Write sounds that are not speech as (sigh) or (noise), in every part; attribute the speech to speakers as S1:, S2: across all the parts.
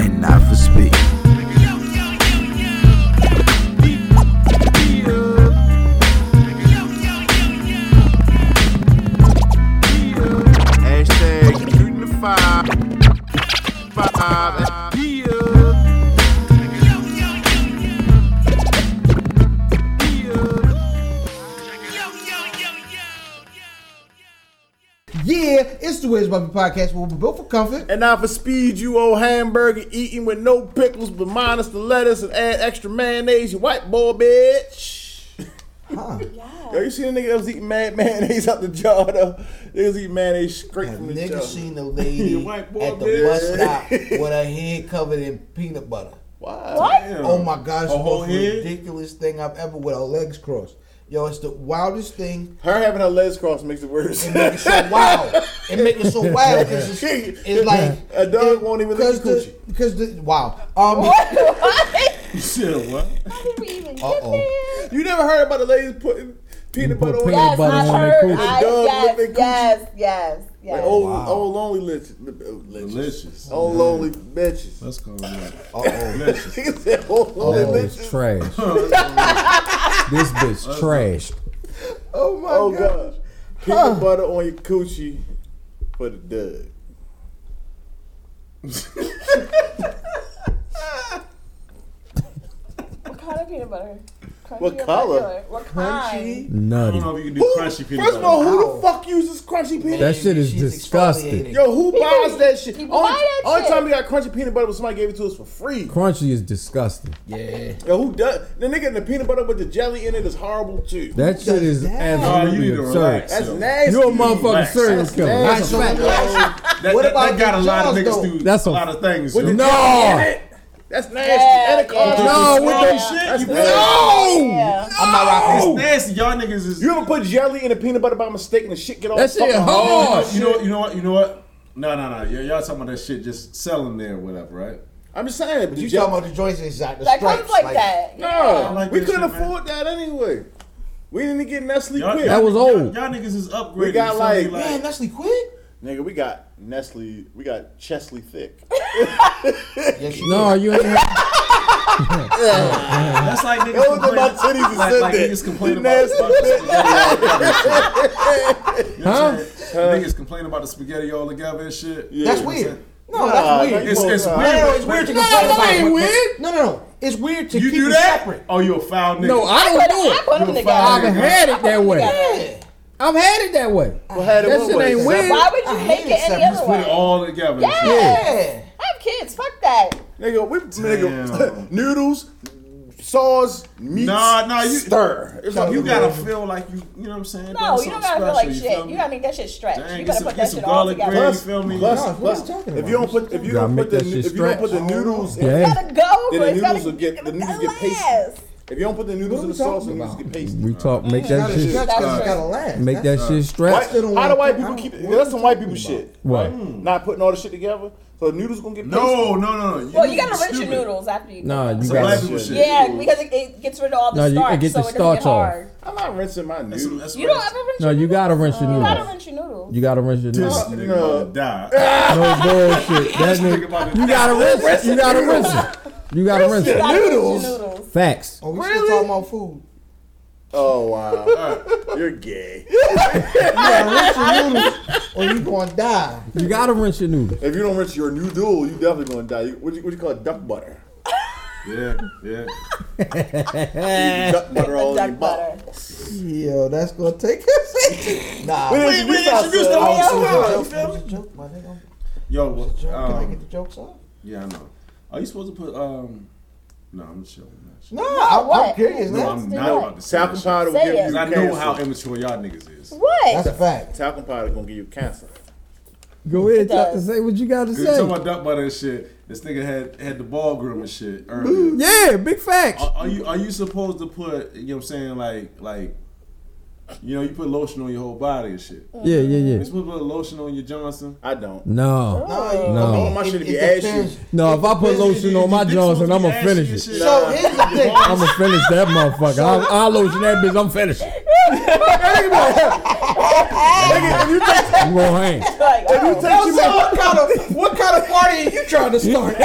S1: and not for speed. Hashtag shooting the five. Five. Yeah.
S2: Yeah, it's the Wiz Buffy Podcast where we're built for comfort.
S3: And now for speed, you old hamburger eating with no pickles but minus the lettuce and add extra mayonnaise, you white boy
S2: (laughs)
S3: bitch. Yo, you seen a nigga that was eating mad mayonnaise out the jar though? They was eating mayonnaise straight
S2: Have
S3: from the jar.
S2: niggas seen
S3: (laughs)
S2: a lady
S3: white
S2: at
S3: boy,
S2: the
S3: bitch.
S2: bus stop with her head covered in peanut butter?
S3: Wow.
S2: Oh my gosh, the
S3: whole
S2: most
S3: head?
S2: ridiculous thing I've ever with her legs crossed. Yo, it's the
S3: (laughs)
S2: wildest thing.
S3: Her having her legs crossed makes it worse.
S2: It's so wild. It makes it so wild because it's, it's like
S3: A dog won't even lick
S2: because
S3: your
S2: the
S3: coochie.
S2: because the wow. Um, (laughs)
S3: Shit, what?
S2: Uh-oh.
S4: Uh-oh.
S3: You never heard about the ladies putting peanut butter on
S4: Yes, I've heard.
S3: coochie. oh. The
S4: I,
S3: dog with
S4: yes,
S3: their
S4: yes, yes, yes.
S3: Like, old, old lonely lich- liches.
S5: Delicious.
S3: Old lonely bitches.
S5: Let's
S3: (laughs)
S5: go.
S2: uh oh.
S3: Nigga said old lonely
S6: That bitch
S3: bitches.
S6: Oh, trash. this bitch trash.
S2: Oh my
S3: Oh
S2: god.
S3: gosh. Peanut butter on your coochie for the dud.
S4: What kind of peanut butter? Crunchy
S3: What
S4: or
S3: color?
S4: regular? What kind?
S3: Crunchy.
S5: I
S6: Nutty.
S5: don't know if you can do
S3: Who-
S5: crunchy peanut
S3: First of all,
S5: butter.
S3: who
S2: Ow.
S3: the fuck uses crunchy peanut?
S6: That shit is
S2: She's
S6: disgusting.
S2: exfoliating.
S3: Yo, who buys that shit?
S4: people
S3: Only,
S4: buy that
S3: only
S4: shit.
S3: time we got crunchy peanut butter was somebody gave it to us for free.
S6: Crunchy is disgusting.
S3: Yo, who does? The nigga in the peanut butter with the jelly in it is horrible too.
S6: That shit is
S2: that?
S5: Oh, you
S6: absolutely
S5: need to
S6: absurd.
S5: relax.
S3: That's
S5: so-
S3: nasty.
S6: You're a motherfucking
S5: Relax.
S6: serious killer.
S2: Alright, so
S5: That,
S2: What
S5: that,
S2: about
S5: that got
S2: the
S5: a lot of
S2: jaws,
S5: niggas
S2: though?
S5: do
S6: That's
S5: a
S6: a-
S5: lot of things.
S3: With
S5: yo.
S3: the
S6: No.
S3: jelly in it. That's nasty.
S4: Yeah,
S3: that causes
S4: yeah.
S6: No, with
S3: swelling.
S6: those
S5: shit,
S3: That's
S5: you-
S3: nasty.
S4: Yeah.
S2: I'm not rocking.
S5: It's nasty. Y'all niggas is.
S3: You ever put jelly in a peanut butter by mistake and the shit get all
S6: That shit
S3: fucking
S6: hard.
S5: you know. You know what? You know what? No, no, no. Y- y'all talking about that shit just selling there, or whatever, right?
S3: I'm just saying, but
S2: You
S3: you
S2: talking
S3: jelly.
S2: about the joints inside the
S4: That
S2: stripes?
S4: comes like, that.
S3: No,
S5: like
S3: we
S5: that
S3: couldn't
S5: shit, man.
S3: afford that anyway. We didn't get Nestle
S5: Y'all,
S3: quick.
S6: That was
S5: y'all-
S6: old.
S5: Y'all, niggas is upgraded.
S3: We got
S5: You feel me?
S3: like-
S2: Man, Nestle quit.
S3: Nigga, we got Nestle, we got Chesley Thick.
S2: Yes, you
S6: No, you ain't.
S5: that's like niggas
S3: Those are
S5: complaining.
S3: my titties that
S5: like,
S3: said
S5: like
S3: that.
S5: niggas complain
S3: You
S5: about
S3: nasty
S5: spaghetti.
S6: Huh?
S5: huh? Niggas complain about the spaghetti all together and shit.
S2: That's
S3: Yeah,
S2: weird. No,
S3: Nah,
S2: that's weird.
S3: you
S5: It's, it's
S3: Nah,
S5: weird.
S2: No, no, it's weird to
S5: but-
S2: complain about.
S6: ain't
S2: but-
S6: weird.
S2: No, no, no. It's weird to
S5: You
S2: keep
S5: do
S2: it
S5: that?
S2: separate.
S5: Oh, you a foul nigga.
S6: No, I
S4: I
S6: don't do
S4: put
S6: it.
S4: them
S5: You'll
S4: together.
S5: find
S6: I've had it that way.
S2: Yeah.
S6: I've had it that way.
S3: Well, had it
S6: That
S3: one
S6: shit
S3: way.
S6: ain't weird.
S4: Why would
S2: I
S4: you
S2: hate
S4: make
S2: it,
S4: it any
S2: except
S4: other
S5: Put it
S4: way?
S5: all together. and shit.
S4: Yes.
S2: Yeah.
S4: I have kids. Fuck that.
S3: Nigga, we nigga
S5: Damn.
S3: (laughs) noodles, sauce, meat.
S5: Nah, nah, you
S3: stir. It's like
S5: You
S3: you
S5: gotta
S3: got a
S5: feel like you, you know what I'm
S4: No,
S5: saying? Doing
S4: you don't
S5: something
S4: gotta feel
S5: special,
S4: like
S5: you
S4: shit.
S5: feel me?
S4: You gotta make that shit stretch.
S5: Dang,
S4: you
S5: get
S4: gotta
S5: some,
S4: put
S5: get
S4: that
S5: some
S4: shit all
S5: garlic
S4: together.
S5: bread, you
S3: Plus-
S5: feel me?
S3: plus-
S2: No, what are you talking
S3: If
S2: about?
S3: you don't put if you
S6: Gotta
S3: don't put
S6: make
S3: the
S6: that shit
S3: if you don't put the
S6: stretch.
S3: noodles in,
S6: Yeah.
S4: It's gotta
S3: Then
S4: go. bro.
S3: the
S4: It's gotta-
S3: noodles will get- the
S4: it's
S3: noodles
S4: gotta
S3: get pasty.
S4: last.
S3: if you don't put the noodles in the sauce, the noodles get pasty.
S6: We talk. Make that
S2: Gotta
S6: shit.
S2: stretch,
S4: That's
S2: gotta-
S4: right.
S2: gotta last.
S6: Make that
S2: That's-
S6: shit
S3: Why,
S6: stretch.
S2: still don't
S3: how do
S2: wanna-
S3: white
S2: I
S3: people
S2: don't-
S3: keep it?
S2: what
S3: That's some
S2: are
S3: white
S2: you
S3: people
S2: talking
S3: shit.
S6: What?
S3: Not putting all the shit together, so the noodles gonna get pasty.
S5: no, no, no, no.
S4: Well, you gotta rinse
S5: stupid.
S4: your noodles after you.
S6: Nah,
S4: cook
S6: you
S5: It's a
S6: got
S5: black
S6: to
S5: people shit.
S4: Yeah, because it, it gets rid of all the
S6: No, you
S4: starch,
S6: can
S4: so
S6: get the
S4: it doesn't get
S6: starch off.
S4: hard.
S3: I'm not rinsing my noodles.
S5: That's some, that's
S4: You don't ever rinse
S6: No,
S4: your
S6: you gotta rinse your
S4: You gotta
S6: noodles.
S4: rinse your noodles.
S6: You gotta rinse your
S5: This
S4: Oh.
S6: noodles.
S5: nigga
S3: No.
S5: about to die.
S6: No bullshit. (laughs) That
S5: nigga
S6: nigga.
S5: about to
S6: You
S5: die.
S6: gotta rinse it. You gotta rinse it. You gotta rinse
S4: You
S6: it.
S4: gotta rinse your
S3: Noodles?
S4: noodles.
S6: Facts.
S2: Oh, we still talking about food.
S3: Oh wow, you're gay.
S2: You gotta rinse your noodles or you gonna die.
S6: You gotta rinse your noodles.
S3: If you don't rinse your noodle, you definitely gonna die. You- What you, what you call it? Duck butter.
S5: Yeah, yeah.
S3: duck butter all in your
S4: Eh. (laughs) Duck
S3: butt.
S4: butter.
S2: Yo, that's gonna take us. Nah.
S3: We
S2: I
S3: didn't introduce ourselves.
S2: was
S4: whole
S2: joking.
S4: time,
S2: I was joking, my nigga.
S5: Yo,
S2: Joke.
S5: what-
S2: Can I get
S5: um,
S2: the jokes off?
S5: yeah, I know. Are you supposed to put um? No, I'm just chilling. man.
S2: No, I'm, I'm
S4: what?
S2: curious.
S5: No,
S2: That's,
S5: I'm
S4: do
S5: not
S4: it.
S5: about to say
S3: Talcum
S5: that
S3: powder will
S4: Say
S3: give
S4: it.
S3: you
S5: Because I
S3: cancer.
S5: know how immature y'all niggas is.
S2: that's
S4: What?
S2: a fact.
S3: Talcum powder gonna give you cancer.
S6: Go ahead,
S4: does.
S6: Tucker. Say what you gotta
S5: You're talking
S6: say.
S5: about duck butter and shit. This nigga had had the ball groom and shit earlier.
S6: Yeah, big facts.
S5: Are, are you are you supposed to put you know what I'm saying like like you know you put lotion on your whole body and shit.
S6: Yeah, yeah,
S5: You
S6: yeah.
S5: supposed to put lotion on your Johnson.
S3: I don't.
S6: No,
S2: Nah, you- I
S6: No.
S2: mean,
S3: I want my
S2: it-
S3: shit to
S2: it
S3: be ashy.
S2: depends.
S6: no. If I put lotion on my
S5: Your dick's
S6: Johnson,
S5: supposed to
S6: I'm
S5: be
S6: gonna
S5: ashy
S6: finish
S5: and
S6: it.
S5: shit.
S2: So here's the thing.
S6: I'm gonna finish that motherfucker. I'll, I'll lotion that bitch. I'm (laughs) finishing. I'm gonna hang.
S4: Like, oh,
S2: Now, so what kind of what kind of party are you trying to
S6: (laughs)
S2: start?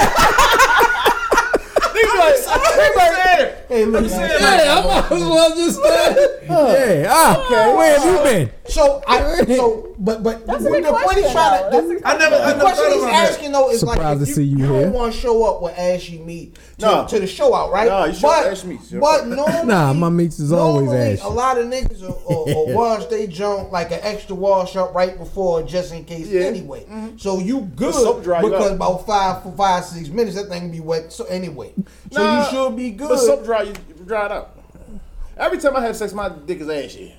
S2: Hey, look, man.
S6: Yeah, I might as well just. Uh, yeah. Ah,
S5: uh,
S6: where have you been?
S2: So I so but but
S4: That's a
S2: what
S4: good
S2: the point he's
S4: question,
S2: trying
S4: though.
S2: to
S4: That's a-
S5: I never. I
S2: the
S5: never
S2: question
S5: thought
S2: he's
S5: about that.
S2: asking though is like
S6: Surprised
S2: if
S6: to see you here.
S2: don't want to show up with ashy meat to,
S3: Nah.
S2: to the show out, right?
S3: Nah, you show
S2: but,
S3: up ashy meat, yo.
S2: But normally,
S6: Nah, my meats is always
S2: normally
S6: ashy.
S2: A lot of niggas will,
S3: (laughs)
S2: will, will wash they junk like an extra wash up right before just in case
S3: Yeah.
S2: anyway. So you good
S3: soap dry you
S2: because
S3: up.
S2: about five for five six minutes that thing be wet. So anyway, so
S3: Nah,
S2: you should be good.
S3: But soap dry, you you dry it out. Every time I have sex, my dick is ashy.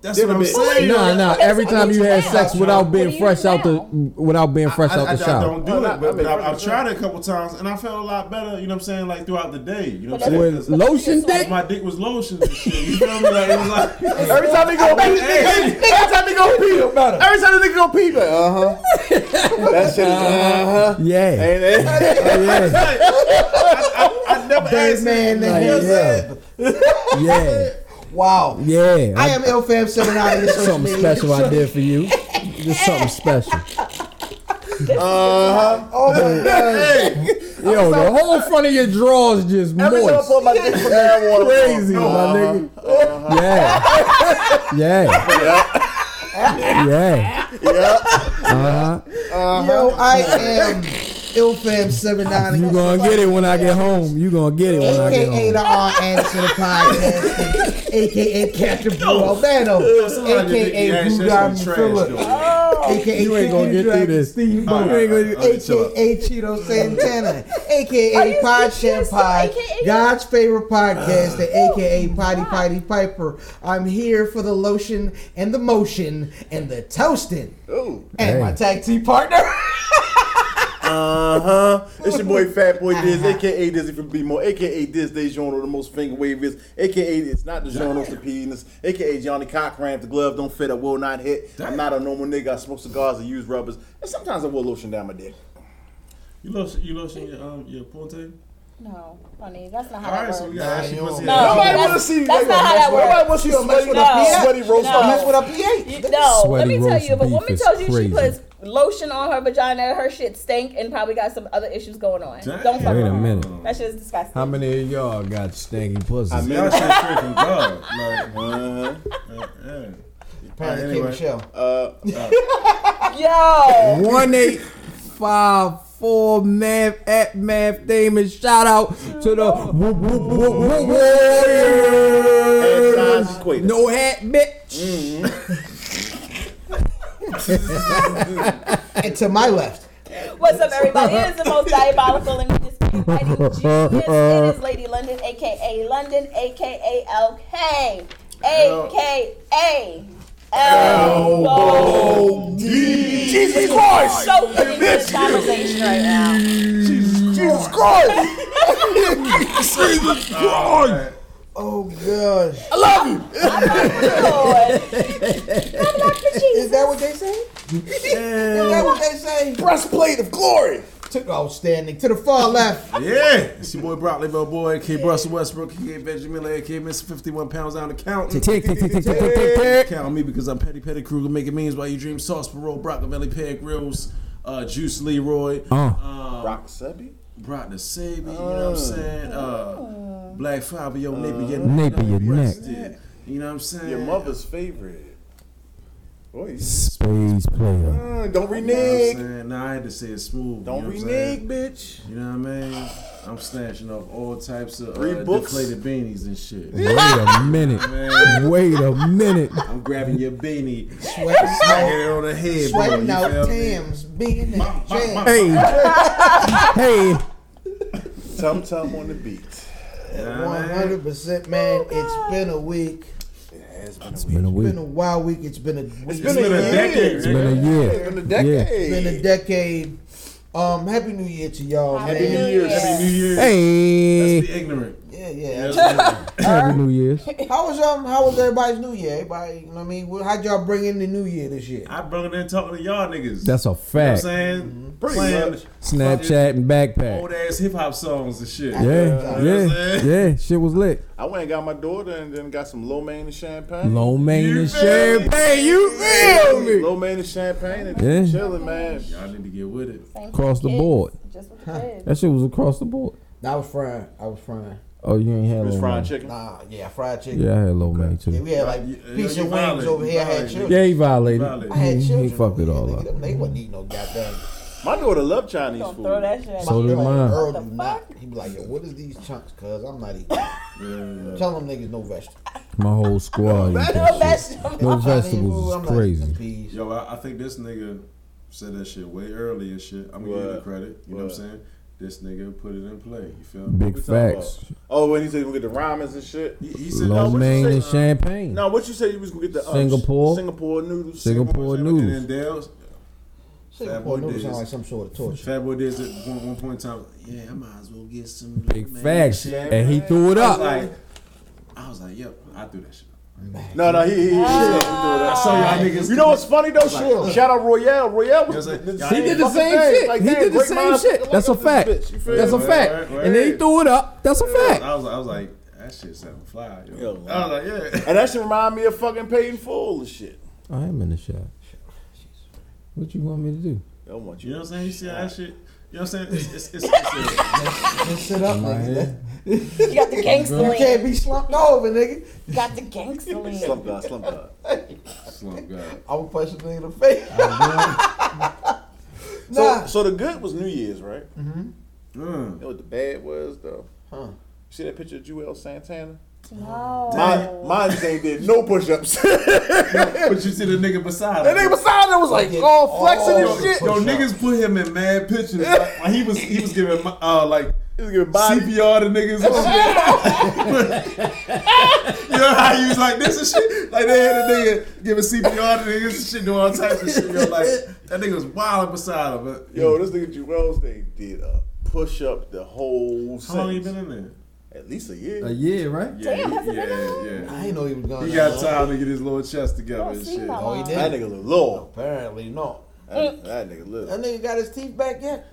S5: That's
S3: Did
S5: what
S3: a
S5: I'm
S3: bit.
S5: saying.
S6: Nah, nah.
S5: uh,
S6: Every time you had sex without
S4: What do
S6: being
S4: you
S6: fresh
S4: do
S6: out the
S4: now?
S6: without being fresh
S5: I,
S6: out
S5: I-
S6: the
S5: I
S6: shower.
S5: don't do
S3: Oh,
S5: it,
S3: nah, I
S5: but,
S3: mean,
S5: but I,
S3: right,
S5: I've tried it a couple times and I felt a lot better. You know what I'm saying? Like throughout the day. You know what I'm saying?
S6: With
S5: 'Cause
S6: lotion dick.
S5: my dick was lotion and shit. You feel me? Like (laughs) it was like
S3: Every time they go pee,
S5: Hey.
S3: every time they go pee, every time they go pee, like, (laughs) uh huh. that shit is uh huh.
S6: Yeah.
S3: Ain't it?
S6: Yeah.
S5: I never asked
S2: man,
S5: him.
S2: that
S5: You know what I'm saying?
S6: Yeah. Yeah.
S2: Wow.
S6: (laughs) Yeah.
S5: (laughs)
S2: I am LFAM seven out of this social
S6: something
S2: media.
S6: special I did for you. Just something special.
S3: Uh-huh.
S2: Oh my god.
S6: Yo, the whole front of your drawers just
S3: Every time I
S6: moist.
S3: pull my dick from Uh-huh. marijuana,
S6: Crazy, my nigga. Yeah. Yeah. Yeah. Uh huh.
S2: Yo, I am LFAM seven nine.
S3: (laughs)
S6: You gonna get it when I get home. You gonna get it when I get
S2: AKA
S6: home.
S2: the R. Anderson of podcasting, AKA Captain Blue Albano,
S5: Somebody did the
S2: AKA
S5: ass.
S2: Blue
S5: That's
S2: Diamond
S5: some trash
S2: Phillips,
S5: though.
S2: AKA
S6: You ain't gonna
S2: Chicken
S6: get through
S2: Dragon
S6: this.
S2: Steve
S5: All
S2: Bowie,
S5: right, all right, all right, chill out.
S2: AKA Cheeto Santana,
S4: Are you
S2: AKA Pod
S4: serious?
S2: Shampod,
S4: AKA?
S2: God's favorite podcast, the AKA Potty
S4: wow.
S2: Potty Piper. I'm here for the lotion and the motion and the toasting.
S3: Ooh.
S2: And my
S6: Hey.
S2: tag team partner.
S3: Uh huh. It's your boy Fat
S4: (laughs)
S3: Boy Diz, aka Dizzy from B More, aka Diz Day Genre, the most finger wave is, aka it's not the genre, it's the penis, aka Johnny Cochran, if the glove don't fit, I will not hit. I'm not a normal nigga, I smoke cigars and use rubbers, and sometimes I will lotion down my dick.
S5: You lotion, you lotion your um your ponte.
S4: no, honey, that's not how
S5: All
S4: that
S5: right,
S4: works.
S5: so we
S4: no,
S5: got to ask you what's
S2: No.
S5: in
S3: Nobody
S4: that's-
S3: wanna see you
S4: That's
S3: like
S4: not
S3: that.
S4: how that
S3: Nobody
S4: works.
S3: wants you to mess with
S4: No.
S3: a sweaty roast.
S4: No.
S3: beef.
S2: Mess with a PH.
S4: You- No, let
S6: Sweaty
S4: me tell
S6: roast
S4: you, if a
S6: beef
S4: woman
S6: is
S4: tells you
S6: crazy.
S4: she puts lotion on her vagina, her shit stink and probably got some other issues going on.
S5: Damn.
S4: Don't fuck
S6: Wait
S4: with
S6: a
S4: her.
S6: minute.
S4: That shit is disgusting.
S6: How many of y'all got stanky pussies?
S3: mean-
S5: Y'all shit straight from God. Like, uh,
S3: Uh-huh.
S5: yeah.
S2: Apparently, Kate
S5: Anyway.
S2: Michelle.
S4: Yo,
S6: One eight five four math at math Damon. Shout out to the whoop, whoop, whoop, whoop,
S3: And
S6: warriors.
S3: Nas Equator.
S6: No hat, bitch.
S2: And to my left.
S4: what's up, everybody? It is the most diabolical and disgusting genius. It is Lady London, aka London, aka LK, aka
S5: Oh,
S4: Elbow.
S3: Jesus Christ!
S4: So getting this conversation right now.
S3: Jesus Christ!
S2: Oh gosh.
S4: Lord,
S2: Is that what they say? Is that what they say?
S3: Breastplate of glory!
S2: To, outstanding. To the far left.
S5: Yeah, it's your boy Broccoli, my boy, aka Russell Westbrook, aka Benjamin, Lee, aka Mr. 51 Pounds on the count.
S6: Tick, tick, tick, tick, tick, tick, tick, tick.
S5: Count me because I'm Petty Petty Kruger making memes while you dream sauce, parole, Broccoli, Peg Grills, uh, Juice Leroy,
S6: Uh.
S5: um,
S3: Rock Sebi?
S5: Brought the Sabi, you know what I'm saying? Uh, Black Fabio, Napier,
S6: Napier neck.
S5: neck. You know what I'm saying?
S3: Uh-huh. Your mother's favorite. Oh, you-
S6: Space player.
S3: Mm, don't
S5: You know what I'm
S3: renege.
S5: saying? Nah, I had to say it smooth.
S3: Don't
S5: you know what I'm
S3: renege,
S5: saying?
S3: bitch.
S5: You know what I mean? I'm snatching up all types of
S3: Three
S5: uh,
S3: books.
S5: deflated beanies and shit.
S6: Wait a minute.
S5: Man,
S6: Wait a minute.
S5: I'm grabbing your beanie,
S2: (laughs) Sweating out,
S5: smacking it on the head, boy.
S2: sweating
S5: You
S2: out
S5: feel me?
S2: Tams being in the jam.
S6: Hey. Hey.
S3: Tum Tum on the beat.
S2: 100% man, it's been a week.
S6: It's been a
S2: It's
S6: week.
S2: been a wild week. It's been a week.
S5: It's been a
S3: year.
S5: decade.
S6: It's been a
S5: nigga.
S6: year.
S3: It's been a
S6: Yeah.
S3: decade.
S2: It's been a decade. Um, happy New Year to y'all,
S4: Happy
S2: man.
S4: New Year.
S5: Happy New Year.
S6: Hey,
S5: Let's be ignorant.
S2: Yeah, yeah.
S5: That's ignorant.
S6: Happy New Year's.
S2: How was um? How was everybody's New Year? Everybody, you know what I mean? Well, How'd y'all bring in the New Year this year?
S5: I brought it in talking to y'all niggas.
S6: That's a
S5: you know what I'm
S6: fact.
S5: saying.
S3: Pretty
S5: Playing
S3: much.
S6: Snapchat and
S5: old
S6: backpack.
S5: ass hip hop songs and shit.
S6: Yeah,
S5: You know what I'm
S6: yeah,
S5: saying?
S6: yeah. Shit was lit.
S3: I went and got my daughter and then got some lo mein and champagne.
S6: Low main
S5: You
S6: and
S5: feel
S6: champagne. You feel me?
S3: Lo mein and champagne and
S6: Yeah.
S3: chilling, man.
S5: Y'all need to get with it.
S4: Same with
S6: Across the
S4: kids,
S6: board.
S4: Just with the kids.
S6: That shit was across the board.
S2: I was frying. I was frying.
S6: Oh, you ain't had
S3: It was
S6: low
S3: fried
S6: main.
S3: chicken.
S2: Nah, yeah, fried chicken.
S6: Yeah, I had low main
S2: Yeah,
S6: too.
S2: we had like
S5: You-
S2: pizza
S5: you
S2: wings
S5: violated.
S2: over here. I
S5: You
S2: had
S5: violated.
S2: children.
S6: Yeah, he violated.
S5: Violated.
S2: I had
S6: He-
S2: children.
S6: He fucked it
S2: Yeah,
S6: all
S2: nigga,
S6: up.
S2: them- They wouldn't eat no goddamn.
S3: My daughter love Chinese
S4: Don't
S3: food.
S4: throw that shit at
S6: So
S4: me.
S6: did
S2: like,
S6: mine.
S2: Earl
S4: What the
S2: do not. He be like, yo, what is these chunks? Cause I'm not eating. Tell them niggas no vegetables.
S6: My whole squad. ate that
S4: No
S6: shit.
S4: vegetables.
S6: No
S2: I ain't
S6: vegetables
S2: fool,
S6: is
S2: I'm not
S6: crazy.
S2: eating peas.
S5: Yo, I, I think this nigga said that shit way early and shit. I'm gonna give you the
S3: What?
S5: credit. You know what I'm
S3: What?
S5: saying? This nigga put it in play. You feel me?
S6: Big
S3: We talking
S6: facts.
S3: about- uh, Oh, when he said we get the ramens and shit.
S5: He, he said,
S6: Low
S5: what you
S6: main and
S5: say?
S6: champagne.
S3: No, what you said you was gonna get the uh,
S6: Singapore.
S3: Singapore noodles,
S6: Singapore
S3: sandwich.
S5: And
S6: noodles.
S5: then Dale's,
S2: Singapore
S5: boy
S2: noodles
S5: did
S2: sound
S5: this.
S2: like some sort of
S5: (laughs)
S2: torture.
S5: Fat boy did it one, one point in time. Yeah, I might as well get some.
S6: Big facts.
S5: shit.
S6: And he threw it
S5: I
S6: up.
S5: was like, I was like, yep, I threw that shit.
S3: No, no, he, he, he, he, I
S5: saw y'all niggas- uh,
S3: You know what's funny though? Shit. Shout out Royale. Royale was.
S5: You know what I'm saying?
S6: He
S5: Y'all
S6: did the
S3: fucking
S6: same
S3: thing.
S6: shit.
S3: Like,
S6: he
S3: damn,
S6: did the
S3: great
S6: same
S3: minds
S6: shit.
S3: think
S6: That's a
S3: alike on
S6: fact.
S3: this bitch. You feel
S6: That's a
S3: me?
S6: fact.
S5: Right, right,
S6: And then he
S5: right.
S6: threw it up. That's a fact.
S5: I was, I was like, that shit sound fly. Yo.
S3: Yo, wow.
S5: I was like, yeah. (laughs)
S3: And that should remind me of fucking Peyton Full and shit.
S6: I am in the shot. What you want me to do?
S3: Don't want
S5: You
S3: you.
S5: know what I'm saying? You see that shit? You know what I'm saying? It's, it's, it's, it's a,
S2: Just sit up, nigga. That-
S4: (laughs) You got the gangster
S2: You
S4: lean.
S2: can't be slumped over, nigga.
S4: You got the gangster
S3: (laughs)
S4: lean.
S3: Slump God, slump God.
S5: (laughs) slump god.
S2: I would punch a nigga in the face. nah. (laughs)
S3: So, so the good was New Year's, right? You
S5: Mm.
S3: know what the bad was though?
S2: Huh.
S3: See that picture of Joel Santana?
S4: No.
S3: Mine, mine (laughs) ain't did no push-ups. (laughs) that
S5: But you see the nigga beside him.
S3: nigga beside him was like all flexing
S5: Yo,
S3: and Oh, shit.
S5: yo, niggas put him in mad pictures. Like, like, he was he was giving uh like
S3: He was giving body.
S5: CPR to niggas. you know how he was like this and shit. Like they had a nigga giving CPR to niggas and shit, doing all types of shit. Yo, like that nigga was wilding beside him. But
S3: (laughs) Yo, this nigga Joel's thing did a push-up the whole.
S5: how long you
S3: sentence.
S5: been in there?
S3: At least a year.
S6: year, right?
S5: Yeah,
S4: Damn, has it been that
S5: yeah,
S4: long?
S5: yeah.
S2: I didn't know he was going.
S5: He
S2: that
S5: got
S2: long.
S5: time to get his little chest together
S4: Don't
S5: and
S4: sleep
S5: shit.
S4: that
S2: Oh, he
S4: long.
S2: did?
S3: That nigga look low.
S2: Apparently not.
S3: That, that nigga look.
S2: That nigga got his teeth back yet.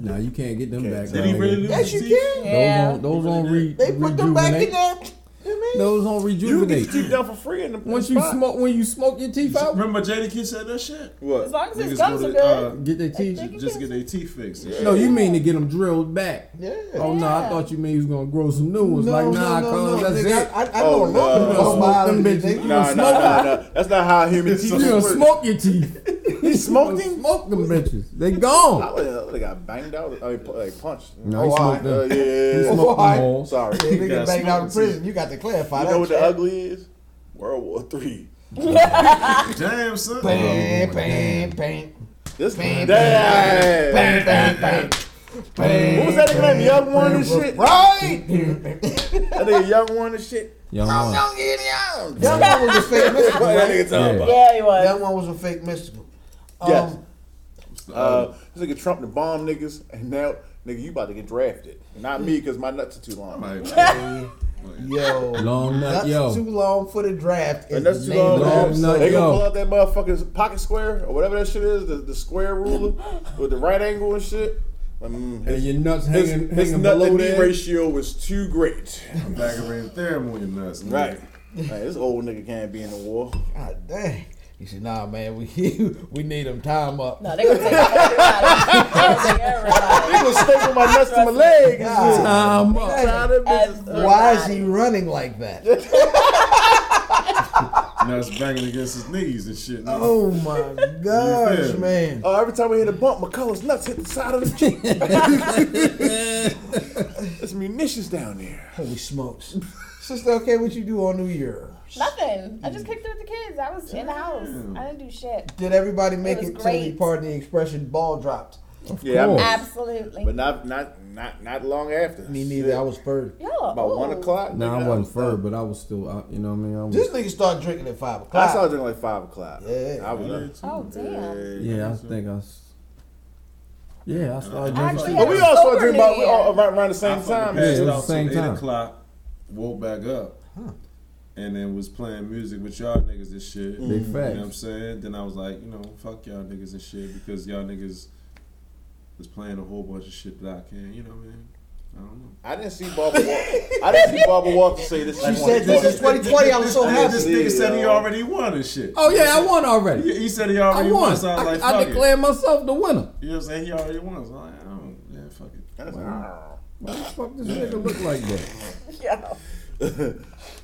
S6: Nah, you can't get them
S3: Can't.
S6: back.
S5: Did he
S6: though,
S5: really
S6: nigga.
S5: lose
S2: Yes,
S5: his
S2: you
S5: teeth?
S2: can.
S4: Yeah.
S6: Those on, those on re-
S2: They put them back in
S6: rejuvenate.
S2: there. You mean?
S6: Those on
S3: You can get
S6: rejuvenate.
S3: your teeth done for free in the
S6: Once you
S3: spot.
S6: smoke, when you smoke your teeth out,
S5: Remember Jadakiss said that shit?
S4: As
S3: What?
S4: long as his
S5: Niggas
S4: gums
S5: go
S4: are
S5: to, uh,
S4: good.
S6: get their teeth.
S4: think-
S5: just get their teeth fixed. and shit.
S6: No, you mean to get them drilled back?
S2: Yeah.
S6: Oh no, I
S4: Yeah.
S6: thought you mean you was gonna grow some new ones. like nah, cuz that's
S2: nigga,
S6: it.
S2: I, I, I
S3: Oh,
S2: know a lot
S3: nah.
S2: of
S6: Smoke
S2: them biology,
S6: them bitches.
S2: nigga.
S6: You
S3: Nah, nah,
S6: smoke
S3: nah, nah. That's not how (laughs) human teeth
S6: You done
S3: work.
S6: smoke your teeth.
S3: He smoked
S6: You
S3: him.
S6: smoke them bitches. They
S3: I
S6: gone.
S3: would have got banged out. I mean, pu- like punched.
S6: No, he
S2: Oh,
S6: smoked
S3: Uh,
S6: them.
S3: yeah, yeah,
S6: He
S3: yeah.
S6: smoked
S2: alright.
S6: them all.
S3: Sorry. (laughs)
S2: Yeah,
S3: You
S2: nigga
S5: got
S2: back out of
S5: smoking
S2: prison. You got to clarify that.
S3: know what the
S2: shit.
S3: ugly is? World War Three.
S5: Damn, son.
S2: Bang, bang, bang,
S3: This
S2: Bam,
S3: man. Damn.
S2: bang, bang, bang.
S3: What was that nigga name? Young one and shit.
S2: Right?
S3: That nigga Young one and shit.
S6: Young one.
S2: Young one was a fake mystical.
S3: What that
S2: Right?
S3: nigga
S5: uh,
S3: talking about?
S4: Yeah, he was.
S2: Young one was a fake mystical. Um,
S3: Yes. Uh, this nigga Trump the bomb niggas, and now nigga you about to get drafted. Not me, cause my nuts are too long.
S5: Like,
S2: Yo.
S6: Long nut,
S2: That's too
S6: yo.
S2: long for the draft.
S3: And
S2: is
S3: that's
S2: the
S3: too
S2: name
S3: long.
S2: of the
S6: Long
S2: episode.
S6: nut.
S3: They
S6: Yo.
S3: gonna pull out that motherfucking pocket square or whatever that shit is, the, the square ruler with the right angle and shit. Mm,
S6: And
S3: his
S6: your nuts
S3: his,
S6: hanging,
S3: his
S6: hanging
S3: nut to
S6: below
S3: knee
S6: there.
S3: ratio was too great.
S5: I'm back around theorem with your nuts. nigga.
S3: Right. Hey, this old nigga can't be in the war.
S2: God dang. You said, nah, man, we (laughs) we need them time up.
S4: No, they gonna take everybody.
S3: (laughs) They gonna staple my nuts to my leg. (laughs)
S2: God.
S6: Time up.
S4: Everybody.
S2: Why is he running like that?
S5: Nuts banging against his knees and shit. nigga.
S2: Oh my gosh,
S5: Yeah.
S2: man.
S3: Uh, every time we hit a bump, McCullough's nuts hit the side of the (laughs) cheek. There's munitions down there.
S2: Holy smokes. Sister, okay, what you do on New Year?
S4: Nothing. I just kicked it with the kids. I was in the house. I didn't do shit.
S2: Did everybody make
S4: It
S2: it,
S4: was
S2: to the
S4: great.
S2: part of the expression ball dropped?
S3: Yeah, I
S6: course.
S3: mean,
S4: Absolutely.
S3: but not not not not long after.
S2: Me neither. I was third.
S4: yeah.
S3: About one o'clock.
S6: Nah,
S3: nigga,
S6: I wasn't
S3: was
S6: fur, but I was still, out, you know what I mean? I was,
S2: This nigga started drinking at five o'clock.
S3: I saw it during like five o'clock.
S6: Oh.
S2: Yeah.
S3: I was.
S4: Oh damn.
S6: yeah, I think I. s- Yeah, I started
S4: I
S6: drinking.
S4: actually
S6: too.
S4: had
S3: But we
S4: a
S3: all started
S4: sober
S3: drinking about we
S4: man. (laughs)
S3: all around, around the
S5: I
S3: same
S5: fucking
S3: time.
S5: passed
S6: Yeah, it was
S5: out
S6: the same
S5: till
S6: time.
S5: Eight o'clock, woke back up, and then was playing music with y'all niggas and shit.
S6: Big
S5: You know what I'm
S6: facts.
S5: saying? Then I was like, you know, fuck y'all niggas and shit because y'all niggas was playing a whole bunch of shit that I can. You know what I mean? I don't know.
S3: I didn't see Barbara. Walk- I didn't see Barbara Walker say this.
S2: She said this is 2020. I was so
S5: This- This
S2: happy.
S5: nigga
S3: Yeah,
S5: said he
S3: yo.
S5: already won and shit.
S6: Oh yeah, I won already.
S5: He, he said he
S6: I
S5: already won.
S6: won.
S5: So I was
S6: I,
S5: like, fuck
S6: I
S5: it.
S6: declare myself the winner.
S5: You know what I'm saying? He already won. So I, like, I don't, yeah, fuck it.
S6: Why the fuck this nigga look like that?
S4: Yo,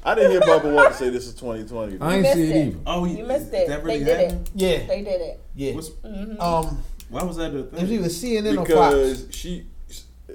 S3: I didn't hear Barbara Walker say this is 2020.
S6: I ain't
S4: missed
S6: see it
S4: it.
S6: either.
S5: Oh,
S4: You missed it.
S5: That
S4: They
S5: really
S4: did it.
S5: happened?
S2: Yeah,
S4: they did it.
S2: yeah.
S5: What's,
S2: Um,
S5: why was that the
S2: it was
S5: thing?
S2: either CNN or Fox.
S3: because she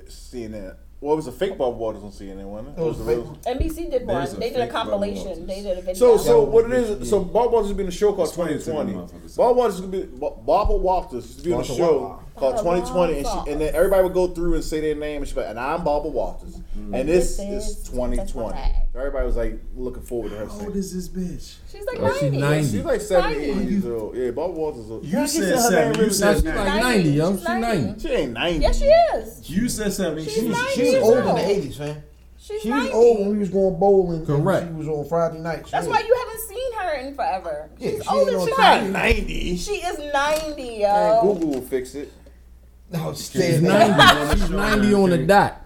S3: CNN. Well, it was a fake Barbara Walters on CNN, wasn't it?
S2: It was
S3: the
S2: fake.
S3: real-
S4: NBC did
S5: There's
S4: one.
S5: a
S4: They did a
S5: fake Barbara
S4: compilation.
S5: Walters.
S4: They did a video.
S3: So, so what it is? So Barbara Walters has been in a show called
S5: Explain it to
S3: 2020.
S5: them motherfuckers.
S3: Barbara Walters is gonna be Bar- Barbara Walters used to be in a
S2: Barbara
S3: show
S2: Walters.
S3: called
S4: Barbara
S3: 2020, and she
S4: Walters.
S3: and then everybody would go through and say their name and she like, and I'm Barbara Walters, and this,
S4: This
S3: is
S4: is
S3: 2020.
S4: 2020.
S3: Everybody was like looking forward to her.
S5: How
S3: saying-
S5: old is this bitch?
S4: she's like
S6: Oh, she's
S4: 90.
S6: 90.
S3: She's like 70,
S4: 90.
S3: 80 years old. Yeah, Barbara Walters. is-
S5: You
S3: Can I
S5: said
S3: get her name
S5: 70. You
S3: really?
S6: Now
S5: said
S6: she's
S5: 90.
S6: like ninety, yo.
S4: She's
S6: She ninety.
S4: ninety.
S3: She ain't 90.
S4: Yes, she is.
S5: You said seven.
S4: She's
S5: She was-
S4: nice.
S2: She was
S4: She's
S2: old in
S4: old.
S2: the 80s, man.
S4: She's
S2: She
S4: 90.
S2: was old when we was going bowling. and
S6: Correct.
S2: She was on Friday nights.
S4: That's
S2: yeah.
S4: why you haven't seen her in forever.
S2: Yeah,
S4: She's
S2: she
S4: old
S2: ain't
S4: as
S2: on
S4: shit.
S2: TV. (laughs)
S3: 90.
S4: She is 90,
S3: Man,
S4: yo.
S3: Google will fix it.
S2: No,
S6: She's
S2: stay there.
S6: ninety. She's ninety on the dot.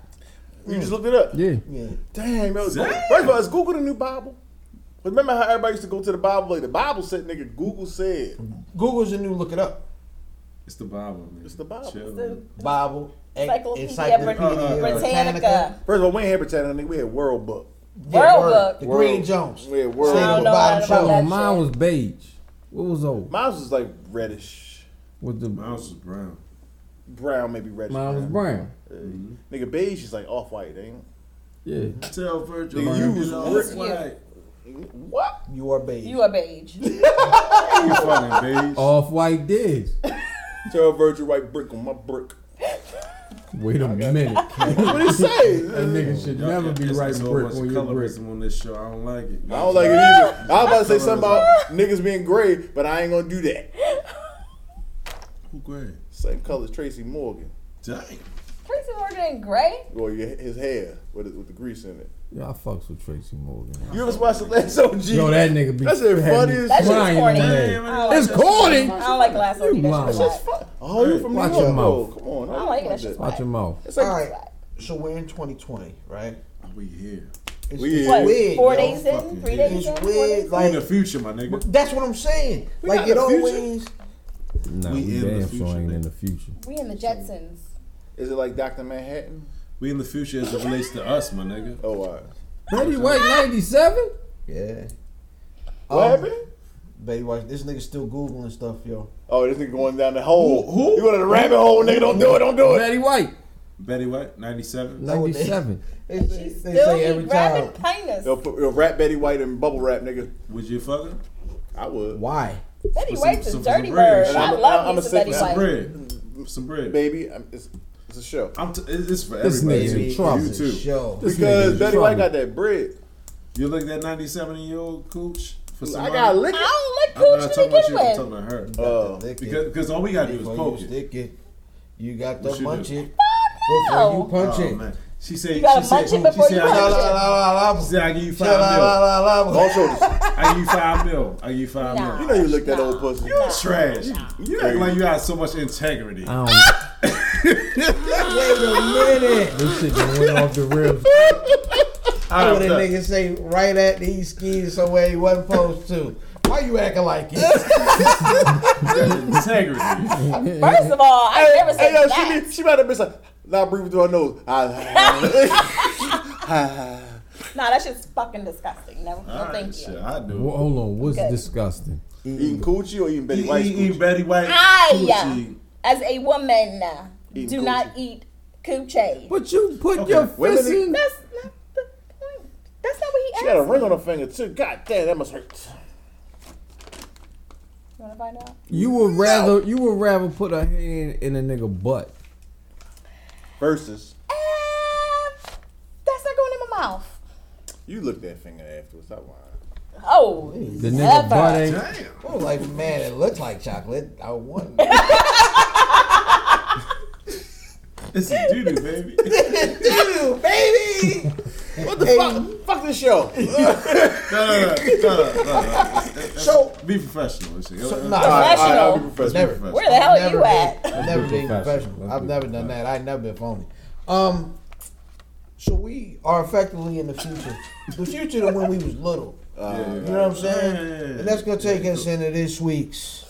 S3: You just looked it up.
S6: Yeah.
S2: Yeah.
S3: Damn, yo. First
S5: Damn.
S3: of all, is Google the new Bible? Remember how everybody used to go to the Bible? Like the Bible said, nigga, Google said.
S2: Google's the new look it up.
S5: It's the Bible, man.
S3: It's the Bible.
S5: Chill.
S4: It's the
S2: Bible, en-
S4: Encyclopedia
S5: uh,
S4: Britannica. Britannica.
S3: First of all, we ain't had Britannia, nigga. We had World Book.
S2: Yeah,
S4: World Book.
S2: The
S3: World.
S2: Green Jones.
S3: We had World
S4: I don't
S3: Book.
S4: know
S2: Bottom
S4: about
S6: Hold
S4: that
S6: on,
S4: shit.
S6: Oh, mine was beige. What was old?
S3: Mine was just like reddish.
S6: What the
S5: Mine was just brown.
S3: Brown, maybe reddish.
S6: mine was brown.
S3: Nigga, beige is like off white, ain't
S6: Yeah.
S5: Tell Virgil.
S3: Nigga, you was
S4: ripped.
S5: white.
S3: it? What?
S2: You are beige.
S4: You are beige.
S5: You (laughs) fucking beige.
S6: Off white digs.
S3: Tell Virgil right brick on my brick.
S6: Wait a minute. (laughs) That
S3: What he say?
S6: nigga should
S5: Y'all
S6: never
S5: got
S6: be
S5: this
S6: right
S5: so
S6: brick
S5: much
S6: on your brick.
S5: colorism on this show. I don't like it.
S3: (laughs) I don't like it either. I was about to say something about niggas being gray, but I ain't gonna do that.
S5: Who gray?
S3: Same color as Tracy Morgan.
S5: Dang.
S4: Tracy Morgan in gray?
S3: Or your, his hair with, it- with the grease in it.
S6: Yeah, I fucks with Tracy Morgan.
S3: You ever watched the last OG?
S6: Yo, that nigga be
S3: That's the
S6: had me
S3: funniest-
S4: That shit's
S6: crying
S4: corny.
S6: on that.
S5: Damn, I
S4: I don't
S6: It's
S4: like
S6: corny.
S4: I don't like Last
S6: You
S4: Lady. That
S6: lying.
S4: shit was hot.
S3: Oh, you from
S6: Watch
S3: New York?
S6: your
S3: Oh,
S6: mouth.
S3: come on.
S4: I don't like it. That shit's
S3: that.
S6: Watch your mouth.
S3: It's
S2: All
S3: like,
S2: right. So we're in 2020, right?
S5: Are Oh, we here?
S2: It's
S3: We
S2: just
S3: is.
S4: What?
S2: weird,
S4: four
S2: yo.
S4: days in?
S5: fucking
S4: Three
S5: hate
S4: days
S2: it.
S4: in?
S2: It's
S4: Four
S2: weird,
S4: days in?
S2: like-
S5: We in the future, my nigga.
S2: That's what I'm saying.
S3: got
S2: like it
S3: the future.
S2: always.
S6: Nah,
S5: We
S6: we,
S5: in the
S6: damn
S5: future,
S6: sure ain't in
S5: nigga.
S6: the future.
S4: We in the Jetsons.
S3: is it like Dr. Manhattan?
S5: We in the future as it relates to us, my nigga.
S3: Oh, all right.
S6: Betty White ninety seven.
S2: Yeah.
S3: What
S2: Um,
S3: happened?
S2: Baby, watch this nigga still googling stuff, yo.
S3: Oh, this nigga going down the hole.
S5: Who- who?
S3: You going to the rabbit hole, nigga. Don't do it. Don't do it.
S6: Betty White
S5: Betty White, 97.
S2: No,
S6: ninety
S2: they-
S6: seven.
S2: They, say-
S4: She's
S2: they
S4: still
S2: say every
S4: be grabbing
S2: child.
S4: penis.
S3: Yo, put, yo, wrap Betty White in bubble wrap, nigga.
S5: Would you fuck her?
S3: I would.
S2: Why?
S4: Betty
S5: some-
S4: White's
S5: some-
S4: a
S5: some
S4: dirty
S5: bread.
S4: bird.
S3: And
S4: I
S3: I'm a-
S4: love
S3: I'm
S4: me
S3: a
S4: some
S3: sick
S4: Betty
S3: man.
S4: White.
S5: Bread. Some bread.
S3: Baby, I'm, it's, it's a show.
S5: I'm t- it- it's for
S6: This
S5: everybody.
S6: nigga
S5: too.
S6: in trouble.
S5: You
S2: It's a
S5: too.
S2: show.
S6: This nigga
S3: Because
S6: in
S3: Betty
S6: trouble.
S3: White got that bread.
S5: You look that 97 year old cooch for
S3: I
S5: somebody.
S3: got lick it.
S4: I
S5: I'm
S4: don't
S5: not
S4: look
S5: talking
S4: cooch to
S5: about you. I'm
S4: begin
S5: talking
S4: with.
S5: about her.
S3: Uh,
S2: Lick it
S5: Because because all we gotta do is
S2: before
S5: poke
S2: you
S5: it.
S2: stick it. You got to
S5: What you
S2: punch
S5: do?
S2: it before you
S4: No.
S2: punch
S5: Oh
S2: it.
S5: man, she said.
S4: You gotta
S5: she
S4: munch
S5: said,
S4: it before
S5: she
S4: you
S5: said, I
S2: La
S4: punch
S5: give-
S2: la la la la.
S5: She said, "I give you
S2: La la
S5: five
S2: la
S5: mil.
S2: la la.
S3: All shoulders.
S4: (laughs)
S5: I give you five mil. I give you five
S4: Nah.
S3: You
S5: mil."
S3: know you lick that old pussy.
S5: You trash. You act like you got so much integrity.
S6: I don't.
S2: Wait a minute.
S6: This shit done went off the
S5: (laughs)
S6: rails.
S5: All
S2: What
S5: right,
S2: a
S5: look.
S2: nigga say right at the he skied somewhere he wasn't supposed to. Why you acting like
S5: (laughs)
S2: it?
S5: integrity.
S4: First of all, I never
S3: Hey,
S4: said
S3: yo, she,
S4: that.
S3: be, she might have been like, not breathing through her nose. (laughs) Ah.
S4: Nah, that shit's fucking disgusting. No,
S5: All
S4: no,
S5: right,
S4: thank
S5: shit,
S4: you.
S5: I do.
S6: Well, hold on. What's
S4: Okay.
S6: disgusting?
S3: eating coochie or eating Betty
S5: He-
S3: White's
S5: he eat
S3: coochie?
S5: Betty White.
S4: I,
S5: coochie.
S4: as a woman,
S3: Eating
S4: do
S3: coochie.
S4: not eat coochie.
S6: But you put
S5: Okay,
S6: your
S3: wait a
S6: fist in.
S4: That's not the point. That's not what he
S3: She
S4: asked.
S3: got a ring
S4: me.
S3: on her finger too. God damn, that must hurt.
S4: You wanna find out?
S6: You would rather you would rather put a hand in a nigga butt.
S3: Versus,
S4: Uh, that's not going in my mouth.
S3: you lick that finger afterwards. I lying.
S4: Oh,
S6: The nigga butt
S4: never.
S6: ain't.
S2: Oh,
S5: (laughs)
S2: I'm like, man, it looks like chocolate. I want
S5: It's a doo doo, baby. (laughs)
S7: Dude, baby.
S3: What the fuck? Fuck this show.
S5: No, no, no, no, no, no.
S2: So
S5: Be professional. Listen.
S2: nah,
S5: I'll
S2: Never.
S4: Professional.
S5: be professional. Be professional.
S4: Where the hell are
S2: never
S4: you
S2: been-
S4: at?
S2: I've never been
S6: professional.
S2: professional. I've never done that. I've never been phony. Um, so we are effectively in the future, the future of when we was little. Uh,
S5: Yeah,
S2: You know what I'm saying?
S5: Yeah, yeah, yeah.
S2: And that's gonna take us into this week's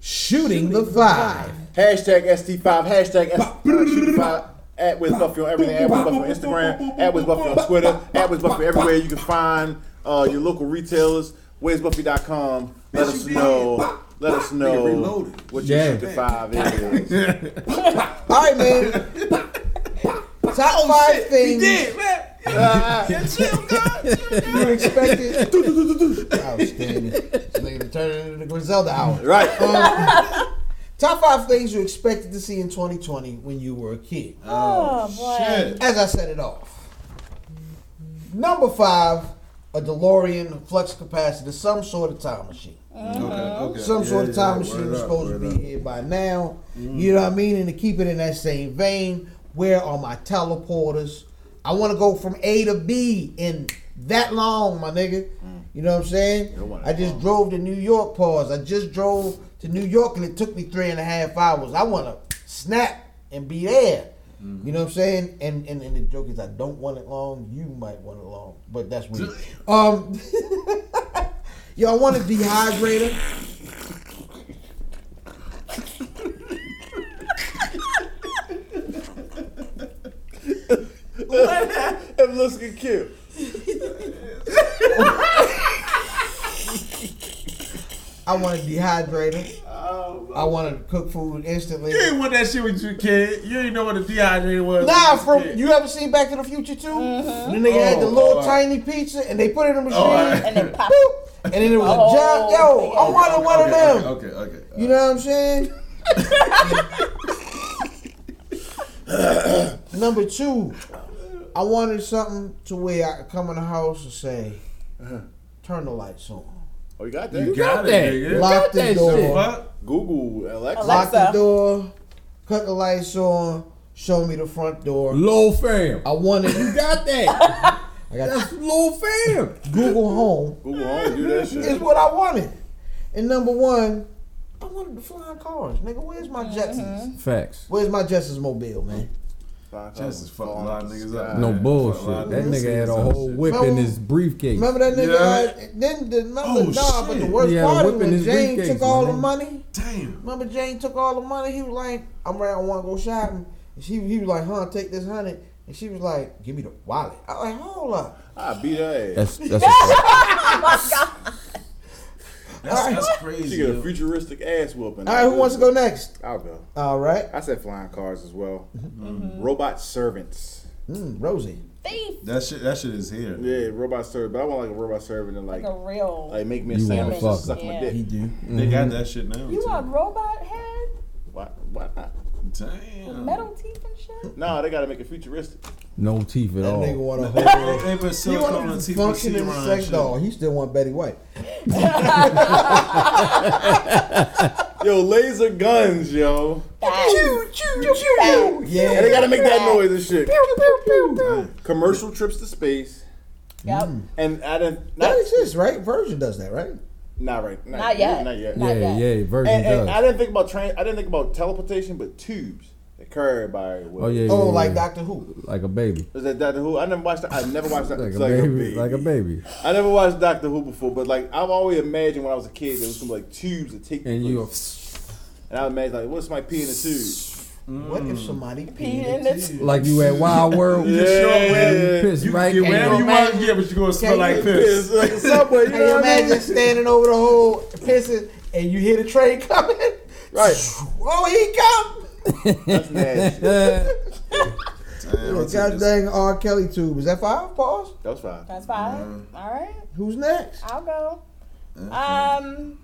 S2: shooting the five.
S3: Hashtag ST5, hashtag
S5: (laughs)
S3: ST5, at Wiz Buffy on everything, at Wiz Buffy on Instagram, at Wiz Buffy on Twitter, at Wiz Buffy everywhere you can find uh, your local retailers, WizBuffy.com. Let us know. Let us know
S5: reloaded.
S3: what your
S6: Yeah.
S3: shoot to five is.
S2: All right, man.
S5: (laughs)
S2: Top
S5: Oh,
S2: five things you
S5: (laughs)
S2: expected. Outstanding. This nigga Turn it into the Griselda hour.
S5: (laughs)
S3: Right.
S5: Um,
S2: Top five things you expected to see in 2020 when you were a kid.
S4: Oh, boy.
S5: Shit.
S2: As I set it off. Number five, a DeLorean flux capacitor, some sort of time machine.
S5: Okay, okay.
S2: Uh-huh. some
S5: Yeah,
S2: sort
S5: yeah,
S2: of time
S5: yeah.
S2: machine
S5: Word
S2: was
S5: up, Mm-hmm.
S2: supposed to
S5: word
S2: be here by now. You know what I mean? And to keep it in that same vein, where are my teleporters? I want to go from A to B in that long, my nigga.
S5: Mm.
S2: You know what I'm saying?
S3: want it
S2: I just drove to New York, pause. I just drove to New York and it took me three and a half hours. I want to snap and be there.
S5: Mm-hmm.
S2: You know what I'm saying? And, and and the joke is I don't want it long. You might want it long, but that's
S5: (laughs)
S2: weird. um, (laughs) yo, I want a dehydrator.
S3: It looks good cute.
S2: I want to dehydrate it. I want to cook food instantly.
S5: You ain't want that shit with your kid. You ain't know what a dehydrator was.
S2: Nah,
S5: when
S2: from
S5: you. was
S2: you ever seen Back to the Future too? The nigga had the
S5: Oh,
S2: little
S5: alright.
S2: tiny pizza, and they put it in the (laughs) machine,
S5: Alright.
S4: And then pop.
S2: boop, and then it was
S4: Oh,
S2: a job. Yo, I
S4: yeah.
S2: wanted one
S5: a kid.
S2: of them.
S5: Okay, okay. okay.
S2: You know what I'm saying?
S5: (laughs)
S2: Number two, I wanted something to where I could come in the house and say,
S5: Uh-huh.
S2: "Turn the lights on,
S3: Oh, you got
S5: you,
S3: that?
S5: got,
S6: got that.
S5: it, nigga.
S2: lock
S6: got
S2: the
S6: that
S5: Uh,
S2: door."
S6: shit.
S5: What?
S3: Google, Alexa.
S4: Alexa.
S2: Lock the door, cut the lights on, show me the front door.
S6: Lil fam.
S2: I wanted
S6: You got that. (laughs)
S2: I got
S6: That's Lil fam.
S2: Google Home
S3: Google Home, do that shit.
S2: is what I wanted. And number one, I wanted the flying cars. Nigga, where's my Jetsons?
S6: Facts.
S2: Where's my Jetsons mobile, man?
S5: Just as fuck a lot of niggas up.
S6: No
S5: Yeah, fuck a lot
S6: bullshit.
S5: of
S6: That
S5: niggas
S6: nigga had a
S5: up
S6: whole
S5: shit.
S6: whip in his briefcase.
S2: Remember that nigga?
S5: Yeah.
S2: had- then the remember,
S5: Oh,
S2: nah, but
S5: shit.
S2: the worst
S6: He had a
S2: part is
S6: whip in
S2: when
S6: his
S2: Jane
S6: briefcase,
S2: took all
S6: my
S2: the
S6: nigga.
S2: money.
S5: Damn.
S2: Remember Jane took all the money? He was like, I'm ready, I wanna go shopping. And she he was like, huh, take this hundred. And she was like, give me the wallet. I was like, hold up.
S3: I beat her ass.
S6: That's that's a,
S5: That's, that's
S3: She
S5: crazy.
S3: got a
S5: yo.
S3: futuristic ass whooping.
S2: All right, who wants to go next?
S3: I'll go.
S2: All right.
S3: I said flying cars as well. Mm-hmm.
S4: Mm-hmm.
S3: Robot servants.
S2: Mm, Rosie.
S4: Thief.
S5: That shit, that shit is here.
S3: Yeah, robot servant. But I want like a robot servant and like
S4: Like a real.
S3: like make me a
S6: You
S3: sandwich
S6: wanna
S3: and
S6: fuck.
S3: suck my
S4: Yeah.
S3: dick.
S6: do.
S5: They got that shit now.
S4: you
S5: too.
S4: want robot head?
S3: Why, why not?
S5: Damn.
S4: Metal teeth and shit?
S3: No, they gotta make it futuristic.
S6: No teeth at
S5: Oh.
S2: That nigga
S6: all.
S5: (laughs)
S2: want a whole
S5: They put
S2: He
S5: silicone on
S2: (laughs) want
S5: the
S2: to
S5: teeth
S2: function as
S5: and
S2: a
S5: around
S2: sex
S5: shit.
S2: doll. He still want Betty White.
S3: Yo, laser guns, yo.
S4: Choo, choo, choo.
S3: And they
S2: Yeah.
S3: gotta make that noise and shit. Commercial trips to space.
S4: Yep.
S3: And I didn't not,
S2: That exists, right? Virgin does that, right?
S3: not right. Not,
S4: Not yet.
S3: Not yet.
S4: Not
S6: Yeah,
S4: yet.
S6: yeah, Virgin
S3: And, and I
S6: does.
S3: didn't think about train I didn't think about teleportation, but tubes. That carry by
S6: Oh yeah,
S2: Oh,
S6: yeah,
S2: like
S6: yeah.
S2: Doctor Who.
S6: Like a baby.
S3: Is that Doctor Who? I never watched. I never watched. that.
S6: Like
S3: It's
S6: a baby. Like a baby.
S3: I never watched Doctor Who before, but like I've always imagined when I was a kid there was some like tubes that take.
S6: And
S3: place.
S6: you
S3: and I imagine like, what's my pee in a tube?
S2: What if somebody
S4: Pee
S2: peed
S4: in
S2: in
S4: the
S2: it?
S4: tube.
S6: like you at Wild World.
S3: Yeah.
S6: You pissed
S5: You
S6: right
S5: right get whatever
S6: in (laughs)
S5: you
S6: your-
S5: want, yeah, but you're gonna smell
S2: Can
S5: like
S2: you-
S5: piss.
S3: It's like a subway. You
S2: Can you
S3: know what I mean?
S2: imagine standing over the hole pissing and you hear the train coming?
S3: (laughs) Right.
S2: Oh, he come!
S3: That's nasty.
S6: Uh,
S5: Damn, I'll take
S2: God
S5: this.
S2: dang R. Kelly tube. Is that five? Pause.
S3: That was fine.
S4: That's fine. All right.
S2: Who's next?
S4: I'll go. Um,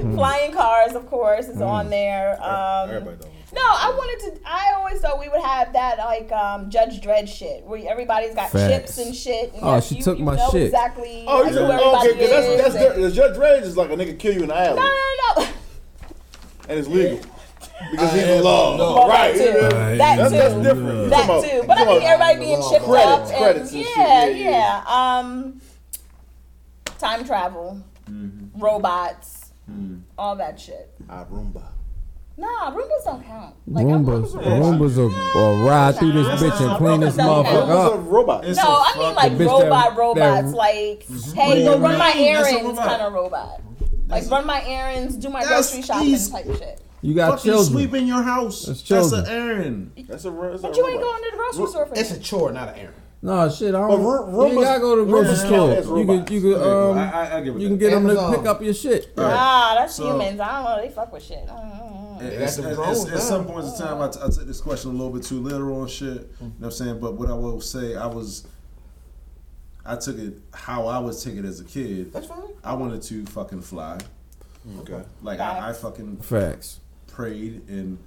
S4: flying cars, of course, is on there. Um,
S3: Everybody knows.
S4: no, I wanted to. I always thought we would have that like um, Judge Dredd shit, where everybody's got
S6: Facts.
S4: chips and shit. And
S6: Oh,
S4: you-
S6: she
S4: you,
S6: took
S4: you
S6: my
S4: know
S6: shit.
S4: Exactly.
S3: Oh, you
S4: who
S3: said,
S4: everybody
S3: okay, because
S4: is
S3: that's that's
S4: and-
S3: dirty. The Judge Reg is like a nigga kill you in the alley,
S4: No, no, no. (laughs)
S3: and it's legal. because he's in law.
S4: Well,
S3: Right.
S4: that too.
S3: That's,
S4: That
S3: that's, that's
S4: too.
S3: different. (laughs)
S4: That
S3: Come on.
S4: too. But I
S3: Come on.
S4: think everybody being shipped up.
S3: Credits,
S4: And
S3: credits and shit,
S4: yeah,
S3: yeah,
S4: yeah, Um, time travel,
S3: Mm-hmm.
S4: robots,
S3: Mm.
S4: all that shit.
S3: Ah,
S2: I Roomba.
S4: Nah, Roombas don't count. Like, I'm-
S6: Roombas,
S4: I'm a robot.
S6: Roombas will, will ride through this bitch and clean this
S3: Robots
S6: motherfucker
S3: are
S6: up.
S3: robots.
S5: It's
S4: No,
S5: a
S4: I mean
S5: fucking-
S4: like
S6: bitch
S4: robot
S6: that-
S4: robots,
S6: that-
S4: like hey, go run my
S5: That's a
S4: errands
S5: robot.
S4: kind of robot. Like run my errands, do my
S5: That's
S4: grocery shopping
S5: easy.
S4: type shit.
S6: You got
S5: Fucking
S6: children.
S5: sweeping your house.
S6: That's
S5: That's,
S6: children.
S5: an errand.
S3: That's a, ro- that's
S4: But
S3: a
S4: you
S3: robot.
S4: ain't going to the grocery store for
S2: It's
S4: that.
S2: a chore, not an errand.
S6: No shit, I
S3: But Ro-
S6: don't. You ain't
S3: Roombas-
S6: gotta go to the grocery
S3: Roombas
S6: store.
S3: count as
S6: You can, you can,
S5: Okay, well,
S6: um,
S5: I, I, I give it
S6: you can
S5: that.
S6: get them to
S2: Amazon.
S6: pick up your shit.
S4: Ah, that's
S5: So-
S4: humans. I don't know. They fuck with shit. Mm-hmm. I don't know.
S5: At-
S2: That's
S5: at-
S2: a
S5: at-
S2: grown
S5: at- at some
S2: man.
S5: points in time, I, t- I took this question a little bit too literal and shit. You know what I'm saying? But what I will say, I was, I took it how I was taking it as a kid.
S2: That's fine.
S5: I wanted to fucking fly.
S3: Okay.
S5: Like I, I fucking
S6: Facts.
S5: prayed, and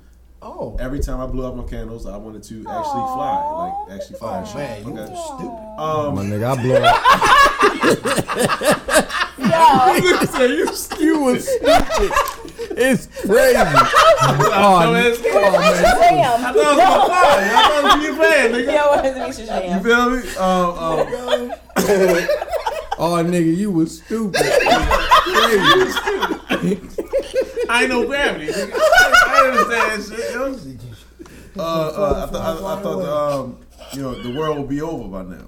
S2: Oh.
S5: every time I blew out my candles, I wanted to actually fly,
S4: Aw,
S5: like actually fly.
S2: Oh,
S5: and shit.
S2: man, you
S5: Okay.
S2: stupid.
S6: My
S5: Um,
S6: nigga, I blow up. you was stupid. It's crazy. Oh,
S4: Damn.
S5: I thought it was gonna fly. I thought it was gonna be bad,
S4: (laughs)
S5: nigga.
S4: Yo, what is Misha's jam?
S5: Feel me? Um, um,
S6: oh, nigga, you was stupid. It's crazy.
S5: I ain't
S2: (laughs)
S5: no gravity. nigga. I understand that shit. You know? Uh, uh, I, th- I, I thought um, you know the world would be over by now.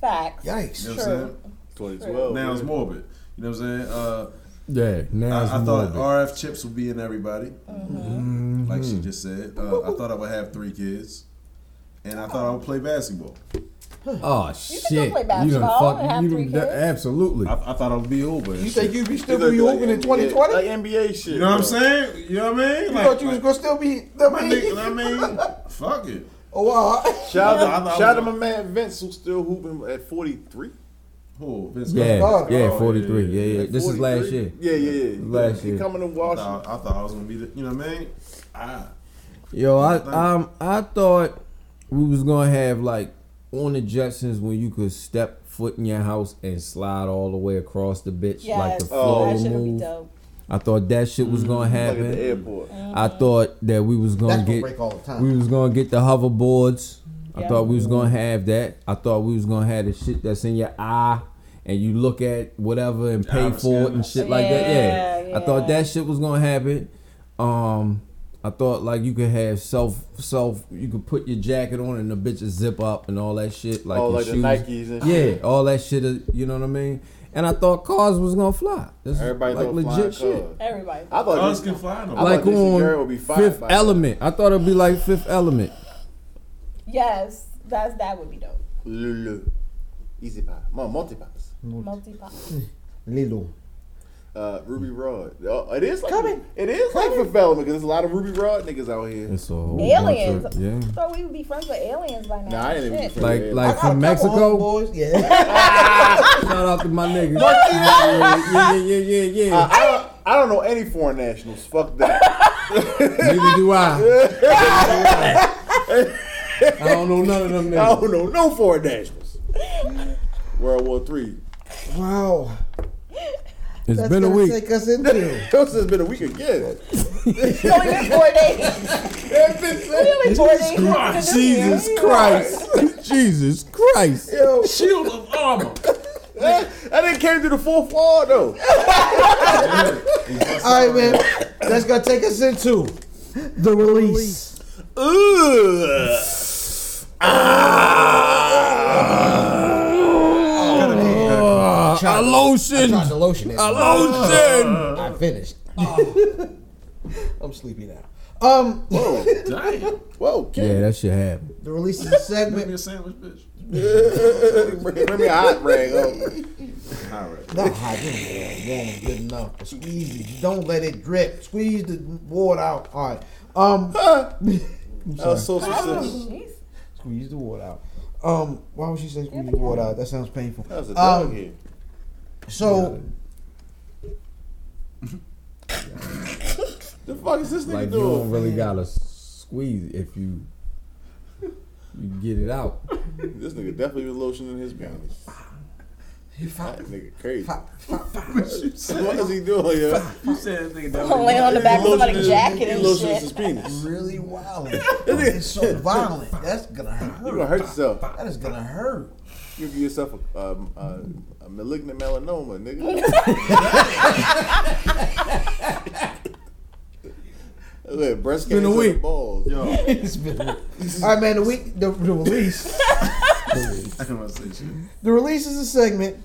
S4: Facts.
S5: You
S2: Yikes.
S5: know what I'm saying?
S3: 2012.
S5: Now it's morbid. You know what I'm saying? Uh,
S6: Yeah, now it's
S5: I, I thought uh,
S6: morbid.
S5: RF chips would be in everybody,
S2: Mm-hmm.
S5: like
S6: Mm-hmm.
S5: she just said. Uh, I thought I would have three kids, and I thought I would play basketball.
S6: Oh
S4: can go
S6: shit!
S4: play
S6: you
S4: basketball and have
S6: you
S4: three
S6: done-
S4: kids.
S6: absolutely.
S5: I, I thought I would be over. and
S2: You
S5: shit.
S2: think you'd be still be hooping in 2020?
S3: Like NBA shit.
S5: You know what I'm saying? You know what I mean?
S2: You thought you was gonna still be the
S5: my
S2: man?
S5: nigga, you know what I mean? Fuck it.
S2: (laughs) Oh, wow.
S3: Shout
S5: I
S3: out
S5: thought
S3: to,
S5: I
S3: shout out to
S5: was-
S3: my man Vince who's still hooping at 43.
S5: Oh, Vince
S6: Yeah,
S2: God.
S6: yeah,
S5: Oh,
S6: forty three.
S5: yeah,
S6: Yeah, yeah.
S3: At
S6: This is last
S3: 43?
S6: year.
S3: Yeah, yeah, yeah.
S6: Last
S3: he
S6: year.
S3: coming to
S5: I
S3: Washington.
S5: thought, I thought I was gonna be the. You know what I mean? I,
S6: Yo, I um I thought we was gonna have like on the Jetsons when you could step foot in your house and slide all the way across the bitch like
S4: Yes. Oh,
S6: the floor
S4: that shit would be
S6: move.
S4: dope.
S6: I thought that shit was
S2: Mm-hmm.
S6: gonna
S3: Like at
S6: happen.
S3: the airport.
S6: I thought that we was gonna
S2: That's gonna
S6: get
S2: break all the time.
S6: we was gonna get the hoverboards. I
S4: Yeah.
S6: thought we was gonna have that. I thought we was gonna have the shit that's in your eye and you look at whatever and pay
S5: Iris
S6: for it
S5: scanner.
S6: and shit like that. Yeah.
S4: Yeah,
S6: I thought
S4: yeah.
S6: that shit was gonna happen. Um I thought like you could have self self you could put your jacket on and the bitch would zip up and all that shit like,
S3: oh,
S6: your
S3: like
S6: shoes.
S3: the Nikes and shit.
S6: Yeah, all that shit is, you know what I mean? And I thought cars was gonna fly. This is
S3: Everybody
S6: like
S3: love
S6: legit shit.
S3: flying cars.
S4: Everybody.
S3: I thought
S5: us
S3: this,
S5: can fly. No
S3: I
S5: more.
S3: thought
S6: Like
S3: Lisa Gerrard
S6: on
S3: would be fine
S6: Fifth
S3: by now.
S6: Element. I thought it'd be like Fifth Element.
S4: Yes, that's that would be dope.
S3: Lulu. Easy Pie. Mo- Multi Pies.
S4: Multi pop.
S2: Lilo.
S3: Uh, Ruby Rod. Oh, it is like
S2: Coming.
S3: It is like for Feldman because there's a lot of Ruby Rod niggas out here.
S6: It's a whole
S4: Aliens.
S6: bunch of- yeah.
S4: I thought we would be friends with aliens by now.
S3: Nah, I ain't even
S4: Shit.
S3: friends.
S6: Like
S3: Yeah.
S2: I
S6: like
S2: got a
S6: from
S2: couple (laughs)
S6: Mexico.
S2: homeboys, Yeah.
S6: Shout out to my nigga. yeah, yeah, yeah, yeah, yeah,
S3: Uh, (laughs)
S6: yeah.
S3: I, don't, I don't know any foreign nationals. Fuck
S6: (laughs)
S3: that.
S6: Neither do I. I don't know none of them
S3: I
S6: niggas.
S3: don't know no foreign nationals. World War Three.
S2: wow.
S6: It's
S2: That's
S6: been a
S2: gonna (laughs)
S6: week.
S2: Take us into.
S3: This has been a week
S6: (laughs)
S3: again.
S4: It's only been four days.
S3: It's been
S4: It's
S3: since-
S4: only four days. (laughs) Good year.
S6: Jesus
S5: Christ,
S6: Christ. (laughs) Jesus Christ.
S5: Shield of armor.
S3: I didn't came to the fourth wall though.
S2: All right, man. That's gonna take us into the release.
S3: Ugh.
S6: Ah. Uh, I lotion.
S2: Tried to lotion it.
S6: I lotion.
S2: I finished. Uh, (laughs) I'm sleepy now. Um,
S5: Damn.
S3: Whoa, kid.
S6: Yeah, that shit happened.
S2: the release is a
S5: Give me
S2: segment.
S5: a sandwich, bitch.
S3: Bring me a hot rag. Oh.
S5: All right.
S2: Not hot, you know, warm, good enough. But squeeze it. Don't let it drip. Squeeze the water out. All right. Um,
S3: That was so specific.
S4: Jeez.
S2: squeeze the water out. Um, why would she say squeeze the water out? That sounds painful.
S3: That was a
S2: Um,
S3: dog here.
S2: So
S3: The fuck is this nigga
S6: Like you don't
S3: doing?
S6: really gotta squeeze if you you get it out.
S3: This nigga definitely was lotioning his panties. That nigga crazy.
S5: You said,
S3: What is he doing, yo?
S5: you said that nigga that
S4: Oh, lay on the back of somebody's jacket
S3: He
S4: and
S3: lotions his
S4: shit.
S3: penis.
S2: Really wild. it's so violent. That's gonna
S3: You gonna hurt
S2: hurt.
S3: yourself.
S2: That is gonna hurt.
S3: You give yourself a, um, a, a malignant melanoma, nigga. Look, breast
S6: Been a
S3: cancer in the
S6: week.
S3: balls.
S5: Yo,
S2: (laughs) It's been. All right, man. The week, the, the release.
S5: I don't want to say shit.
S2: The release is a segment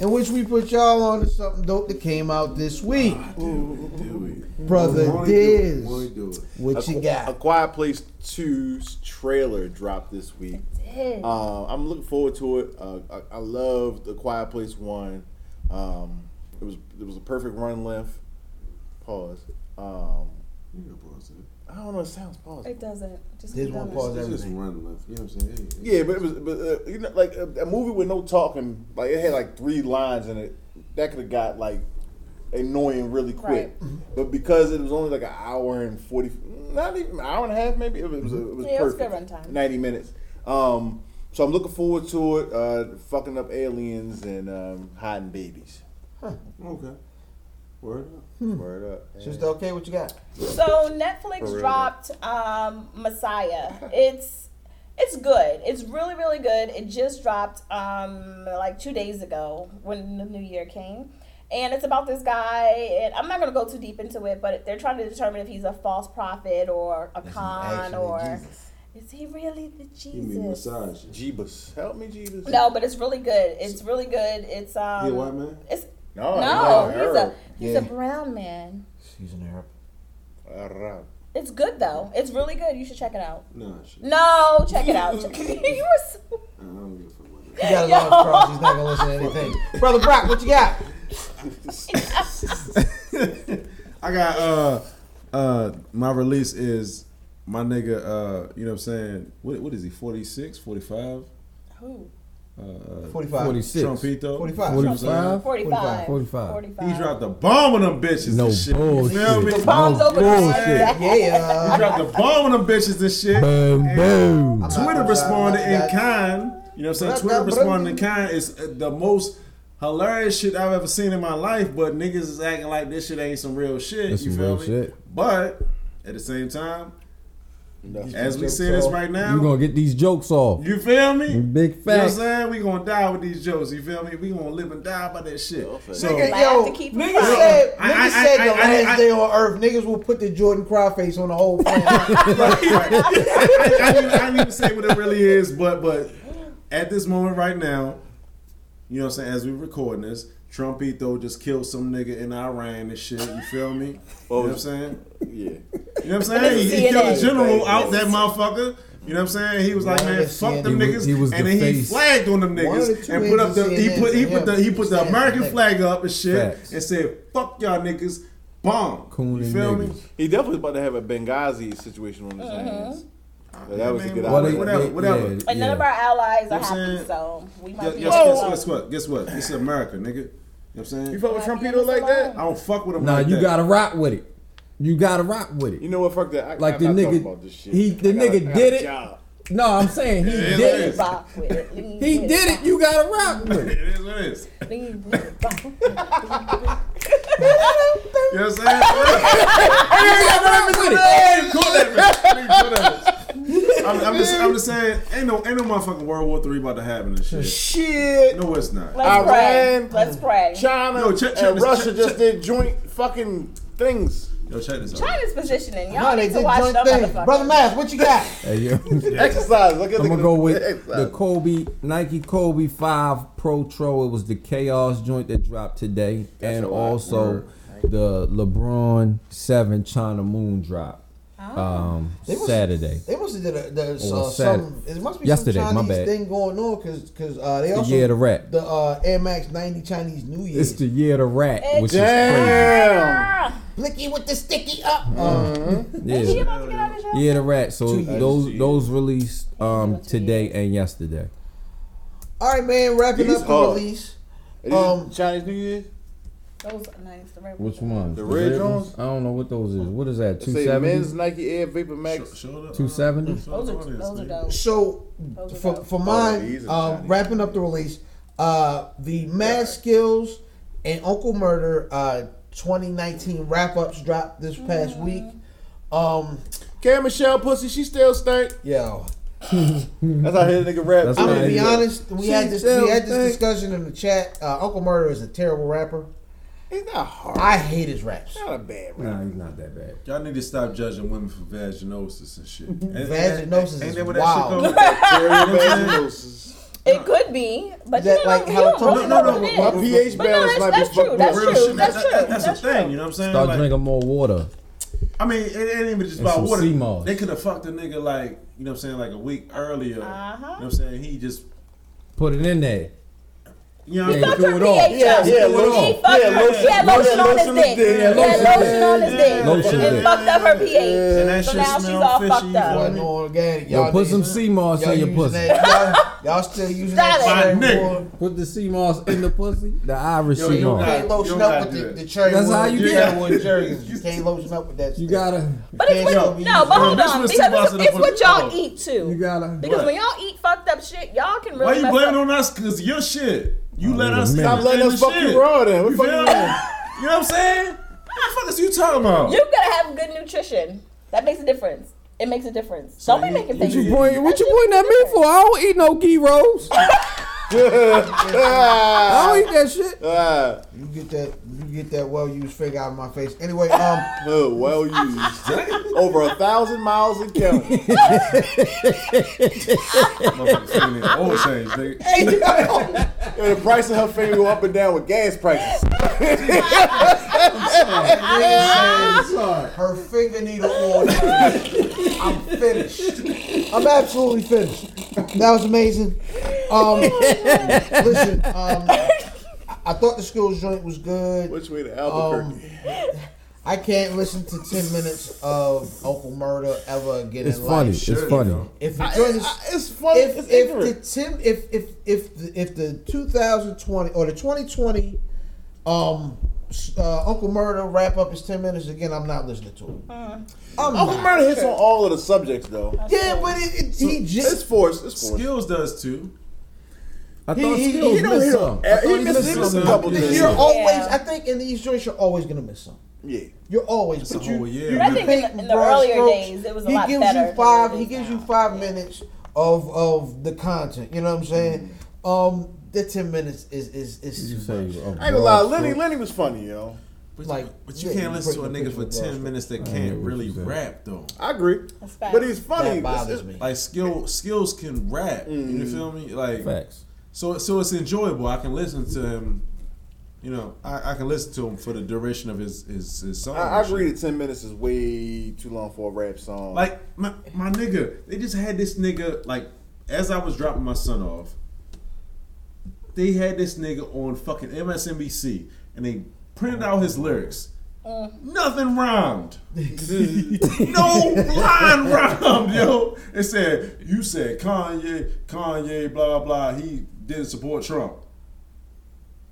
S2: in which we put y'all on to something dope that came out this week,
S5: Do it.
S2: brother
S5: Roy
S2: Diz.
S5: Do it. Roy do it.
S2: What you
S3: A
S2: got?
S3: Quiet Place 2's trailer dropped this week. Uh, I'm looking forward to it. Uh, I, I loved The Quiet Place 1. Um, it was it was a perfect run left. Pause. Um,
S5: You can pause it.
S3: I don't know. It sounds pause.
S4: It doesn't. Just
S2: There's
S4: keep
S2: one
S4: going.
S2: pause
S5: It's just
S2: everything.
S5: run left. You know what I'm saying? It-
S3: Yeah, but it was but, uh, you know, like a, a movie with no talking. Like it had like three lines in it. That could have got like annoying really quick. Mm-hmm. But because it was only like an hour and forty, not even an hour and a half, maybe it was. It was, it was
S4: Mm-hmm. Yeah, it was
S3: perfect.
S4: good runtime.
S3: Ninety minutes. Um, so I'm looking forward to it. Uh, fucking up aliens and um, hiding babies.
S5: Okay. Word up.
S3: Word up.
S2: Sister, okay, what you got?
S4: So Netflix dropped um, Messiah. It's it's good. It's really really good. It just dropped um, like two days ago when the new year came, and it's about this guy. And I'm not gonna go too deep into it, but they're trying to determine if he's a false prophet or a con
S2: actually
S4: or
S2: Jesus.
S4: is he really the
S5: You mean
S4: Jesus?
S5: massage.
S3: Jeebus, help me, Jeebus.
S4: No, but it's really good. It's really good. It's um.
S5: You a white man?
S4: It's
S3: Oh, no,
S4: no. He's a
S3: Arab.
S4: he's a
S2: Yeah.
S4: brown man.
S2: She's in Europe.
S3: Arab.
S4: It's good though. It's really good. You should check it out.
S5: Nah, shit.
S4: No, check it out. (laughs) Check- you were so-
S5: I don't give a fuck about
S2: He
S5: that.
S2: got a
S4: (laughs) Yo.
S2: large cross. He's not gonna listen to anything. Brother Brock, what you got?
S5: I got uh uh my release is my nigga uh you know what I'm saying what what is he 46 45
S4: Who?
S5: uh, uh
S2: 45.
S6: 46.
S5: Trumpito
S2: 45.
S5: You know what I'm saying?
S6: 45?
S4: 45.
S6: 45.
S5: he dropped a bomb on them bitches
S6: No
S5: and shit
S6: bullshit.
S5: you feel me
S4: The bombs
S6: No
S4: over
S6: Oh, bullshit.
S4: the
S5: he
S2: Yeah.
S5: dropped a bomb on them bitches and shit
S6: Boom, boom.
S5: Twitter responded in kind. You know what I'm saying?
S2: Bruh,
S5: Twitter
S2: bruh,
S5: responded in kind is uh, the most hilarious shit I've ever seen in my life, but niggas is acting like this shit ain't some real shit.
S6: That's
S5: you
S6: some
S5: feel
S6: real
S5: me?
S6: shit.
S5: But at the same time, as we see this right now,
S6: You gonna get these jokes off.
S5: you feel me?
S6: Big
S5: You know what I'm
S6: facts.
S5: saying? We gonna die with these jokes. You feel me? We gonna live and die by that shit. So,
S2: Nigga,
S4: Laugh
S2: yo,
S4: to keep it
S2: nigga
S4: fun.
S2: said,
S5: I-
S2: nigga
S5: I-
S2: said
S5: I-
S2: the
S5: I-
S2: last
S5: I-
S2: day on earth, niggas will put the Jordan Cry face on the whole
S4: (laughs)
S2: planet.
S5: I, I, didn't, I didn't even say what it really is, but but at this moment right now, you know what I'm saying, as we're recording this, Trumpito just killed some nigga in Iran and shit, you feel me? You know what I'm saying?
S3: Yeah.
S5: You know what I'm saying? He, he
S4: CNN.
S5: killed a general out that motherfucker. You know what I'm saying? He was like,
S2: One
S5: man,
S2: of the
S5: fuck them
S6: CNN
S5: niggas,
S6: He was
S5: and
S6: the
S5: then he
S6: face.
S5: flagged on them
S2: One of the
S5: niggas
S2: two
S5: and put up
S2: ends of
S5: the he
S2: CNN
S5: put he
S2: for
S5: put the
S2: him.
S5: he put the
S2: Stand
S5: American
S2: back.
S5: flag up and shit
S6: Facts.
S5: and said, fuck y'all niggas, bomb.
S6: Coon
S5: you
S6: and
S5: feel me?
S6: niggas.
S3: He definitely was about to have a Benghazi situation on his hands. So that was a
S5: Uh, Man,
S3: good
S5: what-
S3: idea.
S5: what- whatever, whatever.
S4: And none of our allies
S5: You know
S4: are
S5: what I'm
S4: happy,
S5: saying?
S4: so we
S5: Yeah,
S4: might be
S5: yes,
S4: able
S5: guess,
S4: to-
S5: guess what? Guess what? This is America, nigga. You know what I'm saying?
S3: You fuck with
S4: Happy
S3: Trumpito like that?
S4: alone.
S5: I don't fuck with him.
S6: Nah,
S5: like
S6: you
S5: that.
S6: gotta rock with it. You gotta rock with it.
S3: You know what? Fuck that. I,
S6: Like
S3: I'm
S6: the
S3: not talking
S6: nigga-
S3: about this shit.
S6: he- the
S3: I got a-
S6: nigga
S3: I got
S6: did
S3: a
S6: it.
S3: job.
S6: No, I'm saying he
S5: Yeah,
S6: did
S5: it
S6: it.
S5: is.
S4: Rock with
S6: (laughs)
S4: it. Lean
S6: He
S4: with
S6: did
S4: (laughs)
S6: it. You gotta rock with it.
S5: It is what it is.
S4: Lean with it. Rock with it.
S5: You know what I'm saying?
S6: Rock with it.
S5: Cool that bitch. Nigga, cool that bitch. I'm, I'm just, I'm just saying, ain't no, ain't no motherfucking World War Three about to happen and shit.
S3: Shit.
S5: No, it's not.
S4: Let's pray.
S3: Iran.
S4: Let's pray.
S3: China
S5: Yo, check- check
S3: and
S5: this-
S3: Russia
S5: check-
S3: just
S5: check-
S3: did joint fucking things.
S5: Yo, check this out.
S4: China's positioning. Y'all
S2: Nah, they
S4: need to
S2: did
S4: watch
S2: joint
S4: them
S2: things.
S4: motherfuckers.
S2: Brother Math, what you got?
S6: Hey, yo. (laughs)
S3: Exercise. Look at
S6: I'm
S3: the
S6: gonna go with
S3: exercise.
S6: the Kobe Nike Kobe Five Pro Tro. It was the Chaos joint that dropped today, and
S3: a lot.
S6: also the LeBron Seven China Moon drop um,
S2: They was-
S6: Saturday.
S2: They must have did a, the,
S6: Or
S2: uh,
S6: Sat-
S2: some. It must be
S6: Yesterday, my
S2: some Chinese
S6: bad.
S2: thing going on because because uh, they
S6: The
S2: also
S6: year of the rat.
S2: the uh, Air Max ninety Chinese New Year.
S6: It's the year of the rat, which
S3: Damn.
S2: Blicky with the sticky up. Uh,
S6: is crazy.
S4: She Ah,
S6: Yeah,
S4: about to get out of the show?
S6: yeah, the rat. So
S2: years.
S6: those those released um,
S4: Two
S6: today and yesterday.
S2: all right, man. Wrapping
S3: These
S2: up the
S3: hard.
S2: release.
S3: Is
S2: Um,
S3: this Chinese New Year?
S4: That was nice. The red
S6: Which ones?
S3: The red
S6: ones?
S3: joints?
S6: I don't know what those is. What is that? Two
S3: Say men's
S6: seventy.
S3: Nike Air Vapor Max.
S6: Two seventy.
S4: Those are, those are dope.
S2: So
S4: Those are
S2: for
S4: dope.
S2: for
S3: Oh, these
S2: mine,
S3: are
S2: um,
S3: Chinese.
S2: wrapping up the release. Uh, the Mad Skills and Uncle Murder uh, 2019 wrap ups dropped
S4: Mm-hmm.
S2: this past week. Um,
S3: Cam Michelle pussy, she still stink.
S2: yo,
S3: That's how his nigga rap.
S6: That's
S3: I'm
S2: I'm gonna
S6: right.
S2: be
S6: Yeah.
S2: honest. We had this
S3: She
S2: we had
S3: sells
S2: this discussion in the chat. Uh, Uncle Murder is a terrible rapper.
S3: He's not hard.
S2: I hate his raps.
S3: not a bad rap.
S6: Nah, he's not that bad.
S5: Y'all need to stop judging women for vaginosis and shit. Ain't- ain't-
S2: Vaginosis
S5: ain't
S2: is
S5: that what
S2: wild.
S5: That shit called?
S4: It could be, but
S2: That,
S4: you
S2: like,
S4: like,
S2: how it
S4: don't, you don't really
S2: turns-
S4: know
S5: no,
S4: what
S5: no,
S4: it
S5: but-
S4: is.
S3: pH
S4: But
S5: but
S4: no,
S3: balance
S4: that's-
S3: might be
S4: that's true,
S3: fucked
S4: that's
S3: up.
S4: true.
S5: Real shit. That-
S4: That's
S5: that-
S4: true,
S5: That's the
S4: that's true.
S5: thing. You know what I'm saying?
S6: Start
S5: Like,
S6: drinking more water.
S5: I mean, it, it ain't even just
S6: And
S5: about
S6: some
S5: what
S6: sea moss.
S5: they could have fucked a nigga like you know what I'm saying like a week earlier.
S4: Uh-huh.
S5: You know what I'm saying he just
S6: Put it in there.
S5: you know what
S6: Yeah,
S5: I'm saying.
S6: do it all.
S4: pH
S3: Yeah,
S4: up.
S3: yeah,
S4: He
S3: lotion.
S4: fucked
S3: Yeah, lotion.
S4: up- He had lotion
S3: Lotion,
S4: on his
S3: lotion is
S4: dick.
S3: dead.
S6: Yeah,
S4: He had
S6: lotion is
S4: lotion on his dick.
S5: dead.
S6: Lotion is
S4: It
S6: dead.
S4: fucked up her
S5: And
S4: pH.
S5: that
S4: So
S5: shit
S4: now she's
S5: smell
S4: all
S5: fishy,
S4: fucked up.
S2: Wasn't no organic.
S6: Yo,
S2: Y'all
S6: put some
S2: niggas-
S6: sea moss
S2: y'all
S6: in your
S2: using
S6: pussy.
S2: that- y'all, y'all still
S5: (laughs)
S2: using
S4: Stop
S2: that
S5: it.
S2: cherry
S5: My nigga.
S2: water.
S6: Put the sea moss in the pussy. The Irish
S5: Yo,
S6: sea
S5: you
S6: moss.
S5: got-
S2: Can't lotion
S5: You don't
S2: up
S5: gotta
S2: with
S5: do
S2: the,
S5: that.
S2: the cherry
S6: That's how you
S2: water.
S6: get
S5: (laughs)
S2: got one cherry. You can't lotion up with that.
S6: You
S2: stuff.
S6: gotta,
S4: But it's
S2: Can't
S4: what,
S2: be used.
S4: no, but hold
S5: Bro,
S4: on.
S5: Miss
S4: Because
S5: Missy
S4: it's,
S5: Watson
S4: it's
S5: up
S4: what
S5: on the
S4: y'all
S5: floor.
S4: eat
S6: you
S4: too.
S6: gotta.
S5: What?
S4: Because when y'all eat fucked up shit, y'all can
S5: Why
S4: really
S5: you
S4: mess
S5: blaming
S4: up.
S5: on us? Cause your shit. You let
S6: wait a
S5: us
S6: minute.
S3: Stop letting
S5: in
S3: us
S5: the
S3: fuck
S5: shit.
S3: you raw then. What
S5: You
S3: fuck
S5: feel
S3: you
S5: me? You know
S3: raw?
S5: what I'm saying? What the fuck is you talking about?
S4: You gotta have good nutrition. That makes a difference. It makes a difference. Don't be
S5: you-
S4: making
S5: you
S4: things.
S5: just
S6: You point- what you pointing at me for? I don't eat no ghee rolls. I don't eat that shit.
S3: Ah,
S2: You get that. You get that well used figure out of my face. Anyway, (laughs) um,
S3: good, oh, well used. Over a thousand miles and (laughs) counting.
S5: Motherfucker singing in oil change, nigga.
S3: And the price of her finger go up and down with gas prices.
S2: her finger needle oil. (laughs) I'm finished. I'm absolutely finished. That was amazing. Um, listen, um, I- I thought the skills joint was good.
S3: Which way to
S2: Oh.
S3: Albuquerque?
S2: I can't listen to ten minutes of Uncle Murder ever again
S6: It's
S2: in
S6: funny.
S2: life.
S6: it's funny.
S2: If the joint is,
S3: I- Ah, it's funny.
S2: if,
S3: it's
S2: if the
S3: ignorant.
S2: Tim if if if the, if the 2020 or the 2020 um s- uh, Uncle Murder wrap up is 10 minutes again, I'm not listening to it. I'm
S3: Uh-huh. Uncle
S2: not.
S3: Murder hits on all of the subjects though.
S2: Yeah, but it, it, he
S3: It's
S2: just
S3: forced. It's forced.
S5: Skills does too.
S6: I
S3: He-
S6: thought
S3: he-
S6: Skills
S3: he don't
S6: missed
S3: hit on-
S6: some. I
S3: he
S6: thought he
S3: missed
S6: missed
S5: some
S6: some.
S5: couple
S6: Yeah.
S5: things.
S2: you're always.
S4: Yeah.
S2: I think in these joints you're always gonna miss some.
S3: Yeah.
S2: You're always.
S5: It's a
S2: but you-
S5: whole year.
S2: you
S5: But I
S4: think in the-
S2: paint
S4: in the
S2: broad
S4: earlier
S2: strokes.
S4: days, it was a
S2: he
S4: lot
S2: gives
S4: better
S2: You
S4: than
S2: five.
S4: it
S2: He
S4: is
S2: gives
S4: now.
S2: you five minutes of of the content. You know what I'm saying?
S4: Mm-hmm.
S2: Um, the 10 minutes is is is.
S6: You
S2: too
S6: say,
S2: much.
S6: oh,
S3: I ain't gonna lie,
S6: bro,
S3: Lenny. Lenny was funny, yo.
S5: But,
S2: Like,
S5: but you
S2: yeah,
S5: can't
S2: you
S5: listen to a
S2: break the
S5: nigga for
S2: picture
S5: ten minutes that can't
S6: what
S5: really
S6: you said.
S5: rap though.
S3: I agree.
S4: That's facts.
S3: But he's funny.
S2: That
S3: It's-
S2: bothers me.
S5: Like skill skills can rap. You feel
S3: Mm-hmm.
S5: me? Like
S6: Facts.
S5: so so it's enjoyable. I can listen to him. You know, I, I can listen to him for the duration of his his, his song.
S3: I, I
S5: and shit.
S3: agree that ten minutes is way too long for a rap song.
S5: Like my my nigga, they just had this nigga like as I was dropping my son off, they had this nigga on fucking MSNBC and they printed out his lyrics. Nothing rhymed. no line rhymed, yo. It said you said Kanye, Kanye, blah blah. He didn't support Trump.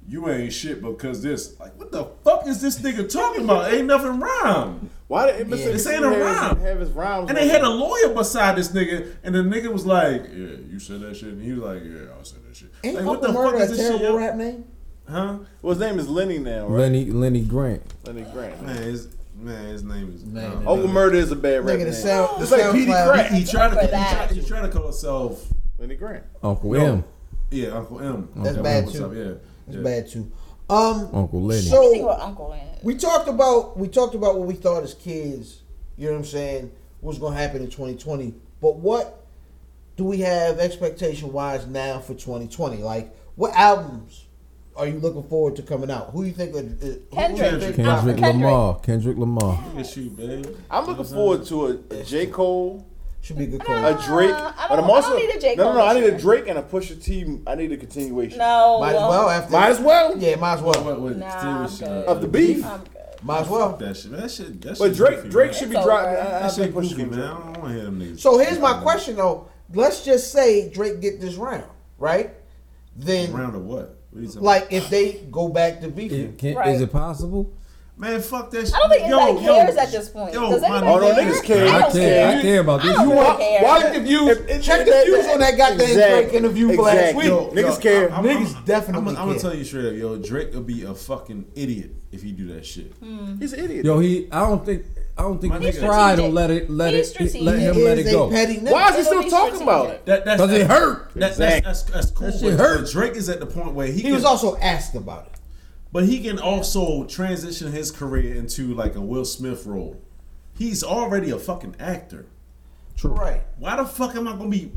S5: You ain't shit because this. Like, what the fuck is this nigga talking about? Ain't nothing rhymed.
S3: why did MSNBC
S5: This ain't a
S3: have, his-
S5: rhyme.
S3: have his rhymes?
S5: And
S3: on
S5: they had
S3: it?
S5: a lawyer beside this nigga, and the nigga was like, "Yeah, you said that shit," and he was like, "Yeah, I said that shit."
S2: Ain't
S5: like,
S2: Uncle Murder a terrible
S5: yo?
S2: rap name?
S5: Huh?
S3: Well, his name is Lenny now, right?
S6: Lenny Lenny Grant.
S3: Lenny Grant.
S5: Man, his man, his name is. uh,
S2: Man,
S5: Man,
S2: that
S3: Uncle Murder is a bad rap
S2: Nigga, the
S3: name.
S2: sound.
S3: It's like Petey Crack.
S5: he tried to
S4: For
S5: he
S4: that.
S5: tried, he tried to call himself
S3: Lenny Grant.
S6: Uncle
S5: No.
S6: M.
S5: yeah Uncle M.
S2: That's
S6: Okay,
S2: bad
S5: What's
S2: too.
S5: up? Yeah,
S2: That's
S5: yeah.
S2: bad too. Um,
S6: Uncle Lenny.
S4: I think
S2: so
S4: what Uncle is.
S2: we talked about we talked about what we thought as kids. You know what I'm saying? What's gonna happen in 2020? But what do we have expectation wise now for 2020? Like, what albums are you looking forward to coming out? Who you think? Are, uh, who-
S4: Kendrick.
S5: Kendrick.
S4: Uh,
S6: Kendrick Lamar. Kendrick Lamar.
S5: Look at you, babe.
S3: I'm looking forward to a, a J. Cole,
S2: should be a good
S3: a
S2: call.
S3: Drake,
S4: Uh, I don't-
S3: but
S4: I
S3: I'm
S4: don't
S3: also
S4: need a J.
S3: no, no,
S4: Cole
S3: no. I
S4: this
S3: need a
S4: year.
S3: Drake and a Pusha T. I need a continuation.
S4: No.
S2: Might as well after.
S3: Might as well.
S2: Yeah, might as well.
S5: What what?
S4: Nah, I'm
S5: serious,
S4: good.
S5: uh,
S3: Of the beef.
S4: I'm good.
S2: Might as well.
S5: That shit. That shit. That
S3: But
S5: shit
S3: Drake,
S5: goofy,
S3: Drake
S5: man.
S3: should be
S4: It's
S3: dropping.
S4: over.
S3: I, I
S5: That shit
S3: think Pusha
S5: goofy,
S3: T.
S5: man. I don't want to hear them niggas.
S2: So here's my question though. Let's just say Drake get this round, right? Then
S5: Round of what? What are you talking
S2: like if they go back to beefing.
S6: It- can-
S4: Right.
S6: Is it possible?
S5: Man, fuck that shit.
S4: I don't think anybody cares at this point. Does anybody
S3: Oh, no,
S4: care?
S3: niggas care.
S4: I
S6: I
S4: don't
S6: care.
S4: care.
S6: I care about
S4: I
S6: this.
S4: don't
S6: You
S4: really
S6: want-
S4: care.
S2: Why the views? check the views on that goddamn Drake interview for last
S3: Exactly.
S2: week.
S3: Yo, Niggas care.
S2: I'm- Niggas definitely
S5: I'm, gonna
S2: care.
S5: tell you straight up, yo, Drake would be a fucking idiot if he do that shit.
S4: Hmm.
S3: He's an idiot.
S6: Yo, he. I don't think. I don't think
S5: My
S6: pride
S5: nigga-
S6: will let it. Let
S4: He's
S6: it.
S4: strategic.
S6: Let
S4: He
S6: him
S2: He
S6: let
S2: is
S6: it
S2: a
S6: go.
S2: petty nigga.
S3: Why is he
S4: It'll
S3: still
S4: be
S3: talking about
S4: strategic.
S3: it?
S5: That, that's
S6: Cause it hurt.
S5: That,
S3: Exactly.
S5: that's, that's, that's cool.
S6: That shit
S5: but,
S6: hurt.
S5: but Drake is at the point where he,
S2: He
S5: can,
S2: was also asked about it.
S5: but he can also transition his career into like a Will Smith role. He's already a fucking actor.
S2: True. Right.
S5: Why the fuck am I gonna be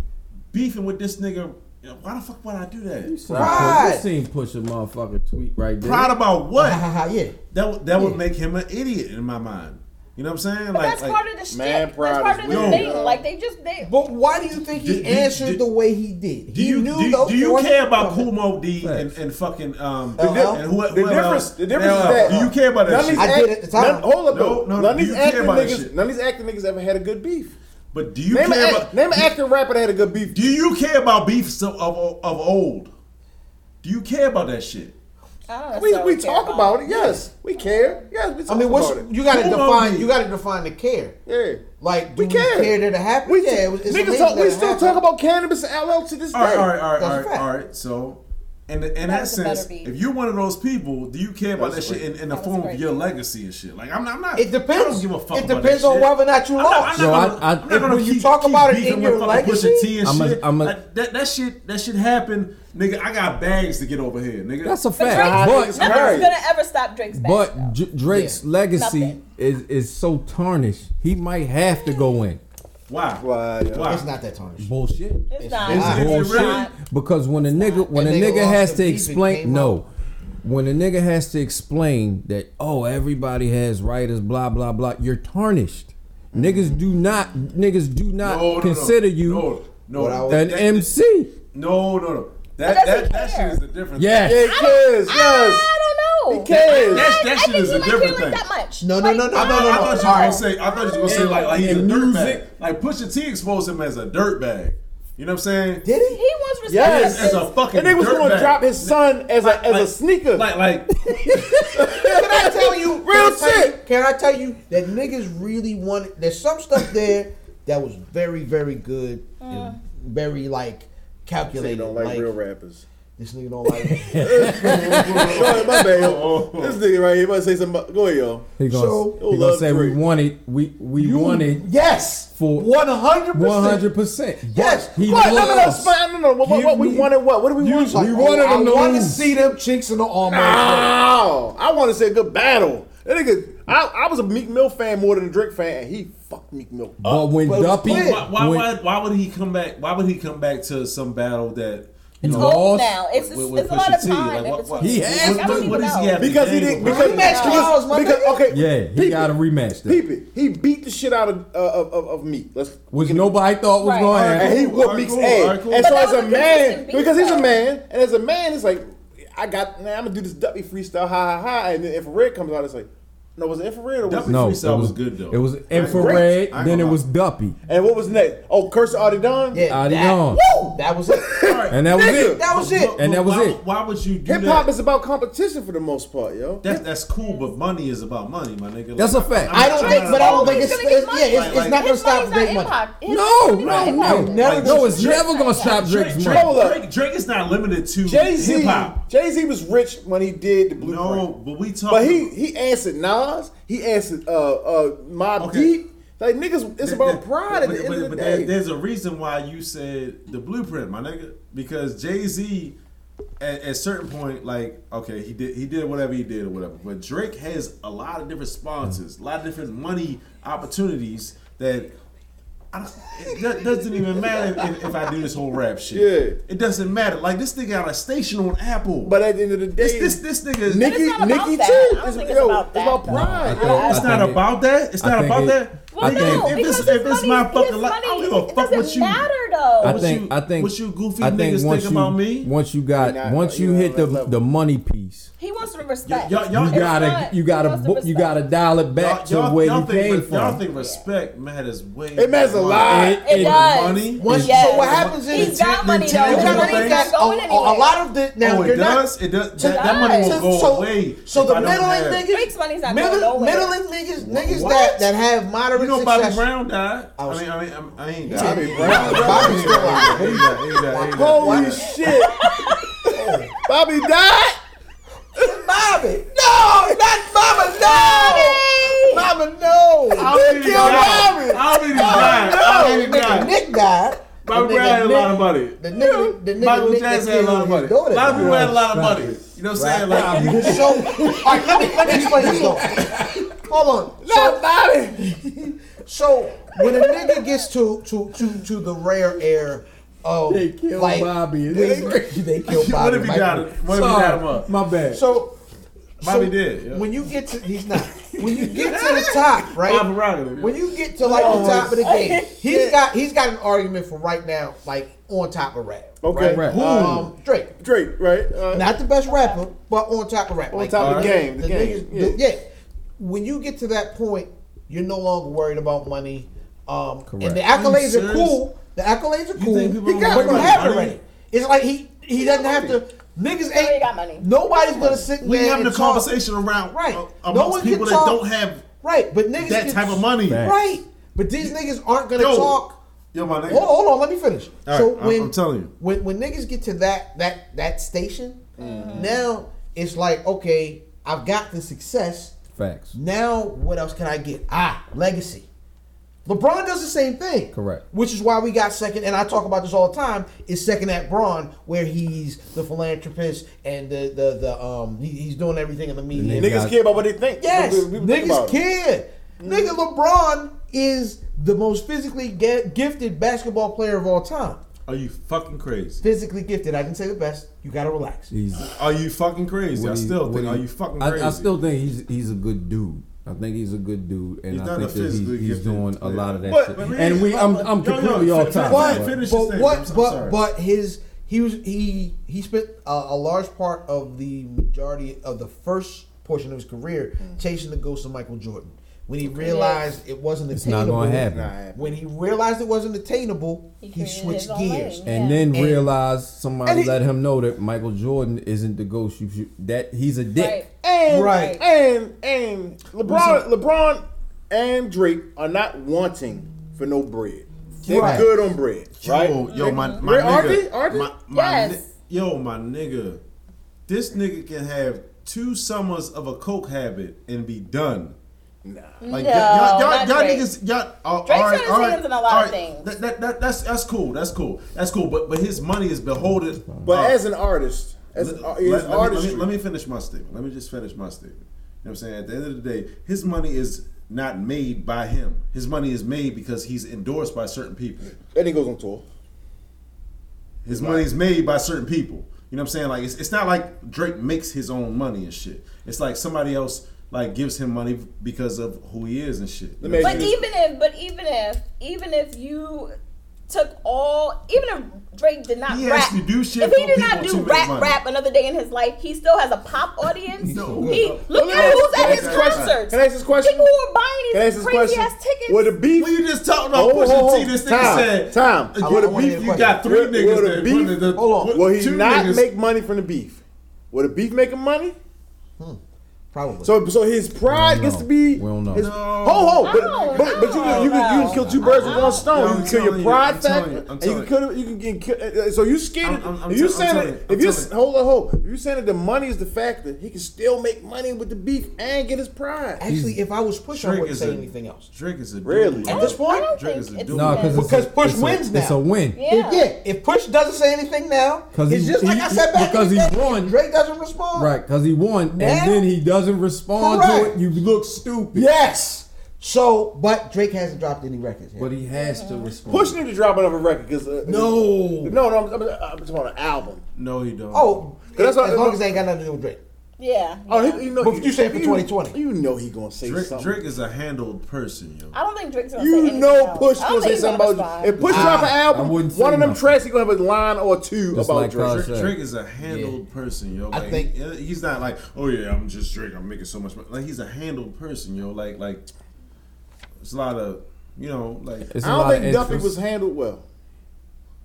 S5: beefing with this nigga? You know, why the fuck would I do that?
S6: Right. You seen push a motherfucking tweet right there.
S5: Proud about what?
S2: Ha ha, yeah.
S5: That would- that would make him an idiot in my mind. You know what I'm saying?
S4: But that's part of the shit.
S3: man
S4: That's
S3: pride
S4: part
S3: is
S4: of the
S5: weird,
S4: thing.
S5: dog.
S4: Like they just they.
S2: But why do you think he
S5: Do- do-
S2: answered
S5: do-
S2: the way he did?
S5: do
S2: he
S5: you,
S2: knew
S5: do, you-
S2: those
S5: do you
S2: points
S5: care about
S2: coming.
S5: Kumo D and,
S6: Facts.
S5: and fucking um
S2: The di-
S5: and who,
S3: The
S5: whoever
S3: difference,
S5: else?
S3: the difference is
S5: LL.
S3: that
S5: do you care about that
S3: none of
S5: shit?
S3: these
S2: I
S3: act-
S2: did at the time.
S3: None, hold up,
S5: No,
S3: though.
S5: no,
S3: none of
S5: do
S3: these
S5: you care
S3: acting
S5: about that
S3: niggas,
S5: shit?
S3: none of these acting niggas ever had a good beef.
S5: but do you
S3: Name
S5: care
S3: an
S5: about
S3: act- name an acting rapper that had a good beef.
S5: do you care about beef so, of of old? Do you care about that shit?
S4: I don't know,
S3: We,
S4: so
S3: we
S4: care
S3: talk about it, yes. We care. Yes, we talk
S2: I mean, what's
S3: about it.
S2: you gotta
S5: Kumo
S2: define?
S5: did.
S2: You gotta define the care.
S3: Yeah.
S2: Like, do
S3: We
S2: we
S3: care.
S2: care that it happened?
S3: We,
S2: yeah, it was, it's
S3: niggas
S2: amazing
S3: talk,
S2: that
S3: we
S2: it
S3: still
S2: happened.
S3: talk about cannabis and LL to this day.
S5: All right, all right, all right, all
S2: That's a
S5: right,
S2: fact.
S5: all right. So, in the, in that
S4: was a better
S5: sense,
S4: beat.
S5: if you're one of those people, do you care about that
S3: That's
S5: shit in, in the
S4: That was a
S5: form of
S4: great
S5: your
S4: beat.
S5: legacy and shit? Like, I'm not. I'm not
S2: It depends.
S5: I don't give a fuck.
S2: It
S5: about
S2: depends
S5: that
S2: on
S5: shit.
S2: whether or not you
S5: I'm not-
S2: lost.
S5: I'm not
S6: Yo,
S5: gonna-
S6: I- I-
S5: I'm not gonna
S2: when you
S5: keep-
S2: talk
S5: keep
S2: about it
S5: beefing
S2: in your
S5: with fucking Pusha
S2: legacy,
S5: T and
S6: I'm a-
S5: shit.
S6: I'm a-
S5: Like, that that shit that shit happened, nigga. I got bags to get over here, nigga.
S6: That's a
S4: Drake-
S6: fact.
S3: it's
S6: But
S3: not- Right.
S4: Nothing's gonna ever stop Drake's back. though.
S6: but J- Drake's legacy
S4: Nothing.
S6: is is so tarnished. He might have to go in.
S5: why.
S3: Why, yo?
S5: Why?
S2: It's not that tarnished.
S6: Bullshit.
S4: it's not.
S2: it's-
S5: it's
S4: It's
S5: really-
S4: not.
S6: Because when a nigga when a
S2: That nigga
S6: nigga
S2: lost
S6: has
S2: the
S6: to
S2: beef and came
S6: explain no,
S2: up.
S6: when a nigga has to explain that oh everybody has writers blah blah blah, you're tarnished. Niggas do not niggas do not
S5: No, no, no.
S6: consider you
S5: no, no,
S2: What I was-
S6: an
S5: that-
S6: MC.
S5: No, no, no.
S4: But
S5: That
S4: does he
S5: that, that
S4: care?
S5: shit is the difference.
S6: Yes.
S3: Yeah, he cares, yes.
S4: I don't know.
S3: He cares.
S4: I-
S5: That- that
S4: I
S5: shit
S4: think
S5: is
S4: he
S5: a
S4: might
S5: different
S4: care like
S5: thing.
S4: that much.
S2: No, no,
S4: Like,
S2: no, no,
S4: I
S2: no,
S4: don't
S2: no,
S5: I
S2: no.
S4: know.
S5: thought you were gonna say. I thought you were gonna say like like he's a
S6: And
S5: dirtbag.
S6: music.
S5: Like Pusha T exposed him as a dirtbag. You know what I'm saying?
S2: Did
S4: He
S2: he?
S4: wants respect.
S3: Yes.
S5: As a fucking
S3: And they was going to
S5: dirtbag.
S3: drop his son as a as a
S5: Like-
S3: sneaker.
S5: Like like
S2: Can
S3: (laughs)
S2: I tell you
S3: Real
S2: can I tell
S3: shit.
S2: you- Can I tell you that niggas really wanted? There's some stuff there that was very, very good and very like
S3: they
S2: calculated.
S3: don't like, real rappers.
S2: This nigga
S3: (laughs)
S2: don't like.
S3: Sorry, my bad. yo.
S5: Oh.
S3: This nigga right here about to say something. about- Go ahead, y'all.
S6: He gonna,
S2: So-
S6: he gonna
S3: Love
S6: say
S3: Drake.
S6: we wanted we we wanted
S2: yes.
S6: For-
S2: one hundred percent.
S6: one hundred percent.
S2: Yes.
S6: he
S3: What? No, no, no,
S6: lost.
S3: fine, no, no. What, what,
S6: Give
S3: what we
S6: me-
S3: wanted? What? What do we want?
S2: Like,
S6: We wanted
S2: oh,
S6: him to
S2: I want to
S6: lose.
S2: see them chinks in the armor.
S3: Ow! I want to say a good battle. That nigga, I, I was a Meek Mill fan more than a Drake fan, and he fucked Meek Mill. up.
S6: But when
S2: But it was
S6: Duppy (laughs)
S2: clear.
S5: why, why,
S6: when-
S5: why, why would he come back? Why would he come back to some battle that?
S6: It's
S4: Old
S6: Lost.
S4: now. It's,
S5: with- with
S4: it's a lot
S5: Pusha
S4: of
S5: T?
S4: time.
S5: Like,
S4: in
S5: what-
S4: between.
S5: what-
S6: He has
S4: I
S6: to.
S4: don't even
S5: What is he
S4: know.
S5: having?
S3: Because he
S5: Dang,
S3: didn't.
S5: bro.
S3: Because
S2: Rematch clause, my
S3: because,
S2: nigga.
S3: okay,
S6: Yeah, he
S3: peep
S6: got a
S3: it.
S6: rematch. Though,
S3: Peep it. He beat the shit out of uh, of, of, of Meek. Let's
S6: which nobody thought was
S4: Right.
S6: gonna happen.
S3: and he whooped
S5: Alright,
S3: Meek's
S5: cool,
S3: ass.
S5: alright, cool.
S3: And
S4: But
S3: so
S4: that
S3: as a
S4: was a
S3: man,
S4: consistent beat,
S3: because he's a
S4: though.
S3: man, and as a man, it's like I got. Now I'm gonna do this Duppy freestyle, ha ha ha, and then infrared comes out. It's like, no, was it infrared or was
S5: Duppy
S3: it?
S6: No,
S5: freestyle
S6: it
S5: was good, though.
S6: It was
S5: I ain't
S6: infrared.
S5: gonna
S6: Then it
S5: lie.
S6: was Duppy.
S3: And what was next? Oh, Cursor already done.
S2: Yeah,
S6: Already
S2: that,
S6: gone.
S2: Woo, that was it.
S6: And that was
S3: Nigga.
S6: it.
S2: That was it.
S6: And that was
S5: why,
S6: it.
S5: Why would you do
S3: Hip hop
S5: that?
S3: is about competition for the most part, yo.
S5: That's that's cool, but money is about money, my nigga.
S6: That's
S5: Like,
S6: a fact.
S2: I don't
S5: not
S2: think,
S5: trying
S2: but
S5: to-
S2: I don't think
S4: He's
S2: it's,
S4: gonna get
S2: it's yeah, it's,
S5: money.
S2: it's not gonna
S4: His money's
S2: stop
S4: not
S2: Drake
S4: in
S2: money.
S4: pop. His
S6: No,
S4: money's not
S6: no,
S4: in
S6: no,
S4: pop.
S2: Never
S6: no. It's
S2: just-
S6: never gonna stop
S5: Drake,
S6: Drake's money.
S3: Hold up.
S5: Drake, Drake, Drake is not limited to
S3: Jay Z,
S5: hip hop.
S3: Jay Z was rich when he did the blueprint.
S5: No, but we talking.
S3: but he he answered Nas, he answered uh uh Mob
S5: Okay.
S3: Deep. Like niggas, it's about
S5: That-
S3: pride at the
S5: (laughs) but-
S3: end
S5: but-
S3: of the
S5: but
S3: day.
S5: there- there's a reason why you said the blueprint, my nigga, because Jay Z, at a certain point, like okay, he did he did whatever he did or whatever, but Drake has a lot of different sponsors, a lot of different money opportunities that. I don't, it do- doesn't even matter if, if I do this whole rap shit.
S3: Yeah.
S5: It doesn't matter. Like this nigga got a station on Apple.
S3: but at the end of the
S5: this
S3: day,
S5: this this nigga is
S3: Nicki
S4: not about
S3: Nicki
S4: that.
S3: too.
S4: I don't think it's about
S3: it's about
S4: that.
S6: No, I
S3: pride.
S6: think-
S5: It's
S6: I
S5: not
S6: think it-
S5: about that. It's
S6: I
S5: not
S6: think
S5: about
S6: it-
S5: that.
S4: Well,
S6: I think-
S4: no,
S5: If
S4: because
S5: it's-
S4: it's,
S5: if it's my
S4: funny,
S5: fucking
S4: it's
S5: li- I
S4: funny.
S5: don't give a
S4: it
S5: fuck
S4: doesn't
S5: what you-
S4: matter though.
S6: I
S5: What
S6: think
S5: you-
S6: I think
S5: what you goofy
S6: I think
S5: niggas
S6: once
S5: think
S6: you-
S5: about me?
S6: Once you got
S3: You're not-
S6: once you
S3: you're
S6: hit
S3: on
S6: the
S3: that level.
S6: the money piece,
S4: he wants some respect.
S5: Y'all- y'all-
S6: you
S5: It's
S6: gotta
S4: not-
S6: you
S4: he
S6: gotta
S4: wants
S6: bo-
S4: the
S6: you gotta
S4: respect.
S6: dial it back
S5: Y'all,
S6: to
S5: y'all,
S6: where
S5: y'all
S6: you came
S5: think,
S6: from.
S5: y'all think respect matters way
S3: It matters a
S5: more.
S3: lot.
S6: It-
S4: it
S6: it-
S4: does.
S5: Money?
S2: Once
S4: Yes.
S2: so what happens is
S4: He's got
S5: the
S4: money though.
S5: tangible
S4: His money's
S5: things-
S4: not
S2: a,
S4: going
S2: a-
S4: anywhere.
S2: a lot of the now
S5: Oh,
S2: you're
S5: it
S2: not
S5: does. It does. That, that money
S4: does.
S5: will go
S2: so,
S5: away.
S2: So
S5: if
S2: the
S5: I don't
S2: middling
S5: have-
S2: niggas,
S4: Drake's money's not
S2: middle-
S4: going nowhere.
S2: middling niggas, niggas
S5: What?
S2: that, that have moderate
S5: You know Bobby
S2: success.
S5: Brown died. I,
S2: was-
S5: mean, I mean, I'm- I ain't died.
S3: Bobby Brown.
S2: Bobby still alive.
S5: He died, he died, he died.
S3: Holy shit.
S5: (laughs)
S3: Bobby Oh, died?
S2: Bobby, no, not Mama, no, Mama, no.
S5: How did he
S3: Kill
S5: die?
S3: Bobby.
S5: How did he die? How did he
S2: Nigga,
S5: die?
S2: Nick died.
S5: Bobby
S2: The nigga
S5: Brown had a
S2: Nick-
S5: lot of money.
S2: The nigga, the nigga,
S5: Michael
S2: Nick that
S5: Jackson had a lot of
S2: killed his daughter
S5: money. A lot of
S2: died.
S5: people had a lot of money. You know what I'm saying? Like, you-
S2: So, all right, let me, let me explain this though. Hold on. So, (laughs) so when a nigga gets to to to to the rare air of
S6: They killed
S2: like,
S6: Bobby.
S2: when- they killed
S5: what
S2: Bobby.
S5: if he
S2: Michael.
S5: got it? What if he got him
S6: Sorry,
S5: up?
S6: my bad.
S2: So
S5: Bobby
S2: so
S5: did, yeah.
S2: When you get to he's not. When you get to the
S5: (laughs)
S2: top, right?
S5: Bobby Rocker, yeah.
S2: When you get to like the top of the game, he's got he's got an argument for right now, like on top of rap.
S3: Okay.
S6: Right.
S3: Who?
S2: Um, Drake.
S3: Drake, right? Uh,
S2: Not the best rapper, but on top of rap.
S3: on top of the
S5: Alright.
S3: game. The, game.
S2: niggas- the- yeah. When you get to that point, you're no longer worried about money. Um, and
S6: Correct.
S2: the accolades
S5: Are you
S2: are
S5: serious?
S2: cool. The accolades are cool.
S5: think people
S2: He
S5: don't
S2: got
S5: worry
S2: what you
S5: about
S2: have
S5: money?
S2: already. It's like he he doesn't have to. Niggas ain't
S4: got money.
S2: Nobody's gonna sit.
S5: We
S2: there
S5: having a
S2: and talk.
S5: conversation around
S2: Right.
S5: uh,
S2: No
S5: amongst
S2: one can
S5: people that
S2: talk-
S5: don't have
S2: Right, but niggas
S5: that
S2: can-
S5: type of money.
S2: Right, but these niggas aren't gonna
S5: Yo.
S2: talk.
S5: Yo, my nigga.
S2: Hold, hold on, let me finish.
S5: All
S2: so
S5: right, I'm-
S2: when
S5: I'm telling you.
S2: when when niggas get to that that that station, now it's like okay, I've got the success.
S6: Facts.
S2: Now what else can I get? Ah, legacy. LeBron does the same thing.
S6: Correct.
S2: Which is why we got second, and I talk about this all the time, is second at Braun, where he's the philanthropist and the the, the um he, he's doing everything in the media.
S6: nigga
S3: Niggas care about what they think.
S2: Yes,
S3: What people think
S2: niggas
S3: about them.
S2: care. Nigga, LeBron is the most physically ga- gifted basketball player of all time.
S5: Are you fucking crazy?
S2: Physically gifted. I didn't say the best. You gotta relax.
S6: He's
S5: Are you fucking crazy? I
S6: what he-
S5: still
S6: what
S5: think.
S6: he-
S5: Are you fucking
S6: I-
S5: crazy?
S6: I, still think he's he's a good dude. I think he's a good dude, and
S5: He's
S6: I
S5: not
S6: think
S5: a
S6: that he's,
S5: physically
S6: he's
S5: gifted
S6: doing a
S5: player.
S6: lot of that.
S3: But-
S6: shit.
S3: but
S6: and we, I'm, I'm
S5: yo, yo,
S6: completely
S5: fi-
S6: off
S5: fi-
S6: topic.
S5: fi-
S6: but-
S5: finish this
S2: But
S5: thing.
S2: what?
S5: I'm so- I'm
S2: but
S5: sorry.
S2: but his he was he he spent a, a large part of the majority of the first portion of his career chasing the ghost of Michael Jordan. When he realized it wasn't
S6: It's not
S2: attainable,
S6: gonna happen.
S3: Nah, it-
S2: When he realized it wasn't attainable,
S4: He
S2: he,
S4: created
S2: switched
S4: his own
S2: gears.
S4: lane.
S6: and
S4: Yeah.
S6: then
S2: And-
S6: realize somebody
S2: and he-
S6: let him know that Michael Jordan isn't the ghost you shoot. That he's a dick.
S4: Right.
S3: And
S2: Right.
S3: and and LeBron LeBron and Drake are not wanting for no bread. They're
S2: Right.
S3: good on bread, right?
S5: Yo, yo, my, my
S3: Where are
S5: nigga.
S3: they? Are they?
S5: My, my
S4: Yes.
S5: ni- yo, my nigga. This nigga can have two summers of a coke habit and be done. Like
S4: No,
S5: y'all, y'all,
S4: not
S5: y'all
S4: Drake.
S5: niggas, y'all. Uh,
S4: Drake's
S5: all
S4: got
S5: right,
S4: his
S5: all right,
S4: hands in a lot of
S5: all right.
S4: things.
S5: That, that, that, that's that's cool. That's cool. That's cool. But but his money is beholden.
S3: But
S5: uh,
S3: as an artist, as an
S5: let,
S3: ar- his
S5: let- let me- let, me,
S3: artistry,
S5: let me finish my statement. Let me just finish my statement. You know what I'm saying? At the end of the day, his money is not made by him. His money is made because he's endorsed by certain people.
S3: and he goes on tour.
S5: His money is made by certain people. You know what I'm saying? Like it's, it's not like Drake makes his own money and shit. It's like somebody else like gives him money because of who he is and shit. You
S3: Let
S5: know
S3: me ask
S5: what I'm
S4: But
S3: you-
S5: saying?
S4: even if, but even if, even if you took all, even if Drake did not
S5: He
S4: rap,
S5: actually do shit
S4: if he
S5: for
S4: did
S5: people
S4: not
S5: to
S4: do
S5: make
S4: rap,
S5: money.
S4: rap another day in his life, he still has a pop audience.
S5: No.
S4: he
S5: Good.
S4: look
S3: Let me
S4: at
S3: ask-
S4: who's
S3: can I
S4: at
S3: ask
S4: his
S3: this question?
S4: concerts.
S3: Can I ask this question?
S4: People who are buying
S3: Can I ask
S4: these
S3: this
S4: crazy
S3: question?
S4: ass tickets.
S3: Would the beef?
S5: Well, you just talked about
S3: Hold,
S5: pushing
S3: hold,
S5: T. This nigga
S3: time,
S5: said,
S3: time.
S5: "With
S2: I wanna
S5: the
S2: hear
S5: beef,
S2: a
S5: you
S2: question.
S5: got three
S3: Will-
S5: niggas
S3: will the
S5: that
S3: beef-
S5: running the
S2: Hold on.
S5: what-
S3: Will he
S5: two
S3: not
S5: niggas-
S3: make money from the beef? Will the beef making money?
S2: Probably.
S3: So so his pride
S6: We don't
S3: gets to
S6: know.
S3: be
S6: We don't know.
S3: His, Ho ho,
S4: I
S3: but but,
S4: don't
S3: but you
S4: know,
S3: can, you can you
S4: though.
S3: can kill two birds with one
S5: No,
S3: stone.
S5: I'm
S3: You can kill your
S5: telling you,
S3: pride
S5: I'm
S3: factor,
S5: telling you, I'm
S3: and you can
S5: telling
S3: kill you can get kill, uh, so you scared.
S5: I'm- I'm- I'm
S3: if you
S5: tell- I'm
S3: saying
S5: telling
S3: that
S5: you,
S3: if you
S5: I'm telling
S3: hold on hold, if you saying that the money is the factor, he can still make money with the beef and get his pride.
S2: Actually, if I was push, I
S5: Drake
S2: wouldn't
S5: is
S2: say
S5: a-
S2: anything else.
S5: Drake is a dude.
S3: Really?
S4: I
S2: At
S4: don't-
S2: this point,
S4: I don't
S5: Drake
S4: think
S5: is a
S4: it's
S5: dude.
S6: No,
S4: that.
S6: because
S2: Because Push
S6: it's a,
S2: wins
S6: It's a
S2: now.
S6: win.
S4: Yeah.
S2: If- yeah, if Push doesn't say anything now,
S6: 'Cause
S2: it's
S6: he-
S2: just like
S6: he-
S2: I said back
S6: because
S2: in
S6: he
S2: the day,
S6: won.
S2: Drake doesn't respond.
S6: Right, because he won, and
S2: Now?
S6: then he doesn't respond
S2: Correct.
S6: to it. You look stupid.
S2: Yes. So, but Drake hasn't dropped any records. Yet.
S6: But he has to respond.
S3: Push need to drop another record because uh,
S2: No.
S3: no, no, I'm, I'm, I'm talking about an album.
S5: No, he don't.
S2: Oh,
S3: That's
S2: as
S3: what-
S2: long as they ain't got nothing to do with Drake.
S4: Yeah.
S3: Oh,
S4: yeah.
S3: he, you know,
S2: But you said for
S3: you-
S2: 2020.
S3: You know he gonna say
S5: Drake,
S3: something.
S5: Drake is a handled person, yo.
S4: I don't think Drake's gonna say
S3: You
S4: anything
S3: know
S4: else.
S3: Push
S4: I don't
S3: gonna say
S4: think he's
S3: something about
S4: respond.
S3: If Push drop an album, one
S6: wouldn't
S3: of
S6: say
S3: them
S6: nothing.
S3: tracks he gonna have a line or two
S6: Just
S3: about
S6: like
S3: Drake.
S6: Cuz.
S5: Drake,
S6: said.
S5: Drake is a handled person, yo. Like,
S2: think-
S5: he- uh, he's not like, oh yeah, I'm just Drake. I'm making so much money. Like he's a handled person, yo. Like like, it's a lot of you know like.
S6: It's a
S3: I don't
S6: lot of
S3: think Duffy
S6: interest.
S3: was handled well.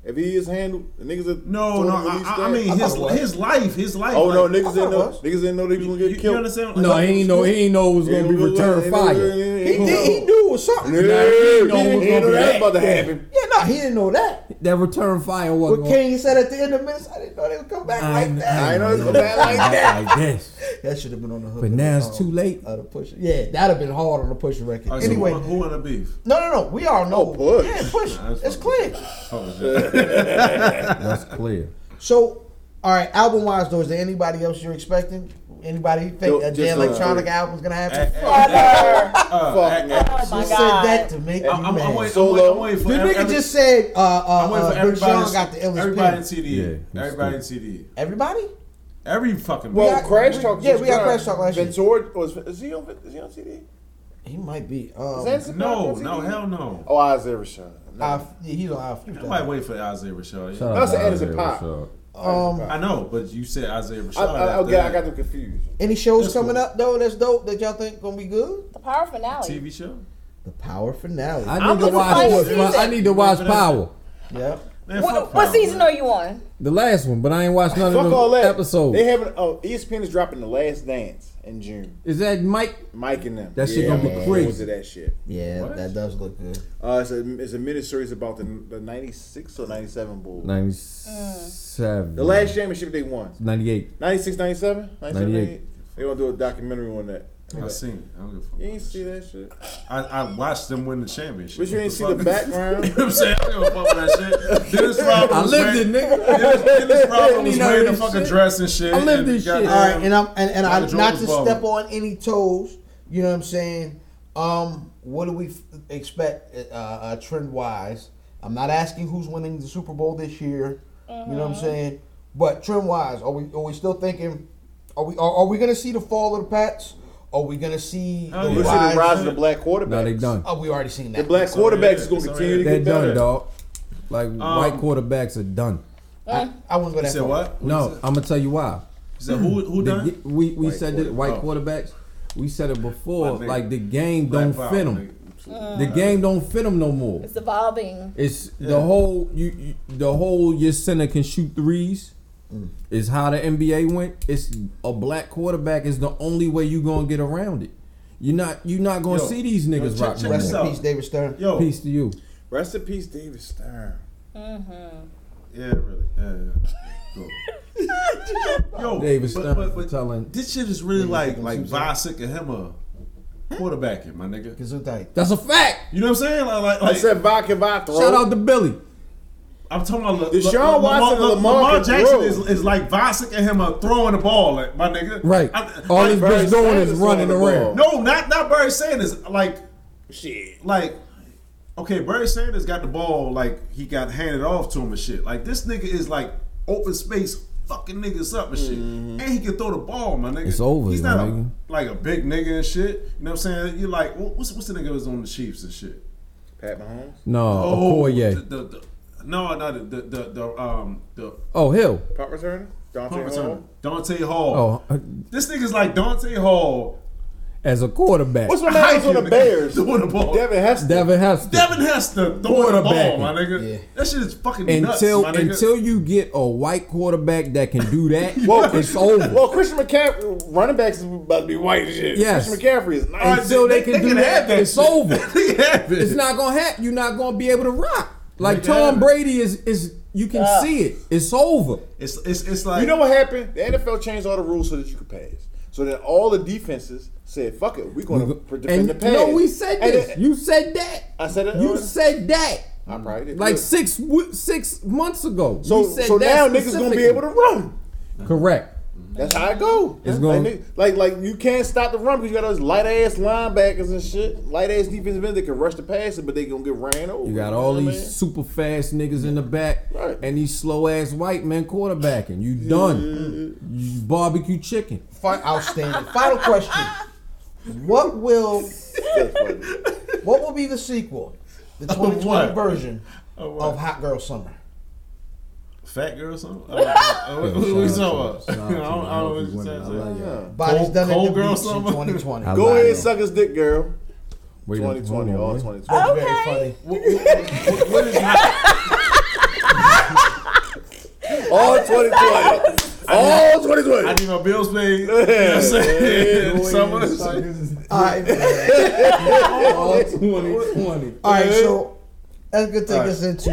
S3: If he is handled, the niggas that
S5: no,
S3: told
S5: no.
S3: him to
S5: I,
S3: release
S5: I, I
S3: that-
S5: mean his
S3: thought it was.
S5: his life, his life.
S3: Oh no,
S5: like-
S3: niggas didn't know.
S2: it was.
S3: Niggas didn't know they was gonna
S5: You,
S3: get
S5: you
S3: killed.
S5: understand?
S6: No, he ain't know. He ain't know it was
S3: Yeah,
S6: gonna be
S3: we was-
S6: return
S3: yeah,
S6: fire.
S3: yeah, yeah,
S2: He, did, he knew it was something.
S3: Yeah,
S2: Yeah,
S3: he
S6: know
S3: didn't know
S6: what's gonna
S3: that was
S6: be
S3: about to happen.
S2: no, he didn't know that.
S6: That return fire
S2: What
S6: wasn't.
S2: Kane said at the end of minutes, I didn't know they would come back like that.
S3: I know it's gonna happen like that.
S6: Like this.
S2: That should have been on the hook. of
S6: But
S2: the
S6: now it's
S2: song,
S6: too late.
S2: Of the push. Yeah, that'd have been hard on the push record.
S5: All right, so
S2: anyway,
S5: who, who want a beef?
S2: no, no, no. We all know.
S3: Push.
S2: Yeah, push.
S5: Nah, that's
S2: it's
S5: fine.
S2: clear.
S5: (laughs)
S3: (laughs)
S5: Oh, shit.
S6: That's clear.
S2: So, all right, album wise though, is there anybody else you're expecting? Anybody think
S3: Yo,
S2: a
S3: just,
S2: damn
S3: uh,
S2: electronic album's gonna happen?
S5: Eh, eh,
S4: Brother.
S5: uh, eh, eh,
S4: Oh my
S2: You said
S4: god.
S2: that to make
S5: I'm,
S2: me
S5: I'm,
S2: mad.
S5: I'm, waiting, I'm, waiting, I'm
S3: Solo.
S5: waiting for
S2: the
S5: every-
S2: nigga
S5: every-
S2: just said uh,
S5: I'm
S2: uh,
S5: waiting
S2: uh,
S5: for
S2: Big
S5: everybody.
S2: Sean got the illest
S5: everybody in
S2: everybody,
S5: CD.
S6: Yeah, he's
S5: everybody in CD.
S2: everybody?
S5: Every fucking.
S3: Well,
S2: got-
S3: Crash
S2: we-
S3: Talk.
S2: yeah,
S3: just
S2: we got
S3: dropped.
S2: Crash Talk last year.
S3: Ventura was is he on is he on CD?
S2: He might be.
S3: Is
S2: Um,
S3: Anderson
S5: no,
S3: Paak on
S5: no,
S3: CD?
S5: hell no.
S3: Oh, Isaiah Rashad. No.
S2: I, yeah, he's on our future.
S5: I might wait for Isaiah
S6: Shout
S5: Rashad. Yeah.
S6: out
S3: That's
S6: to
S3: an Anderson
S6: Isaiah
S3: Paak.
S6: Rashad.
S2: Um,
S5: I know, but you said Isaiah Rashad.
S3: I, I,
S5: after
S3: okay, I
S5: that.
S3: got them confused.
S2: Any shows
S5: That's
S2: coming
S5: cool.
S2: up though that's dope that y'all think gonna be good?
S4: The power finale.
S5: TV show.
S2: The Power Finale.
S6: I need to
S4: looking
S6: watch.
S4: for a
S6: Power- I
S4: season.
S6: need to watch Power.
S2: yep.
S5: Man,
S4: What,
S5: fuck
S4: what
S5: Power,
S4: season
S5: man.
S4: are you on?
S6: The last one, but I ain't watched none
S3: Fuck all
S6: of the
S3: that.
S6: episodes.
S3: They having oh ESPN is dropping the last dance in June.
S6: Is that Mike?
S3: Mike and them.
S6: That shit gonna be
S3: I'm looking forward
S6: crazy.
S3: To that shit.
S2: Yeah,
S5: What?
S2: that does look good.
S3: Uh, it's a it's a miniseries about the the '96 or '97 Bulls.
S6: Ninety-seven.
S3: The last championship they won.
S6: Ninety-eight.
S3: 96, 97? 97,
S6: 98.
S3: 98. They gonna do a documentary on that.
S5: I seen. it. I don't give a fuck.
S3: You ain't see that shit.
S5: I, I watched them win the championship.
S3: But you ain't see the
S5: Fuck. (laughs) You
S3: background.
S5: know what I'm saying? I don't give a fuck about that shit. Dennis Rodman.
S6: I
S5: was
S6: lived it,
S3: (laughs)
S5: wearing-
S6: nigga.
S5: Dennis, Dennis Rodman was
S6: You know
S5: wearing the
S6: this
S5: fucking
S6: shit.
S5: dress and shit.
S6: I lived
S5: and
S6: this shit.
S5: goddamn-
S2: All right, and I'm and, and I
S5: Michael
S2: not to
S5: Jordan's balling.
S2: step on any toes. You know what I'm saying? Um, what do we f- expect uh, uh, trend wise? I'm not asking who's winning the Super Bowl this year. You know what I'm saying? But trend wise, are we are we still thinking? Are we are, are we gonna see the fall of the Pats? Are we gonna see
S5: Oh,
S2: the
S5: yeah.
S3: You see the
S2: rise?
S3: rise of the black quarterbacks.
S6: No, they done.
S2: Oh, we already seen that.
S3: The black
S5: It's already
S3: quarterbacks
S5: there.
S3: is gonna
S5: It's
S3: continue to
S6: They're
S3: get better.
S6: done, dog. Like
S5: Um,
S6: white quarterbacks are done.
S2: I, I wouldn't go
S5: You
S2: that
S5: said
S2: far.
S5: what? Who
S6: No,
S5: said-
S6: I'm gonna tell you why.
S5: You said who? Who
S6: The
S5: done?
S6: ge- we we said that white oh.
S5: quarterback.
S6: quarterbacks. We said it before.
S5: My nigga.
S6: Like the game
S5: Black
S6: don't
S5: Power,
S6: fit them.
S5: nigga.
S6: The game don't fit them no more.
S4: It's evolving.
S6: It's the whole you, you the whole your center can shoot threes.
S5: Mm.
S6: Is how the NBA went. It's a black quarterback is the only way you gonna get around it. You're not you not gonna
S5: Yo,
S6: see these
S5: yo,
S6: niggas
S5: check-
S6: rock
S5: check
S6: no
S5: this
S2: Rest
S6: more.
S5: out.
S2: in peace, David Stern.
S5: Yo,
S6: Peace to you.
S3: Rest in peace, David Stern.
S5: Yeah, really. Yeah, yeah.
S6: (laughs)
S5: Cool. Yo,
S6: David
S5: but-
S6: Stern
S5: but- but
S6: telling-
S5: This shit is really like like Vasek and him a quarterbacking, my nigga.
S2: Gesundheit.
S6: That's a fact.
S5: You know what I'm saying? Like, like,
S3: I
S5: like
S3: said vodka vodka.
S6: Shout out to Billy.
S5: I'm talking about Le-
S3: Deshaun
S5: Le- Le-
S3: Watson
S5: Le-
S3: and Lamar can
S5: Jackson
S3: throw.
S5: is, is like Vasek and him are throwing the ball, like, my nigga.
S6: Right.
S5: I-
S6: All
S5: like-
S6: this bitch doing is running around.
S5: no, not not Barry Sanders. Like
S3: Shit.
S5: like. Okay, Barry Sanders got the ball like he got handed off to him and shit. Like this nigga is like open space fucking niggas up and shit, and he can throw the ball, my nigga.
S6: It's over,
S5: He's not
S6: my
S5: a-
S6: nigga.
S5: like a big nigga and shit. You know what I'm saying? You're like, wh- what's what's the nigga that was on the Chiefs and shit? Oh,
S3: Pat Mahomes.
S6: No,
S5: the,
S6: Okoye.
S5: the, the, no, no, the, the the the um the
S6: Oh Hill.
S3: Punt returner. Dante
S5: punt
S3: Hall.
S5: returner, Dante Hall.
S6: Oh, uh,
S5: This nigga's like Dante Hall.
S6: as a quarterback,
S3: What's my man was on the
S5: Hyping, nigga.
S3: Bears?
S5: Throwing the ball.
S3: Devin Hester.
S6: Devin Hester.
S5: Devin Hester throwing the ball,
S6: Quarterbacking.
S5: my nigga.
S2: Yeah.
S5: That shit is fucking nuts,
S6: until
S5: my nigga.
S6: until you get a white quarterback that can
S3: (laughs)
S6: do that,
S3: Well,
S6: it's over.
S3: Well, Christian McCaffrey, running backs is about to be white and shit.
S6: Yes.
S3: Christian McCaffrey is nice.
S5: All right,
S6: until they, can do that,
S5: have that
S6: it's
S5: shit.
S6: (laughs) over.
S5: they can have it.
S6: It's not gonna happen. You're not gonna be able to rock. Like
S5: can have
S6: Tom
S5: it.
S6: Brady is is you can see it. It's over.
S5: It's it's it's like
S3: You know what happened? The NFL changed all the rules so that you could pass. So then all the defenses said, "Fuck it, we're going to defend
S6: And
S3: the pass."
S6: no, we said
S3: And
S6: this.
S3: then-
S6: you said that.
S3: I said it.
S6: You
S3: earlier.
S6: said that.
S3: I probably did.
S6: Like
S3: Look.
S6: six w- six months ago.
S3: So,
S6: you said
S3: so
S6: that
S3: now niggas gonna be able to run.
S6: Correct.
S3: That's how it go.
S6: It's
S3: Like,
S6: going-
S3: nigga- like, like you can't stop the run because you got all these light ass linebackers and shit, light ass defensive ends that can rush the passer, but they gonna get ran over.
S6: You got all
S3: know what I
S6: these super fast niggas in the back
S3: Right.
S6: and these slow ass white men quarterbacking. You done. You barbecue chicken.
S2: Fi- outstanding. Final question: What will
S3: mean? That's funny.
S2: what will be the sequel, the 2020
S5: what?
S2: version
S5: Oh, what?
S2: of Hot Girl Summer?
S5: Fat girl or
S6: (laughs)
S5: something? I don't- I don't- What are we
S6: Shout
S5: talking
S6: out
S5: about?
S6: to-
S5: (laughs)
S6: shout
S5: I
S6: out to
S5: don't-
S6: the healthy women. I like
S5: I don't know what you're saying.
S6: y'all.
S2: Bodies
S5: Cold-
S2: done
S5: cold
S2: at the
S5: girl
S2: beach in
S5: summer?
S2: 2020.
S6: (laughs) I
S3: Go
S6: like
S3: ahead,
S6: y'all.
S3: suck his dick, girl.
S6: Wait a-
S3: Twenty twenty,
S6: hold on,
S3: all
S6: wait.
S3: twenty twenty.
S2: That's very funny.
S4: Okay.
S5: What- what- what- What is hot?
S3: All 2020. All
S5: I
S3: 2020.
S5: need my bills paid. You know what I'm (laughs) saying? Summer.
S2: All right.
S6: All 2020.
S2: All right, so that's gonna take us into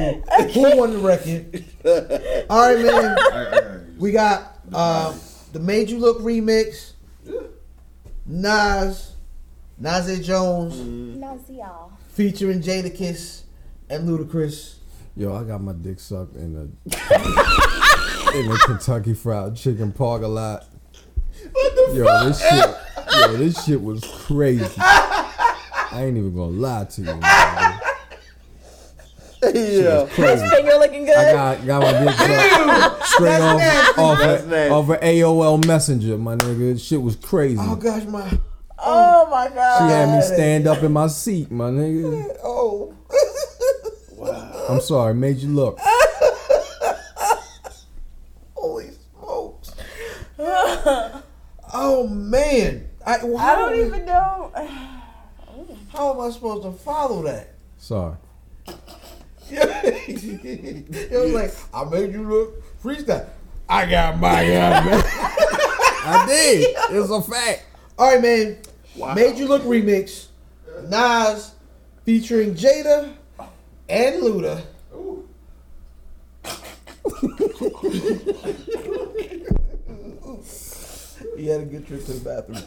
S2: who won the record. All right, man. We got um, the Made You Look remix. Nas, Nasir Jones
S4: Nazi y'all.
S2: featuring Jada Kiss and Ludacris.
S6: Yo, I got my dick sucked in the in the Kentucky Fried Chicken parking lot. What the yo, this shit, yo, this shit was crazy. I ain't even gonna lie to you. Man.
S3: Yeah.
S4: His finger looking good.
S6: I got got my dick sucked straight off off,
S3: That's nasty.
S6: off of AOL Messenger, my nigga. Shit was crazy.
S2: Oh gosh, my
S4: oh my god.
S6: She had me stand up in my seat, my nigga.
S2: oh. (laughs)
S6: I'm sorry, made you look.
S2: Holy smokes. (laughs) oh man. I, well,
S4: I
S2: how,
S4: don't even know.
S2: how am I supposed to follow that? (laughs)
S6: Sorry.
S2: it was like, I made you look freestyle. I got my gun, man.
S6: (laughs) I did. It's a fact.
S2: All right, man. Made you look remix. Nas featuring Jada and Luda. (laughs) he had a good trip to the bathroom.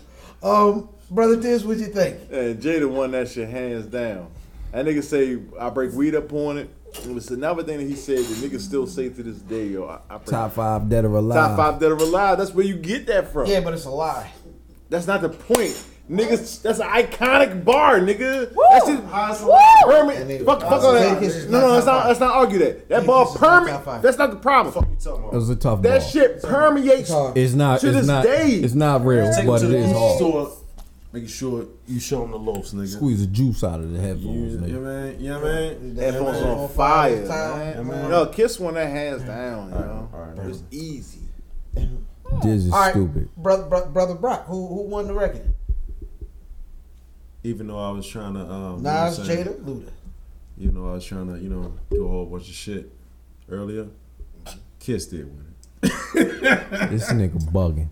S2: Um, brother Diz, what'd you think?
S3: And Jada won that shit hands down. That nigga say I break weed up on it. It was another thing that he said that niggas still say to this day, yo. I, I break-
S6: Top five dead or alive.
S3: top five that are alive. That's where you get that from.
S2: Yeah, but it's a lie.
S3: That's not the point. Niggas, that's an iconic bar, nigga.
S4: Woo!
S3: That's just
S4: Woo!
S3: permanent.
S2: That nigga-
S3: Fuck, fuck all that.
S2: Jadakiss is
S3: No,
S2: not
S3: no, let's
S2: top
S3: not,
S2: five.
S3: let's not argue that. That ball
S2: Jadakiss is not top
S3: permanent.
S2: five.
S3: That's not the problem.
S6: It was a tough
S3: That
S6: ball.
S3: shit permeates.
S2: hard.
S6: It's not.
S3: To
S6: it's
S3: this
S6: not.
S3: day.
S6: It's not real,
S5: Take
S6: but
S5: him
S6: it
S5: to the
S6: is hard.
S5: store. Making sure you show them the loafs, nigga.
S6: Squeeze the juice out of the headphones,
S5: You, you
S6: nigga.
S5: man, you man.
S3: Headphones on
S2: on
S3: fire.
S2: fire, time.
S3: man.
S5: Yeah,
S3: No, Kiss won that hands down, yo.
S5: Alright, alright.
S3: It's easy.
S6: This is
S2: All right,
S6: stupid.
S2: brother, bro- brother Brock, who who won the record?
S5: Even though I was trying to,
S2: Nas,
S5: um, you know what I'm saying?
S2: Jada, Luda.
S5: Even though I was trying to, you know, do a whole bunch of shit earlier, Kiss did win it.
S6: This nigga bugging.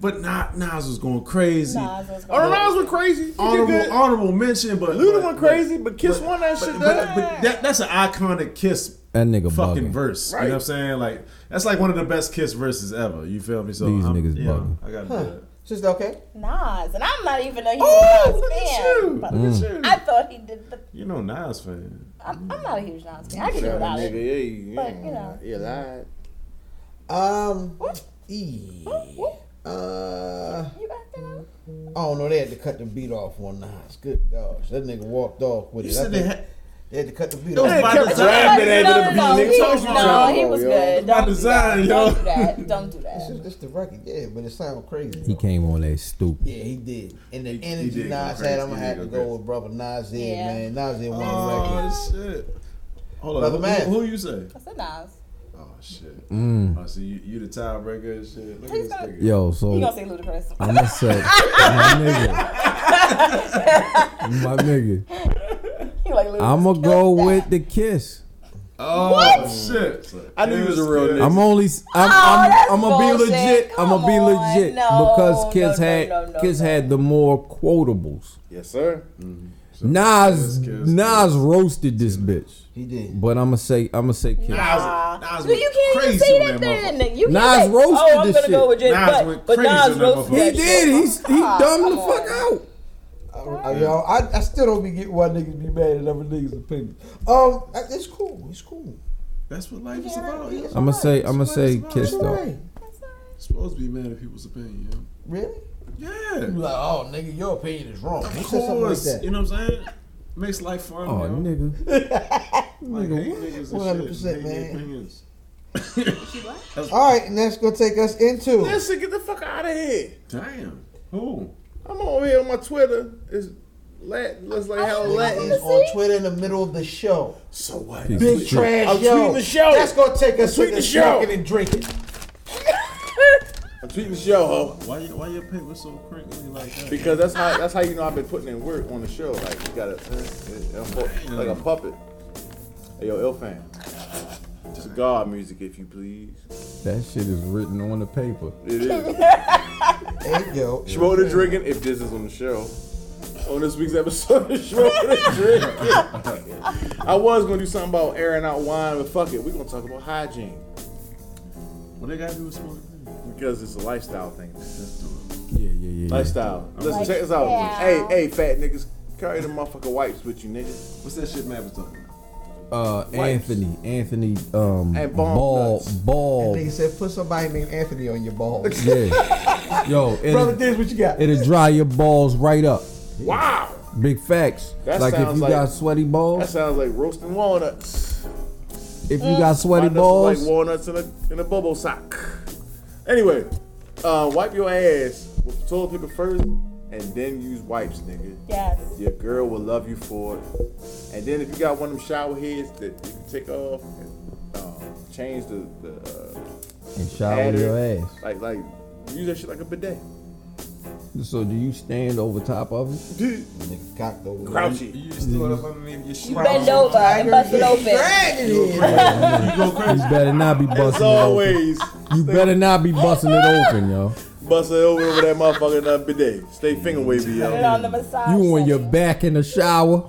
S5: But not Nas was going crazy.
S4: Nas was
S3: Oh,
S4: going-
S3: no, Nas went crazy. He did good.
S5: Honorable, honorable mention, but
S3: Luda
S5: but-
S3: went
S5: but-
S3: crazy, but Kiss won that shit.
S5: But,
S3: though.
S5: but, but that, that's an iconic Kiss
S6: That nigga
S5: fucking
S6: bugging.
S5: verse. You know what I'm saying? Like that's like one of the best Kiss verses ever. You feel me? So
S6: These
S5: I'm,
S6: niggas
S5: you know,
S6: bugging.
S5: I gotta do that.
S2: Just okay.
S4: Nas, and I'm not even a huge
S3: Oh,
S4: Nas
S3: look at you.
S4: fan.
S3: Look
S4: But
S3: at you.
S4: I thought he did. The,
S5: You know Nas fan.
S4: I'm, I'm not a huge Nas fan. I can do without
S3: nigga,
S4: it.
S3: yeah, you,
S4: But, you know.
S3: you lied.
S2: Um,
S4: What?
S2: e-
S4: Whoop,
S2: uh,
S4: You got that?
S2: I don't know. They had to cut the beat off one night. Good gosh, that nigga walked off with
S5: You
S2: it. I
S5: said they
S2: think
S5: had
S2: they had to cut the beat
S5: was
S2: off.
S5: by
S3: kept
S5: design.
S3: grabbing
S4: no,
S3: at
S4: no,
S3: the
S4: no,
S3: beat,
S4: he,
S3: nigga.
S4: no, he was good.
S5: By
S3: (laughs)
S4: Don't do
S5: design,
S4: that.
S5: yo.
S4: Don't do that. Don't do
S2: It's just
S4: that.
S2: it's the record, yeah, but it sounds crazy.
S6: He
S2: though.
S6: came on that stupid.
S2: Yeah, he did. And the
S5: He- he
S2: energy
S5: did go
S2: Nas
S5: crazy.
S2: had, I'm gonna
S5: He
S2: have
S5: did
S2: to
S5: go
S2: go
S5: crazy.
S2: with brother Nas in,
S4: Yeah.
S2: man. Nas in won the record.
S5: Oh shit. Hold on,
S2: Brother
S5: who,
S2: Matt.
S5: who you say?
S4: I said Nas.
S5: Oh shit.
S6: Mm.
S5: Oh, so you, you the tiebreaker and shit. Look at
S4: Please
S5: this
S4: don't.
S5: nigga.
S6: Yo,
S4: You gonna
S6: so
S4: say Ludacris?
S6: I'm gonna say,
S4: (laughs)
S6: my nigga, my nigga,
S4: You like Ludacris?
S6: I'm gonna go with the kiss.
S5: Oh shit.
S3: I knew he was a real nigga.
S6: I'm only, I'm,
S4: Oh, that's
S6: I'm, I'm gonna be
S4: bullshit.
S6: legit. I'm gonna be
S4: Come on.
S6: legit
S4: No,
S6: because kiss
S4: no, no,
S6: had
S4: no, no,
S6: kiss
S4: no.
S6: had the more quotables.
S3: Yes, sir.
S6: Nas,
S5: Kiss, kiss,
S6: Nas roasted this bitch.
S2: He did.
S6: But I'ma say I'ma say Kiss.
S4: Nah.
S5: Nas
S4: Dude, you can't even
S5: crazy
S4: say
S5: on
S4: that
S5: that
S4: then. You can't
S6: Nas
S4: say,
S6: roasted
S4: oh, I'm
S6: this
S4: gonna
S6: shit.
S4: go with Jada.
S5: Nas
S4: but,
S5: went
S4: but
S5: crazy
S4: Nas
S5: on that
S4: roasted
S5: motherfucker.
S6: He
S4: that
S6: did.
S4: shit.
S6: He's he
S4: Ah,
S6: dumbed the
S4: come
S6: fuck
S4: on.
S6: out.
S2: I,
S5: Oh,
S2: I, yo, Uh, I, I still don't be getting why niggas be mad at other niggas' opinion. Um, I- it's cool. It's cool.
S5: That's what life is about.
S6: I'ma say I'ma
S5: It's
S6: say
S5: fine, it's
S6: Kiss
S5: fine.
S6: though.
S2: Right.
S4: That's all right.
S5: Supposed to be mad at people's opinion, yo.
S2: Really?
S5: Yeah.
S2: You like, oh nigga, your opinion is wrong. He
S5: Of
S2: said something like
S5: course.
S2: that.
S5: you know what I'm saying? Makes life fun.
S6: Oh,
S5: yo.
S6: nigga.
S5: Like, hate niggas and shit.
S2: 100%,
S5: and hate
S2: man.
S5: their opinions.
S2: All right, and that's gonna take us into.
S3: Listen, get the fuck out of here.
S5: Damn. Who?
S3: I'm over here on my Twitter. It's Latin. Let's like how
S2: Latin
S3: Latin.
S2: is on Twitter in the middle of the show.
S5: So what?
S2: Big trash
S3: I'm
S2: yo.
S3: tweeting the show.
S2: That's gonna take us
S3: I'm tweeting
S2: to
S3: the
S2: the
S3: show.
S2: smoking and drinking.
S3: I'm tweeting the show, ho.
S5: Why you, why your paper so crinkly like that?
S3: Because that's how that's how you know I've been putting in work on the show. Like you gotta uh, uh, pu- like a puppet. Hey yo, ill fan. Cigar music, if you please.
S6: That shit is written on the paper.
S3: It is.
S2: There you go.
S3: Smoking and drinking, if this is on the show. On this week's episode (laughs) of Smoking and Drinking. I was gonna do something about airing out wine, but fuck it. We're gonna talk about hygiene.
S5: What they gotta do with smoking?
S3: Because it's a lifestyle thing.
S5: Let's do it.
S6: Yeah, yeah, yeah.
S3: Lifestyle. Listen, check this out. Hey,
S4: Lifestyle.
S3: hey, fat niggas. Carry the motherfucking wipes with you, niggas.
S5: What's that shit Matt was talking about?
S6: Uh, Anthony, Anthony, um,
S3: And bomb
S6: ball,
S3: nuts.
S6: ball.
S2: Nigga said, put somebody named Anthony on your balls.
S6: Yeah. Yo,
S2: Brother,
S6: it'll,
S2: this what you got?
S6: it'll dry your balls right up.
S3: Wow!
S6: Big facts.
S3: That
S6: like if
S3: sounds
S6: you
S3: like-
S6: got sweaty
S3: That
S6: balls,
S3: sounds like roasting walnuts.
S6: if you got sweaty
S3: Walnuts are like
S6: balls,
S3: walnuts in a in a bubble sock. Anyway, uh, wipe your ass with toilet paper first, and then use wipes, nigga.
S4: Yes.
S3: Your girl will love you for it. And then if you got one of them shower heads that you can take off and um, change the, the uh,
S6: and shower
S3: adder,
S6: your ass.
S3: like like use that shit like a bidet. (laughs)
S6: So do you stand over top of it?
S2: Nigga cocked over.
S3: Crouchy.
S5: You just throw it up underneath your shit.
S4: You bend over and bust it open.
S2: Dragging it.
S6: (laughs) You better not be
S3: As
S6: busting it open.
S3: always,
S6: You better not be busting it open, yo.
S3: bust it over over that motherfucking uh, bidet. Stay finger wavy,
S4: Put it
S3: yo.
S4: on the massage.
S6: You on your
S4: setting.
S6: back in the shower.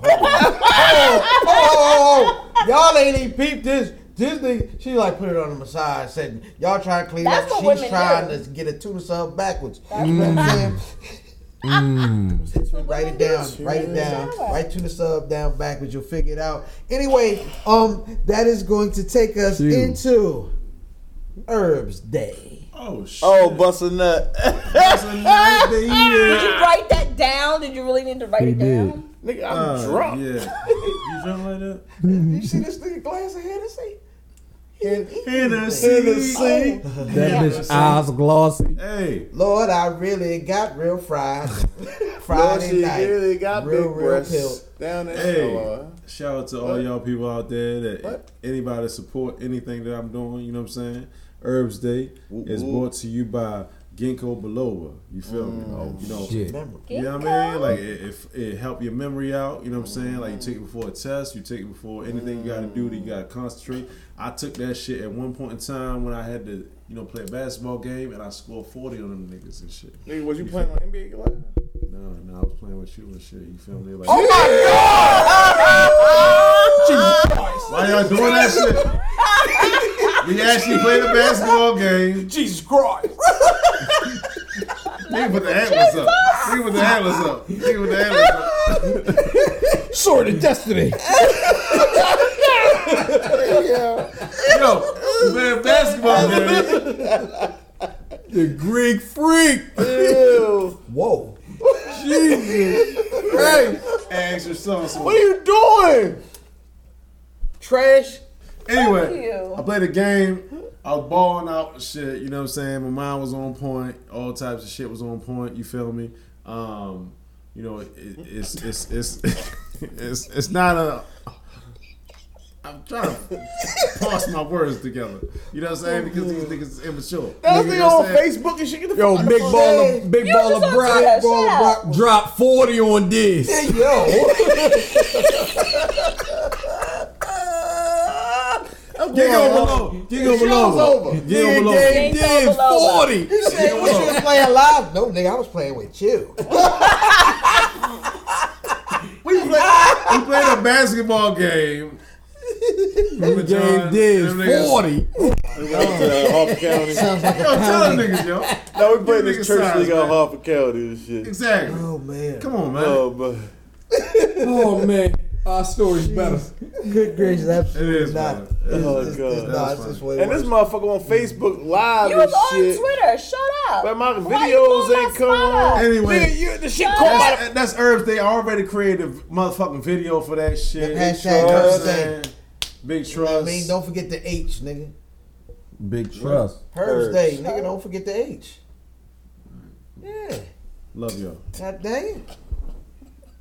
S2: Oh, oh, oh, oh. Y'all ain't even peeped this. This nigga, she like put it on the massage setting. Y'all trying to clean
S4: That's what
S2: up. She's
S4: women
S2: trying
S4: do.
S2: to get a tooth sub backwards. You know what
S6: Mm.
S2: I'm saying? write it down. Write it down.
S4: Shower.
S2: Write tuna sub down backwards. You'll figure it out. Anyway, um, that is going to take us
S6: Shoot.
S2: into Herbs Day.
S5: Oh shit.
S3: Oh, bust a nut. (laughs)
S5: That's a nice day,
S4: Did
S5: yeah. (laughs)
S4: you write that down? Did you really need to write
S6: He
S4: it
S6: did.
S4: down?
S3: Nigga, I'm
S5: Uh,
S3: drunk.
S5: (laughs) Yeah. You drunk like that?
S2: you see this nigga glass of Hennessy?
S5: Hennessy.
S6: That bitch eyes glossy.
S5: Hey.
S2: Lord, I really got real fried. Friday
S3: she
S2: night.
S3: really got
S2: real,
S3: big
S2: real
S3: breasts
S2: pill.
S3: down there.
S5: Hey.
S3: Oh,
S5: Shout out to all y'all people out there that
S3: What?
S5: anybody support anything that I'm doing, you know what I'm saying? Herbs Day is
S3: whoop.
S5: brought to you by Ginkgo biloba. You feel me? Oh,
S3: Mm.
S5: you know,
S6: Shit.
S5: You know what I mean? Like it, if it help your memory out, you know what I'm saying? Like you take it before a test, you take it before anything you gotta do that you gotta concentrate. I took that shit at one point in time when I had to, you know, play a basketball game and I scored forty on them niggas and shit.
S3: nigga, was you playing on NBA Live?
S5: No, no, I was playing with you and shit. You feel me? Like, why y'all doing that shit? We actually played a basketball game.
S7: Jesus Christ.
S5: Nigga put the atlas up. Nigga put the atlas up. Nigga put the atlas up.
S2: Sword of Destiny.
S5: Yo, we played a basketball game.
S6: The Greek freak.
S3: Ew. (laughs)
S2: Whoa.
S3: hey,
S5: Ask your son something.
S3: what are you doing? Trash.
S4: Fuck
S5: Anyway,
S4: you.
S5: I played a game. I was balling out and shit. You know what I'm saying? My mind was on point. All types of shit was on point. You feel me? Um, you know, it, it's, it's it's (laughs) it's it's not a. I'm trying to pass my words together. You know what I'm saying? Because these niggas is immature.
S3: Oh, That
S5: Nigga,
S3: was
S5: you
S3: nigga
S5: know
S3: on
S5: what I'm saying?
S3: Facebook and shit. Get the
S6: Yo,
S3: fuck out
S6: big
S3: of
S6: ball of big
S4: You
S6: ball
S4: just
S6: of
S4: on Twitter,
S6: Brock.
S4: shut up.
S6: Drop 40 on this.
S2: Yo.
S5: Ginkgo biloba. Ginkgo biloba. Ginkgo biloba.
S4: Game over.
S2: You said what you was playing live? No, nigga, I was playing with you. (laughs)
S5: We played, we played a basketball game.
S3: (laughs)
S5: Remember,
S6: Game
S5: John?
S6: this
S5: Them niggas-
S6: 40.
S3: uh, County.
S5: Yo, tell them niggas, yo.
S3: now we playing
S5: Give
S3: this
S5: niggas
S3: church
S5: size,
S3: league out
S5: man.
S3: Harper County and shit.
S5: Exactly.
S2: Oh man.
S5: Come on, man.
S3: Oh, but
S6: Oh man. Our story's better.
S2: Good gracious, absolutely
S5: It is
S2: not.
S5: better.
S2: It's,
S8: Oh,
S2: it's,
S8: God.
S2: it's not. It's just way
S8: And this
S2: worse.
S8: motherfucker on Facebook live
S4: You was
S8: and
S4: on
S8: shit.
S4: Twitter. Shut up.
S8: But my
S4: Why you blowing
S8: videos
S4: my
S8: ain't coming
S4: spot
S8: on.
S4: up?
S5: Anyway.
S8: Nigga, you, the shit
S4: Shut
S8: caught by the
S5: That's, that's Herbs. They already created a motherfucking video for that shit.
S2: That hashtag
S5: You know what I'm
S2: Herbs
S5: saying? Big
S2: I
S5: trust.
S2: mean, don't forget the H, nigga.
S6: Big trust.
S2: Herb's
S8: Herbs.
S2: Day, nigga. Don't forget the H. Yeah.
S5: Love y'all.
S2: God dang it.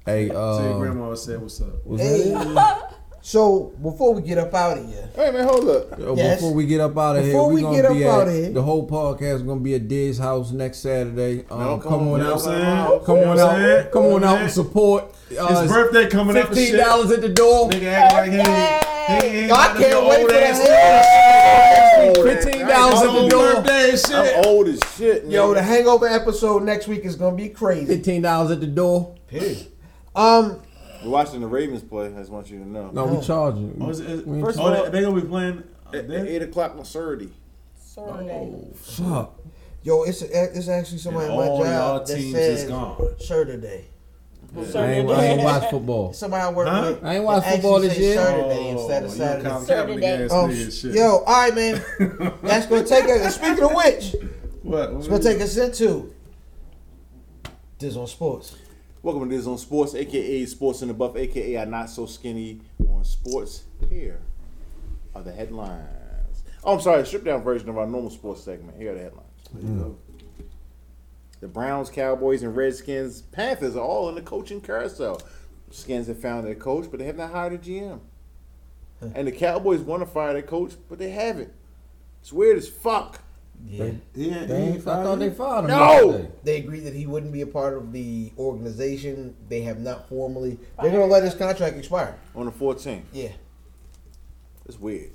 S6: Hey, uh,
S5: So your grandma said, "What's up?"
S6: was that
S2: Hey.
S6: it?
S2: (laughs) so before we get up out of here,
S8: Hey man, hold up.
S6: Uh,
S2: Yes.
S6: Before we get up out of here,
S2: Before
S6: we,
S2: we
S6: gonna
S2: get up
S6: be
S2: out
S6: at,
S2: of here.
S6: the whole podcast is gonna be at Dig's house next Saturday. Um,
S8: No,
S6: come on
S5: You know
S6: out,
S5: what I'm saying?
S6: come
S5: You know
S6: on
S5: what I'm saying?
S6: out, come on out and support. Uh,
S5: His birthday coming up. and
S6: Fifteen
S5: shit.
S6: dollars at the door.
S5: Nigga act like he ain't- he ain't.
S2: Yo, I
S5: got
S2: can't
S5: no
S2: wait
S5: old
S2: for that hair.
S5: ass shit.
S6: Hey, $15 at the
S5: Old
S6: door.
S5: birthday and shit.
S8: I'm old as shit.
S2: yo,
S8: nigga.
S2: the hangover episode next week is gonna be crazy.
S6: Fifteen dollars at the door.
S2: Um,
S3: We're watching the Ravens play. I just want you to know.
S6: No, we charging.
S5: Oh, is it-
S6: We-
S5: first of
S8: Oh,
S5: all,
S8: they-
S5: they gonna be playing. uh,
S8: At
S5: they-
S8: eight o'clock on Saturday.
S4: Saturday.
S6: Fuck.
S2: yo, it's it's actually somebody
S5: And
S2: at my
S5: all y'all
S2: job that
S5: teams
S2: says
S5: is gone.
S2: Sure today.
S6: I ain't, I ain't watch football.
S2: Somebody I work
S5: Huh?
S2: with.
S6: I ain't
S2: that
S6: watched
S2: actually
S6: football this
S2: says
S6: year.
S2: Saturday instead of
S5: Oh, you
S2: Saturday.
S5: Colin Kaepernick
S4: Saturday.
S5: ass
S2: Oh,
S5: nigga and
S2: sh-
S5: shit.
S2: yo, all right, (laughs) man. That's gonna take us. Speaking of which,
S5: What?
S2: it's gonna take us into this on sports.
S3: Welcome to this on Sports, aka Sports in the Buff, aka I Not So Skinny on Sports. Here are the headlines. Oh, I'm sorry, strip down version of our normal sports segment. Here are the headlines. The Browns, Cowboys, and Redskins, Panthers are all in the coaching carousel. Skins have found their coach, but they have not hired a GM. And the Cowboys want to fire their coach, but they haven't. It's weird as fuck.
S2: Yeah.
S5: Yeah,
S6: They ain't- I thought they fired him.
S3: No!
S6: yesterday.
S2: They agreed that he wouldn't be a part of the organization. They have not formally. They're gonna let his contract expire.
S3: On the 14th.
S2: Yeah.
S3: It's weird.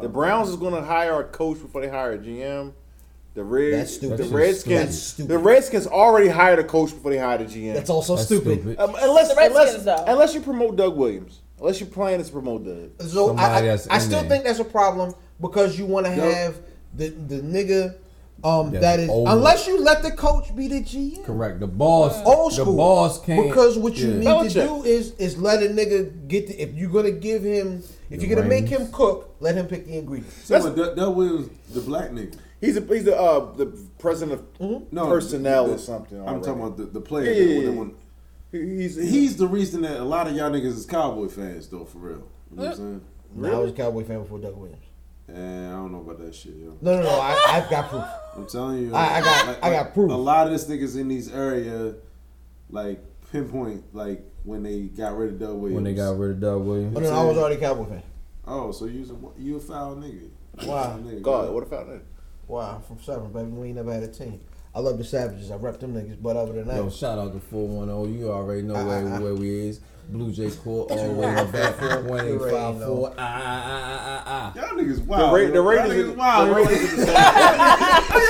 S3: the Browns is going to hire a coach before they hire a GM. The Reds,
S2: That's stupid.
S6: That's
S3: The
S6: just
S3: Redskins,
S2: That's stupid.
S3: the Redskins already hired a coach before they hired a GM.
S2: That's also
S6: That's
S2: stupid. Uh,
S6: stupid.
S3: Um, unless,
S4: The Redskins,
S3: unless,
S4: though.
S3: unless you promote Doug Williams, unless you plan to promote Doug.
S2: So I,
S6: Somebody
S2: I,
S6: that's
S2: I
S6: in
S2: still
S6: there.
S2: think that's a problem because you want to
S3: Yep.
S2: have the the nigga um,
S6: That's
S2: that is
S6: older.
S2: unless you let the coach be the GM.
S6: Correct. The boss.
S2: Old school.
S6: The boss can't.
S2: Because what you
S6: Yeah.
S2: need to
S3: Belichick.
S2: do is is let a nigga get the, if you're gonna give him if
S6: The
S2: you're gonna make
S6: reins.
S2: him cook, let him pick the ingredients.
S5: That's what that, that was the black nigga.
S3: He's a, he's a, uh, the president of
S5: Mm-hmm.
S3: personnel
S5: the-
S3: or something.
S5: I'm talking about the, the player.
S3: Yeah, yeah,
S5: that-
S3: yeah.
S5: that one-
S3: He's, he's
S5: He's the reason that a lot of y'all niggas is Cowboy fans, though, for real. You know what I'm saying?
S2: Now I was a Cowboy fan before Doug Williams.
S5: And I don't know about that shit, yo.
S2: No, no, no. I, I've got proof.
S5: I'm telling you,
S2: I- I got- I got proof.
S5: A lot of this niggas in these area, like pinpoint, like when they got rid of Doug Williams.
S6: When they got rid of Doug Williams.
S2: No, no, I was already a Cowboy fan.
S5: Oh, so you was a, you a foul nigga?
S2: Wow.
S5: Nigga,
S3: God. What about
S5: (laughs)
S3: that?
S2: Wow, I'm from Southern, baby. We ain't never had a team. I love the Savages. I rep them niggas, but other than that,
S6: Yo, shout out to 410. You already know
S2: Uh,
S6: where, where we is. Blue Jay Court, all the way up back
S2: You
S6: 1854. Ah, ah, ah, ah, ah.
S5: Y'all niggas wild.
S3: Ra- the
S5: yo.
S3: Raiders
S5: Y'all
S3: is-
S5: niggas wild.
S3: the
S5: yo.
S3: Raiders is the same.
S5: (laughs) Y'all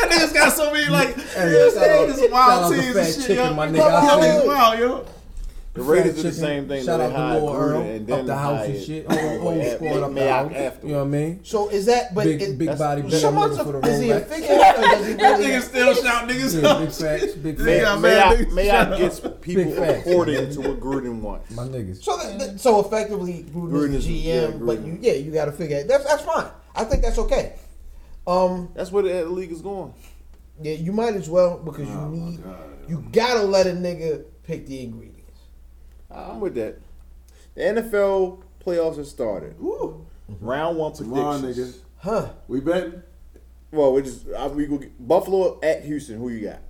S5: niggas got so many
S2: (laughs)
S5: like. Hey,
S6: shout
S5: y'all
S6: out-
S5: niggas
S6: shout out
S5: wild
S6: to
S5: teams
S6: Fat
S5: and shit,
S6: Chicken,
S5: yo.
S6: my nigga.
S5: (laughs) Y'all
S6: I see
S5: niggas
S6: you.
S5: wild, yo.
S3: The Raiders did
S6: Fat
S3: the
S6: chicken.
S3: same thing.
S6: Shout
S3: though.
S6: out
S3: They
S6: to
S3: hired
S6: Lil
S3: Gruden
S6: Earl,
S3: and
S6: up
S3: then
S6: the house and
S3: hired
S6: shit. Whole, whole
S3: Mayock
S6: squad up the
S3: afterwards.
S6: house. You know what
S2: (laughs)
S6: I mean?
S2: So is that? But
S6: Big-
S2: it,
S6: big
S2: that's-
S6: body, big
S2: Shamon's
S6: looking for
S2: a,
S6: the
S2: is he a
S6: rollback.
S2: figure or does he
S5: Y'all
S2: really?
S5: niggas still shout niggas
S6: Yeah, big
S5: out.
S6: facts, big
S5: They
S6: facts.
S5: got mad
S3: Mayock,
S5: niggas.
S3: Mayock gets
S5: (laughs)
S3: people
S6: Big facts.
S3: according to what Gruden wants.
S6: My niggas.
S2: so that, that- so effectively, Gruden
S3: Gruden is-
S2: is the GM,
S3: yeah,
S2: but
S3: Gruden.
S2: you yeah you got to figure it. That's that's fine. I think that's okay. Um,
S3: That's where the league is going.
S2: yeah, you might as well because
S5: Oh,
S3: Oh,
S2: you need you gotta let a nigga pick the ingredients.
S3: I'm with that. The NFL playoffs have started. Round one
S5: Tomorrow,
S3: predictions.
S5: nigga.
S2: Huh?
S5: We betting?
S3: Well, we just I, we go get Buffalo at Houston. Who you got?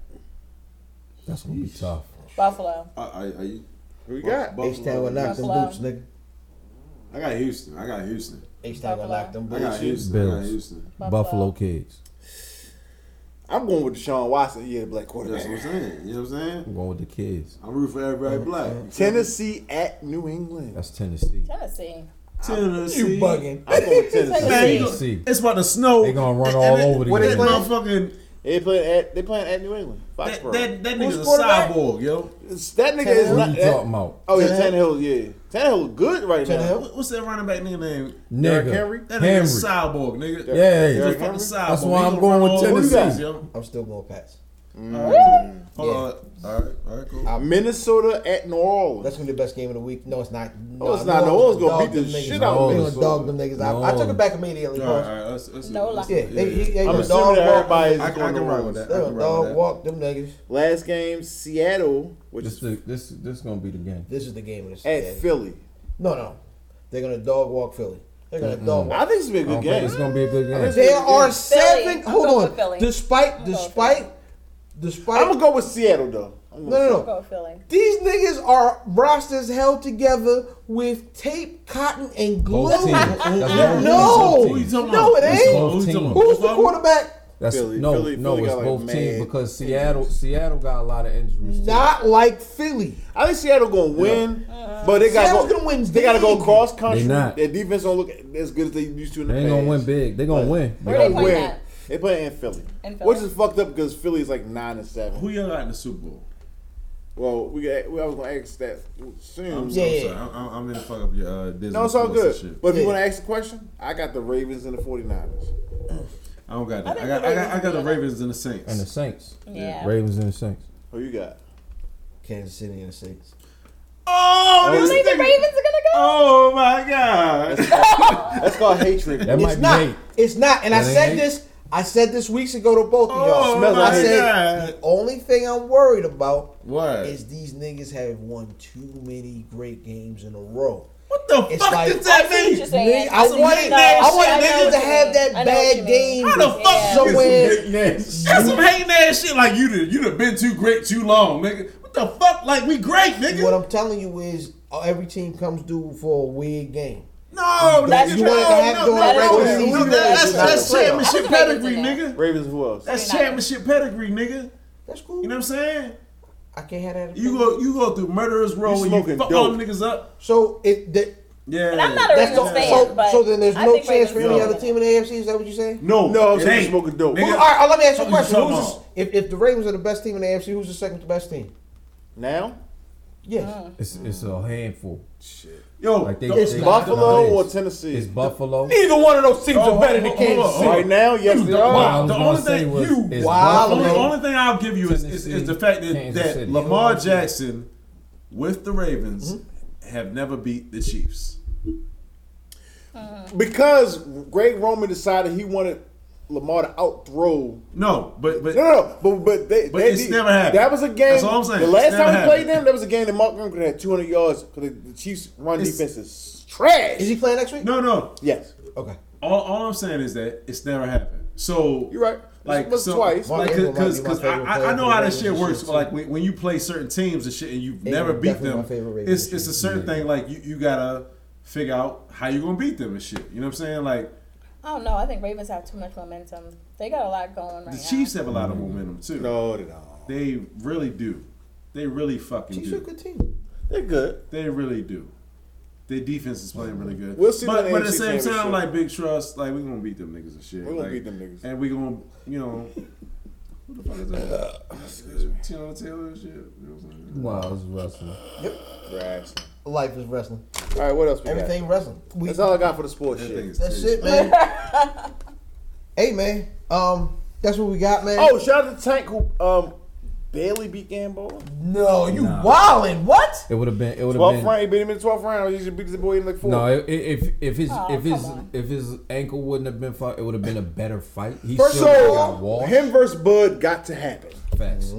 S6: That's gonna be tough.
S4: Buffalo.
S5: Uh, Are, are, are you?
S3: Who you
S5: Bu-
S3: got?
S5: Buffalo.
S2: H Town will knock them
S4: Buffalo.
S2: boots, nigga.
S5: I got Houston. I got Houston.
S2: H Town will knock them
S5: I got
S2: boots.
S5: Houston. I got
S6: Bills.
S5: Houston.
S4: Buffalo.
S6: Buffalo, Kids.
S3: I'm going with Deshaun Watson. Yeah, the black
S5: That's
S3: quarterback.
S5: what I'm saying. You know what I'm saying?
S6: I'm going with the kids.
S5: I'm rooting for everybody black. You feel me?
S3: Tennessee at New
S6: (laughs)
S3: England.
S6: That's Tennessee.
S4: Tennessee.
S2: You
S5: Tennessee.
S2: bugging?
S3: I'm going with Tennessee.
S5: Man, you
S6: Tennessee.
S5: it's about to snow.
S6: They gonna run
S5: And-
S6: all
S5: and that-
S6: over the
S5: When that
S6: game.
S5: motherfucking
S3: (laughs) they playing at they playing at New England.
S5: that
S3: Foxborough.
S5: that, that
S3: Who's
S5: nigga's a
S3: quarterback?
S5: cyborg, yo.
S3: It's- That nigga is
S6: What
S3: not.
S6: you
S3: that-
S6: talking about?
S3: Oh yeah,
S2: Tannehill?
S3: Tannehill. Yeah, Tannehill good right now.
S2: Tannehill?
S5: What- What's that running back nigga name?
S6: Nigga.
S3: Henry?
S5: That nigga's a
S6: Henry.
S5: cyborg, nigga.
S6: Yeah.
S5: He's a
S3: Derrick
S5: fucking
S3: Henry?
S5: cyborg.
S6: That's why
S5: He
S6: I'm
S5: gonna
S6: going
S5: run
S6: with
S5: all over the
S6: Tennessee.
S5: place, yo.
S2: I'm still going Pats.
S5: Hold on. All right, all right, cool.
S3: Minnesota at New Orleans.
S2: That's gonna be the best game of the week. No, it's not. No,
S3: it's not.
S2: New
S3: New Orleans gonna
S2: dog
S3: beat the
S2: them
S3: shit
S2: niggas.
S3: out of
S2: They
S3: Minnesota.
S2: gonna dog them niggas. I, I took it back immediately.
S5: all right, all right. Let's, let's,
S4: No
S5: let's,
S4: lie.
S2: Yeah, they, they, they
S3: I'm
S2: gonna
S3: assuming
S2: dog
S3: that
S2: walk.
S3: everybody's
S5: I, I
S3: going
S5: can
S3: to
S5: ride with
S3: Orleans.
S5: that.
S2: They
S5: I can
S2: gonna
S5: ride
S2: dog
S5: with that.
S2: walk them niggas.
S3: Last game, Seattle, which
S6: This
S3: is
S6: the, this this gonna be the game.
S2: This is the game of the
S3: at
S2: season.
S3: Philly.
S2: No, no, they're gonna dog walk Philly. They're gonna dog walk.
S3: I think it's gonna be a good
S6: I don't think
S3: game.
S6: It's gonna be a good game.
S2: There are
S4: Philly.
S2: seven.
S4: I'm
S2: Hold
S4: going with
S2: on.
S4: Philly.
S2: Despite,
S4: I'm going with
S2: despite, despite.
S3: I'm gonna go with Seattle though. I'm
S2: no,
S3: gonna-
S2: no, no.
S4: Go Philly.
S2: These niggas are rosters held together with tape, cotton, and glue.
S6: Both teams. That's
S2: no,
S6: both teams.
S2: no, no, it
S6: It's
S2: ain't.
S6: both
S5: Who's
S6: teams.
S5: talking
S2: Who's the quarterback?
S6: That's
S3: Philly-
S6: no,
S3: Philly-
S6: no.
S3: Philly
S6: it's
S3: got, like,
S6: both teams
S3: mad
S6: because Seattle, Seattle got a lot of injuries. too.
S2: Not like Philly.
S3: I think Seattle gonna win, but they got
S2: Uh-huh. Seattle's
S3: go,
S2: gonna win
S3: They gotta go
S2: big.
S3: cross country.
S6: They not.
S3: Their defense don't look as good as they used to in the
S6: They
S3: past.
S6: ain't gonna win big. They gonna win. They
S4: Where
S6: gonna
S4: they
S6: win.
S4: playing at?
S3: They play in Philly,
S4: In Philly.
S3: which is fucked up because Philly's like nine and seven.
S5: Who y'all got in the Super Bowl?
S3: Well, we got, we I was gonna ask that soon.
S5: I'm so
S2: Yeah.
S5: sorry. I'm, I'm, I'm gonna fuck up your uh, Disney.
S3: No, it's all
S5: Plus and
S3: good.
S5: shit.
S3: But if you
S2: Yeah.
S3: want to ask the question, I got the Ravens and the 49ers.
S5: I don't got
S4: I
S5: that. I,
S4: think the
S5: got, I got, I
S4: Ravens
S5: got the
S4: will be
S5: Ravens and the Saints.
S6: And the Saints,
S4: Yeah.
S6: Ravens and the Saints.
S3: Who you got?
S2: Kansas City and the Saints.
S5: oh,
S4: You think the Ravens are gonna go?
S5: Oh my god.
S3: That's
S2: (laughs)
S3: called hatred.
S6: That might
S2: It's
S6: be
S2: not.
S6: eight.
S2: It's not. And I
S6: That ain't
S2: said
S6: eight.
S2: this. I said this weeks ago to both of
S5: Oh,
S2: y'all.
S5: Smells
S2: I
S5: my
S2: said
S5: God.
S2: the only thing I'm worried about
S5: what?
S2: is these niggas have won too many great games in a row.
S5: what the
S2: it's
S5: fuck
S2: like-
S5: does that
S4: I see what
S5: mean?
S4: you're saying.
S2: Nigga, I
S4: see
S2: wanted
S4: what you
S2: that-
S4: mean.
S2: I wanted
S4: know
S2: niggas
S4: what
S2: to
S4: you
S2: have
S4: mean.
S2: that
S4: I know what
S2: bad
S4: you mean.
S2: game.
S5: How the fuck
S4: Yeah.
S5: you
S2: Somewhere-
S5: That's some hating ass shit. Like you, done- you done been too great too long, nigga. What the fuck? Like we great, nigga.
S2: What I'm telling you is uh, every team comes due for a weird game.
S5: no,
S4: That's
S5: nigga.
S4: you
S5: no,
S4: wanted to
S2: have
S5: no,
S2: during
S5: no,
S4: the regular
S5: no,
S4: season.
S5: That's, that's
S3: That's the
S5: championship
S4: playoffs.
S5: pedigree, nigga.
S3: Ravens, who else?
S5: That's
S4: 49ers.
S5: championship pedigree, nigga.
S2: That's cool.
S5: You know what I'm saying?
S2: I can't have that.
S5: You go, you go through murderers row
S3: You
S5: and you
S3: smoking
S5: fuck all
S3: dope.
S5: them niggas up.
S2: So it. That,
S5: Yeah.
S4: And I'm not a
S2: that's
S4: Ravens
S2: the,
S4: fan,
S2: so,
S4: but
S2: so then there's
S4: I
S2: no
S4: think
S2: chance for
S4: Ravens
S2: any
S4: will
S2: other
S4: win.
S2: team in the AFC. Is that what you're saying?
S5: no,
S3: No, I'm
S5: they
S3: saying
S5: ain't.
S3: smoking dope.
S2: Who-
S5: Nigga,
S2: all right, all right, let me ask you a
S5: Who you
S2: question.
S5: talking
S2: Who's
S5: about?
S2: the, if, if the Ravens are the best team in the AFC, who's the second best team?
S3: Now?
S2: Yes.
S4: Hmm.
S6: It's it's a handful.
S5: yo,
S6: Like they,
S5: the-
S2: It's
S6: they-
S3: Buffalo
S6: no,
S3: or
S6: it is.
S3: Tennessee?
S6: It's Buffalo.
S2: Neither one of those teams
S5: Oh, hold on, hold on, hold on.
S3: Right now, yes,
S5: You
S3: they
S5: the-
S3: are.
S6: What I was
S5: The
S6: gonna
S5: only
S6: say
S5: thing
S6: was
S5: you
S6: is
S2: Wow,
S5: The only,
S2: man.
S6: Buffalo.
S5: only thing I'll give you is, is, is the fact that,
S6: Kansas
S5: that
S6: City. Mm-hmm.
S5: Lamar Jackson with the Ravens have never beat the Chiefs.
S3: Because Greg Roman decided he wanted Lamar to outthrow.
S5: No, but but
S3: No, no, no, but but they,
S5: But
S3: they
S5: it's
S3: did-
S5: never happened.
S3: That was a game.
S5: That's all I'm saying.
S3: The
S5: It's
S3: last
S5: never
S3: time we played
S5: happened.
S3: them, that was a game that Mark Ingram had 200 yards because the Chiefs' run defense is trash.
S2: Is he playing next week?
S5: no, no.
S3: yes,
S2: Okay.
S5: All, all I'm saying is that it's never happened. So
S3: You're right.
S5: Like
S3: Once or
S5: so,
S3: twice.
S5: like,
S2: Mark Ingram
S5: cause,
S2: might be my
S5: cause I,
S2: favorite
S5: I- I
S2: player
S5: know
S2: for
S5: how
S2: the
S5: that shit
S2: Ravens
S5: works.
S2: this year,
S5: Like when, when you play certain teams and shit, and you've
S2: Ingram's
S5: never beat
S2: definitely
S5: them,
S2: my favorite Ravens
S5: it's
S2: this
S5: it's a
S2: year.
S5: certain thing. Like you, you gotta figure out how you gonna beat them and shit. You know what I'm saying? Like
S4: I don't know. I think Ravens have too much momentum. They got a lot going right
S5: the
S4: now.
S5: Chiefs have a lot of momentum too.
S3: No, they don't.
S5: They really do. They really fucking
S2: Chiefs are a
S5: do.
S2: good team.
S3: They're good.
S5: They really do. Their defense is playing really good.
S3: We'll see
S5: but,
S3: them in
S5: but at
S3: the
S5: the same
S3: AFC
S5: time,
S3: Championship.
S5: like Big Trust, like we gonna beat them niggas and shit.
S3: We gonna
S5: like,
S3: beat them niggas.
S5: and we gonna you know. Who the fuck is that? Tino Taylor and shit. You know what I'm saying?
S6: Wow, it's Russell.
S3: Raps.
S2: Life is wrestling.
S3: All right, what else we
S2: Everything wrestling.
S3: got?
S2: We,
S3: That's all I got for the sports
S5: That
S3: shit.
S5: thing is
S2: that's
S5: titty.
S2: it, (laughs) man. hey, man. Um, that's what we got, man.
S3: Oh, shout out to Tank who um barely beat Gamble.
S2: no, you wildin'. What?
S6: It would have been. It would have
S3: Twelfth
S6: been.
S3: round, he beat him in the twelfth round. He should beat the boy in like four.
S6: No, i- i- if if his
S4: Aw,
S6: if his
S4: Ah, come on.
S6: if his ankle wouldn't have been fought, it would have been a better fight. He
S3: First
S6: still
S3: of
S6: got
S3: all,
S6: washed.
S3: him versus Bud got to happen.
S6: Facts.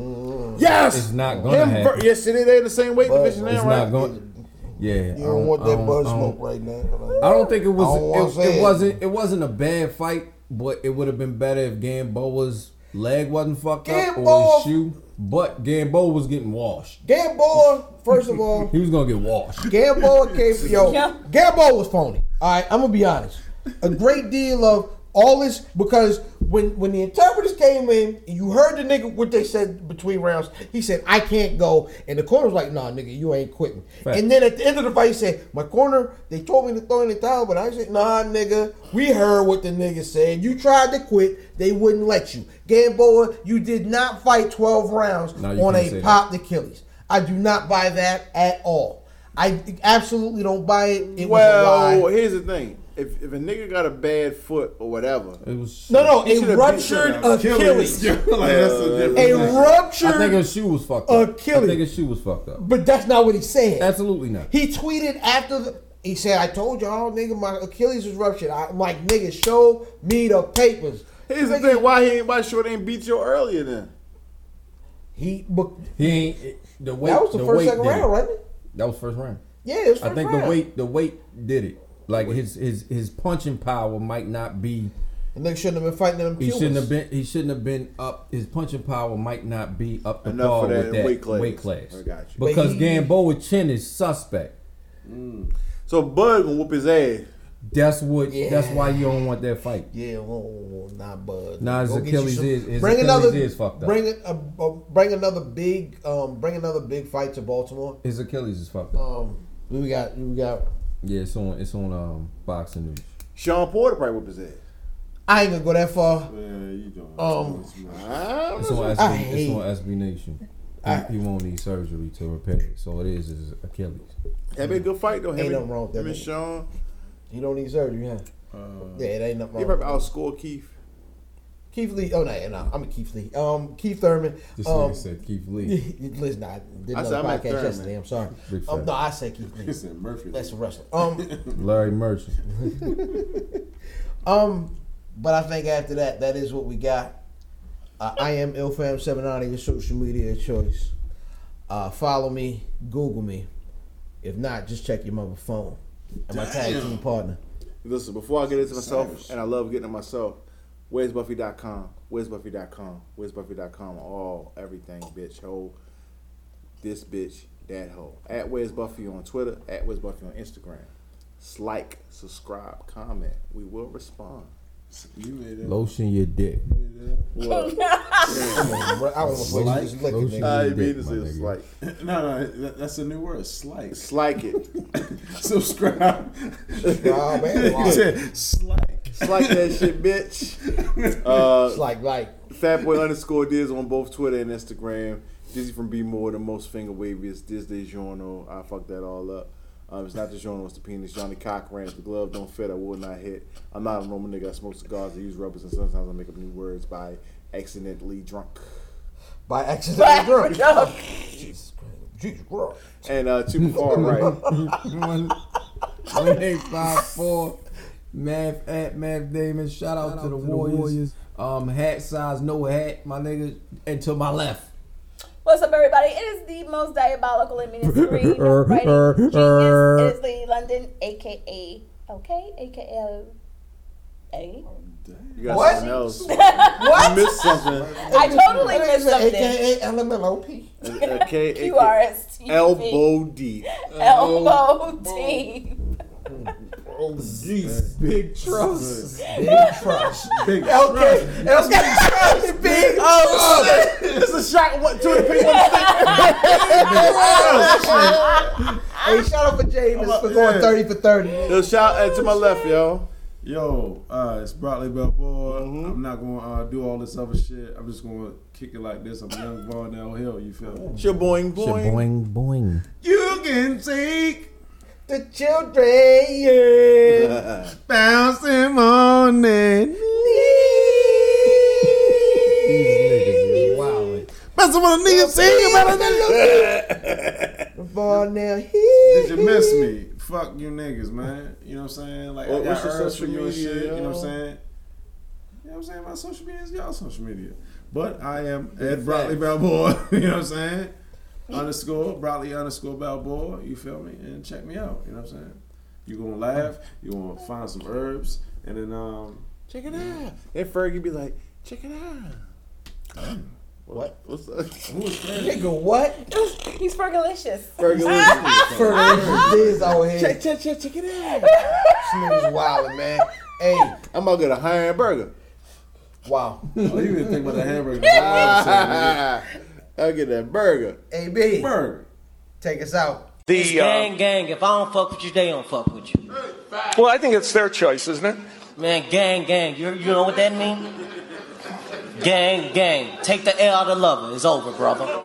S3: Yes,
S6: It's not gonna happen.
S3: yes, it is. They in the same weight division
S6: It's
S3: now,
S6: not
S3: right?
S6: going. Yeah,
S2: You don't want that bud smoke
S6: I
S2: right now.
S6: don't, I don't think it
S2: I don't wanna
S6: was.
S2: say
S6: It,
S2: it.
S6: it wasn't. It wasn't a bad fight, but it would have been better if Gamboa's leg wasn't fucked up or
S2: Gamboa-
S6: his shoe. But Gamboa was getting washed.
S2: Gamboa, first of all,
S6: He was gonna get washed.
S2: Gamboa came for yo.
S4: Yeah.
S2: Gamboa was phony. All right, I'm gonna be honest. A great deal of all this because when when the interpreters came in, you heard the nigga what they said between rounds. He said, "I can't go," and the corner was like, "Nah, nigga, you ain't quitting."
S6: Fact.
S2: And then at the end of the fight, he said, "My corner, they told me to throw in the towel, but I said, nah, nigga, we heard what the nigga said. You tried to quit, they wouldn't let you. Gamboa, you did not fight 12 rounds
S6: No, you
S2: on
S6: can't
S2: a
S6: say that.
S2: pop." the Achilles. I do not buy that at all. I absolutely don't buy it. It
S3: Well,
S2: was a lie.
S3: here's the thing. if, if a nigga got a bad foot or whatever,
S6: It was
S2: No, no,
S3: He should've
S2: a
S3: beat
S2: ruptured
S3: that out.
S5: Achilles.
S2: Achilles.
S5: like, (laughs) that's a different
S2: A
S5: thing.
S6: I think her
S2: ruptured,
S6: shoe was fucked up.
S2: Achilles.
S6: I think her shoe was fucked up.
S2: but that's not what he said.
S6: Absolutely not.
S2: He tweeted after the. He said, "I told y'all, nigga, my Achilles was ruptured. I'm like, nigga, show me the papers."
S3: here's the
S2: Nigga,
S3: thing: why he ain't why short ain't beat you earlier then?
S2: He, but
S6: He ain't it- the weight.
S2: that was the,
S6: weight
S2: first second
S6: did it.
S2: round, right?
S6: That was first round.
S2: Yeah, it was first
S6: I think
S2: round.
S6: the weight the weight did it. Like his his his punching power might not be.
S2: The nigga shouldn't have been fighting them.
S6: He
S2: Cubans.
S6: shouldn't have been. He shouldn't have been up. His punching power might not be up to
S3: Enough
S6: par
S3: for that
S6: with that
S3: weight class. I got you.
S6: Because Because
S2: But he-
S6: Gamboa Chin is suspect.
S3: So Bud gonna whoop his ass.
S6: That's what. That's
S2: Yeah.
S6: why you don't want that fight.
S2: Yeah, oh, nah, bud.
S6: Nah, his
S2: Go get you
S6: Achilles is- his Achilles is fucked up.
S2: Bring a, a, bring another big, um, bring another big fight to Baltimore.
S6: His Achilles is fucked up.
S2: Um, who we got, who we got.
S6: Yeah, it's on. It's on um boxing news.
S3: Sean Porter probably whoop his ass.
S2: I ain't gonna go that far.
S5: Man, you doing
S2: Um,
S5: too much, (laughs) man.
S3: I
S6: It's on
S2: I
S6: SB, it's
S2: hate-
S6: on SB Nation. He,
S2: I-
S6: he won't need surgery to repair it, so it is his Achilles.
S3: That'd be a good fight though. Him
S2: Ain't
S3: and-
S2: nothing wrong with that
S3: Him and
S2: nigga.
S3: Sean,
S2: You don't need surgery, huh?
S3: Uh,
S2: yeah, it ain't nothing
S3: he
S2: wrong.
S3: probably outscore Keith.
S2: Keith Lee. Oh no, no, I'm a Keith Lee. Um, Keith Thurman.
S6: This
S2: um,
S6: nigga said Keith Lee.
S2: (laughs) Listen, I did
S3: I said
S2: another
S3: I meant
S2: podcast
S3: Thurman.
S2: yesterday. I'm sorry.
S6: Big
S2: Um,
S6: fat.
S2: no, I said Keith
S5: He
S2: Lee.
S5: said Murphy.
S2: That's a wrestler. Um,
S6: Larry Merchant.
S2: um, but I think after that, that is what we got. Uh, I am Ilfam790, your social media of choice. Uh, follow me, Google me. If not, just check your mother phone. And my tag team partner.
S3: Listen, before I get into myself, and I love getting to myself, where's Buffy.com? Where's Buffy.com? Where's Buffy.com? All, everything, bitch, hoe, this bitch, that hoe. At Where's Buffy on Twitter, at Where's Buffy on Instagram. Like, subscribe, comment. We will respond.
S5: You made it.
S6: Lotion your dick.
S2: Come on, bro. I don't want to
S6: Like,
S2: just lick it,
S6: those
S2: nigga.
S6: you-
S3: I
S6: dick,
S3: mean, this
S6: my
S3: is
S6: nigga.
S3: like,
S5: No, no, that- (laughs) that's a new word. Slice.
S3: slike it.
S5: (laughs) Subscribe.
S2: Nah, man,
S5: (laughs) He
S2: like,
S5: said, (laughs) Slike.
S3: Slike that shit, bitch. Uh,
S2: it's like, like,
S3: Fatboy underscore Diz on both Twitter and Instagram. Dizzy from B More, the most finger waviest Diz de Journal. I fucked that all up. Um, it's not the journal, it's the penis. Johnny Cochran. If the glove don't fit, I will not hit. I'm not a normal nigga. I smoke cigars, I use rubbers, and sometimes I make up new words by accidentally drunk.
S2: by accident, girl.
S4: No.
S2: Jesus Christ. Jesus Christ.
S3: And uh, two far right.
S6: one, one eight five four. Math at Math Damon. Shout out, to, the, Warriors. Um, hat size, no hat, my nigga. And to my left.
S4: (laughs) What's up, everybody? It is the most diabolical and
S5: (laughs)
S4: ministry writing genius. It is Lady London, aka okay, aka A.
S3: You got
S2: What?
S3: something else. You
S4: What?
S3: missed something.
S4: I totally
S2: That
S4: missed
S2: is a
S4: something.
S2: AKA LMLOP.
S3: Uh,
S4: Q R S T E
S3: Elbow D.
S4: elbow deep.
S2: Oh,
S6: Jeez, big trust.
S2: big trust.
S5: Big
S2: Okay,
S5: trust.
S2: that's big trust. Big oh,
S3: This is a shot one, two to pick one.
S2: Hey, shout out for James for
S5: yeah.
S2: going thirty for thirty.
S3: Yo, shout out to my left, yo.
S5: Yo, uh, it's Broccoli Balboa.
S3: Mm-hmm.
S5: I'm not going to uh, do all this other shit. I'm just going to kick it like this. I'm young Varnell Hill. You feel me?
S3: It's your boing boing.
S6: Boing boing.
S5: You can take
S3: (laughs)
S2: The
S3: Uh,
S2: children, yeah.
S5: bouncing on it.
S6: These niggas is wildin'.
S5: That's what a nigga say about
S2: Ball now here.
S5: Did you miss me? Fuck you niggas, man. You know what I'm saying? Like,
S3: What-
S5: I got
S3: what's your
S5: herbs
S3: social
S5: from your
S3: media,
S5: shit. You know what
S3: yo?
S5: I'm saying? You know what I'm saying? My social media is y'all social media. But I am Ed Broccoli Balboa. (laughs) you know what I'm saying? underscore Broccoli underscore Balboa. You feel me? And check me out. You know what I'm saying? you going to laugh. you going to find some herbs. And then, um,
S3: Check it out. And Fergie be like, check it out. What? What's up?
S5: who is that?
S2: Nigga, what?
S4: (laughs) He's fergalicious.
S3: Fergie,
S2: Fergalicious is out here.
S3: check,
S2: This
S3: check, check, check it out.
S2: nigga's wildin', man. Hey,
S3: I'm about to get a hamburger.
S2: wow.
S5: Oh, you didn't think about the hamburger. Wow,
S3: I'll get that burger.
S2: AB,
S5: Burger.
S2: take us out.
S9: It's gang, gang. If I don't fuck with you, they don't fuck with you. uh, Well, I think it's their choice, isn't it? Man, gang, gang. You, you know what that means? gang, gang. Take the L out of lover. It's over, brother.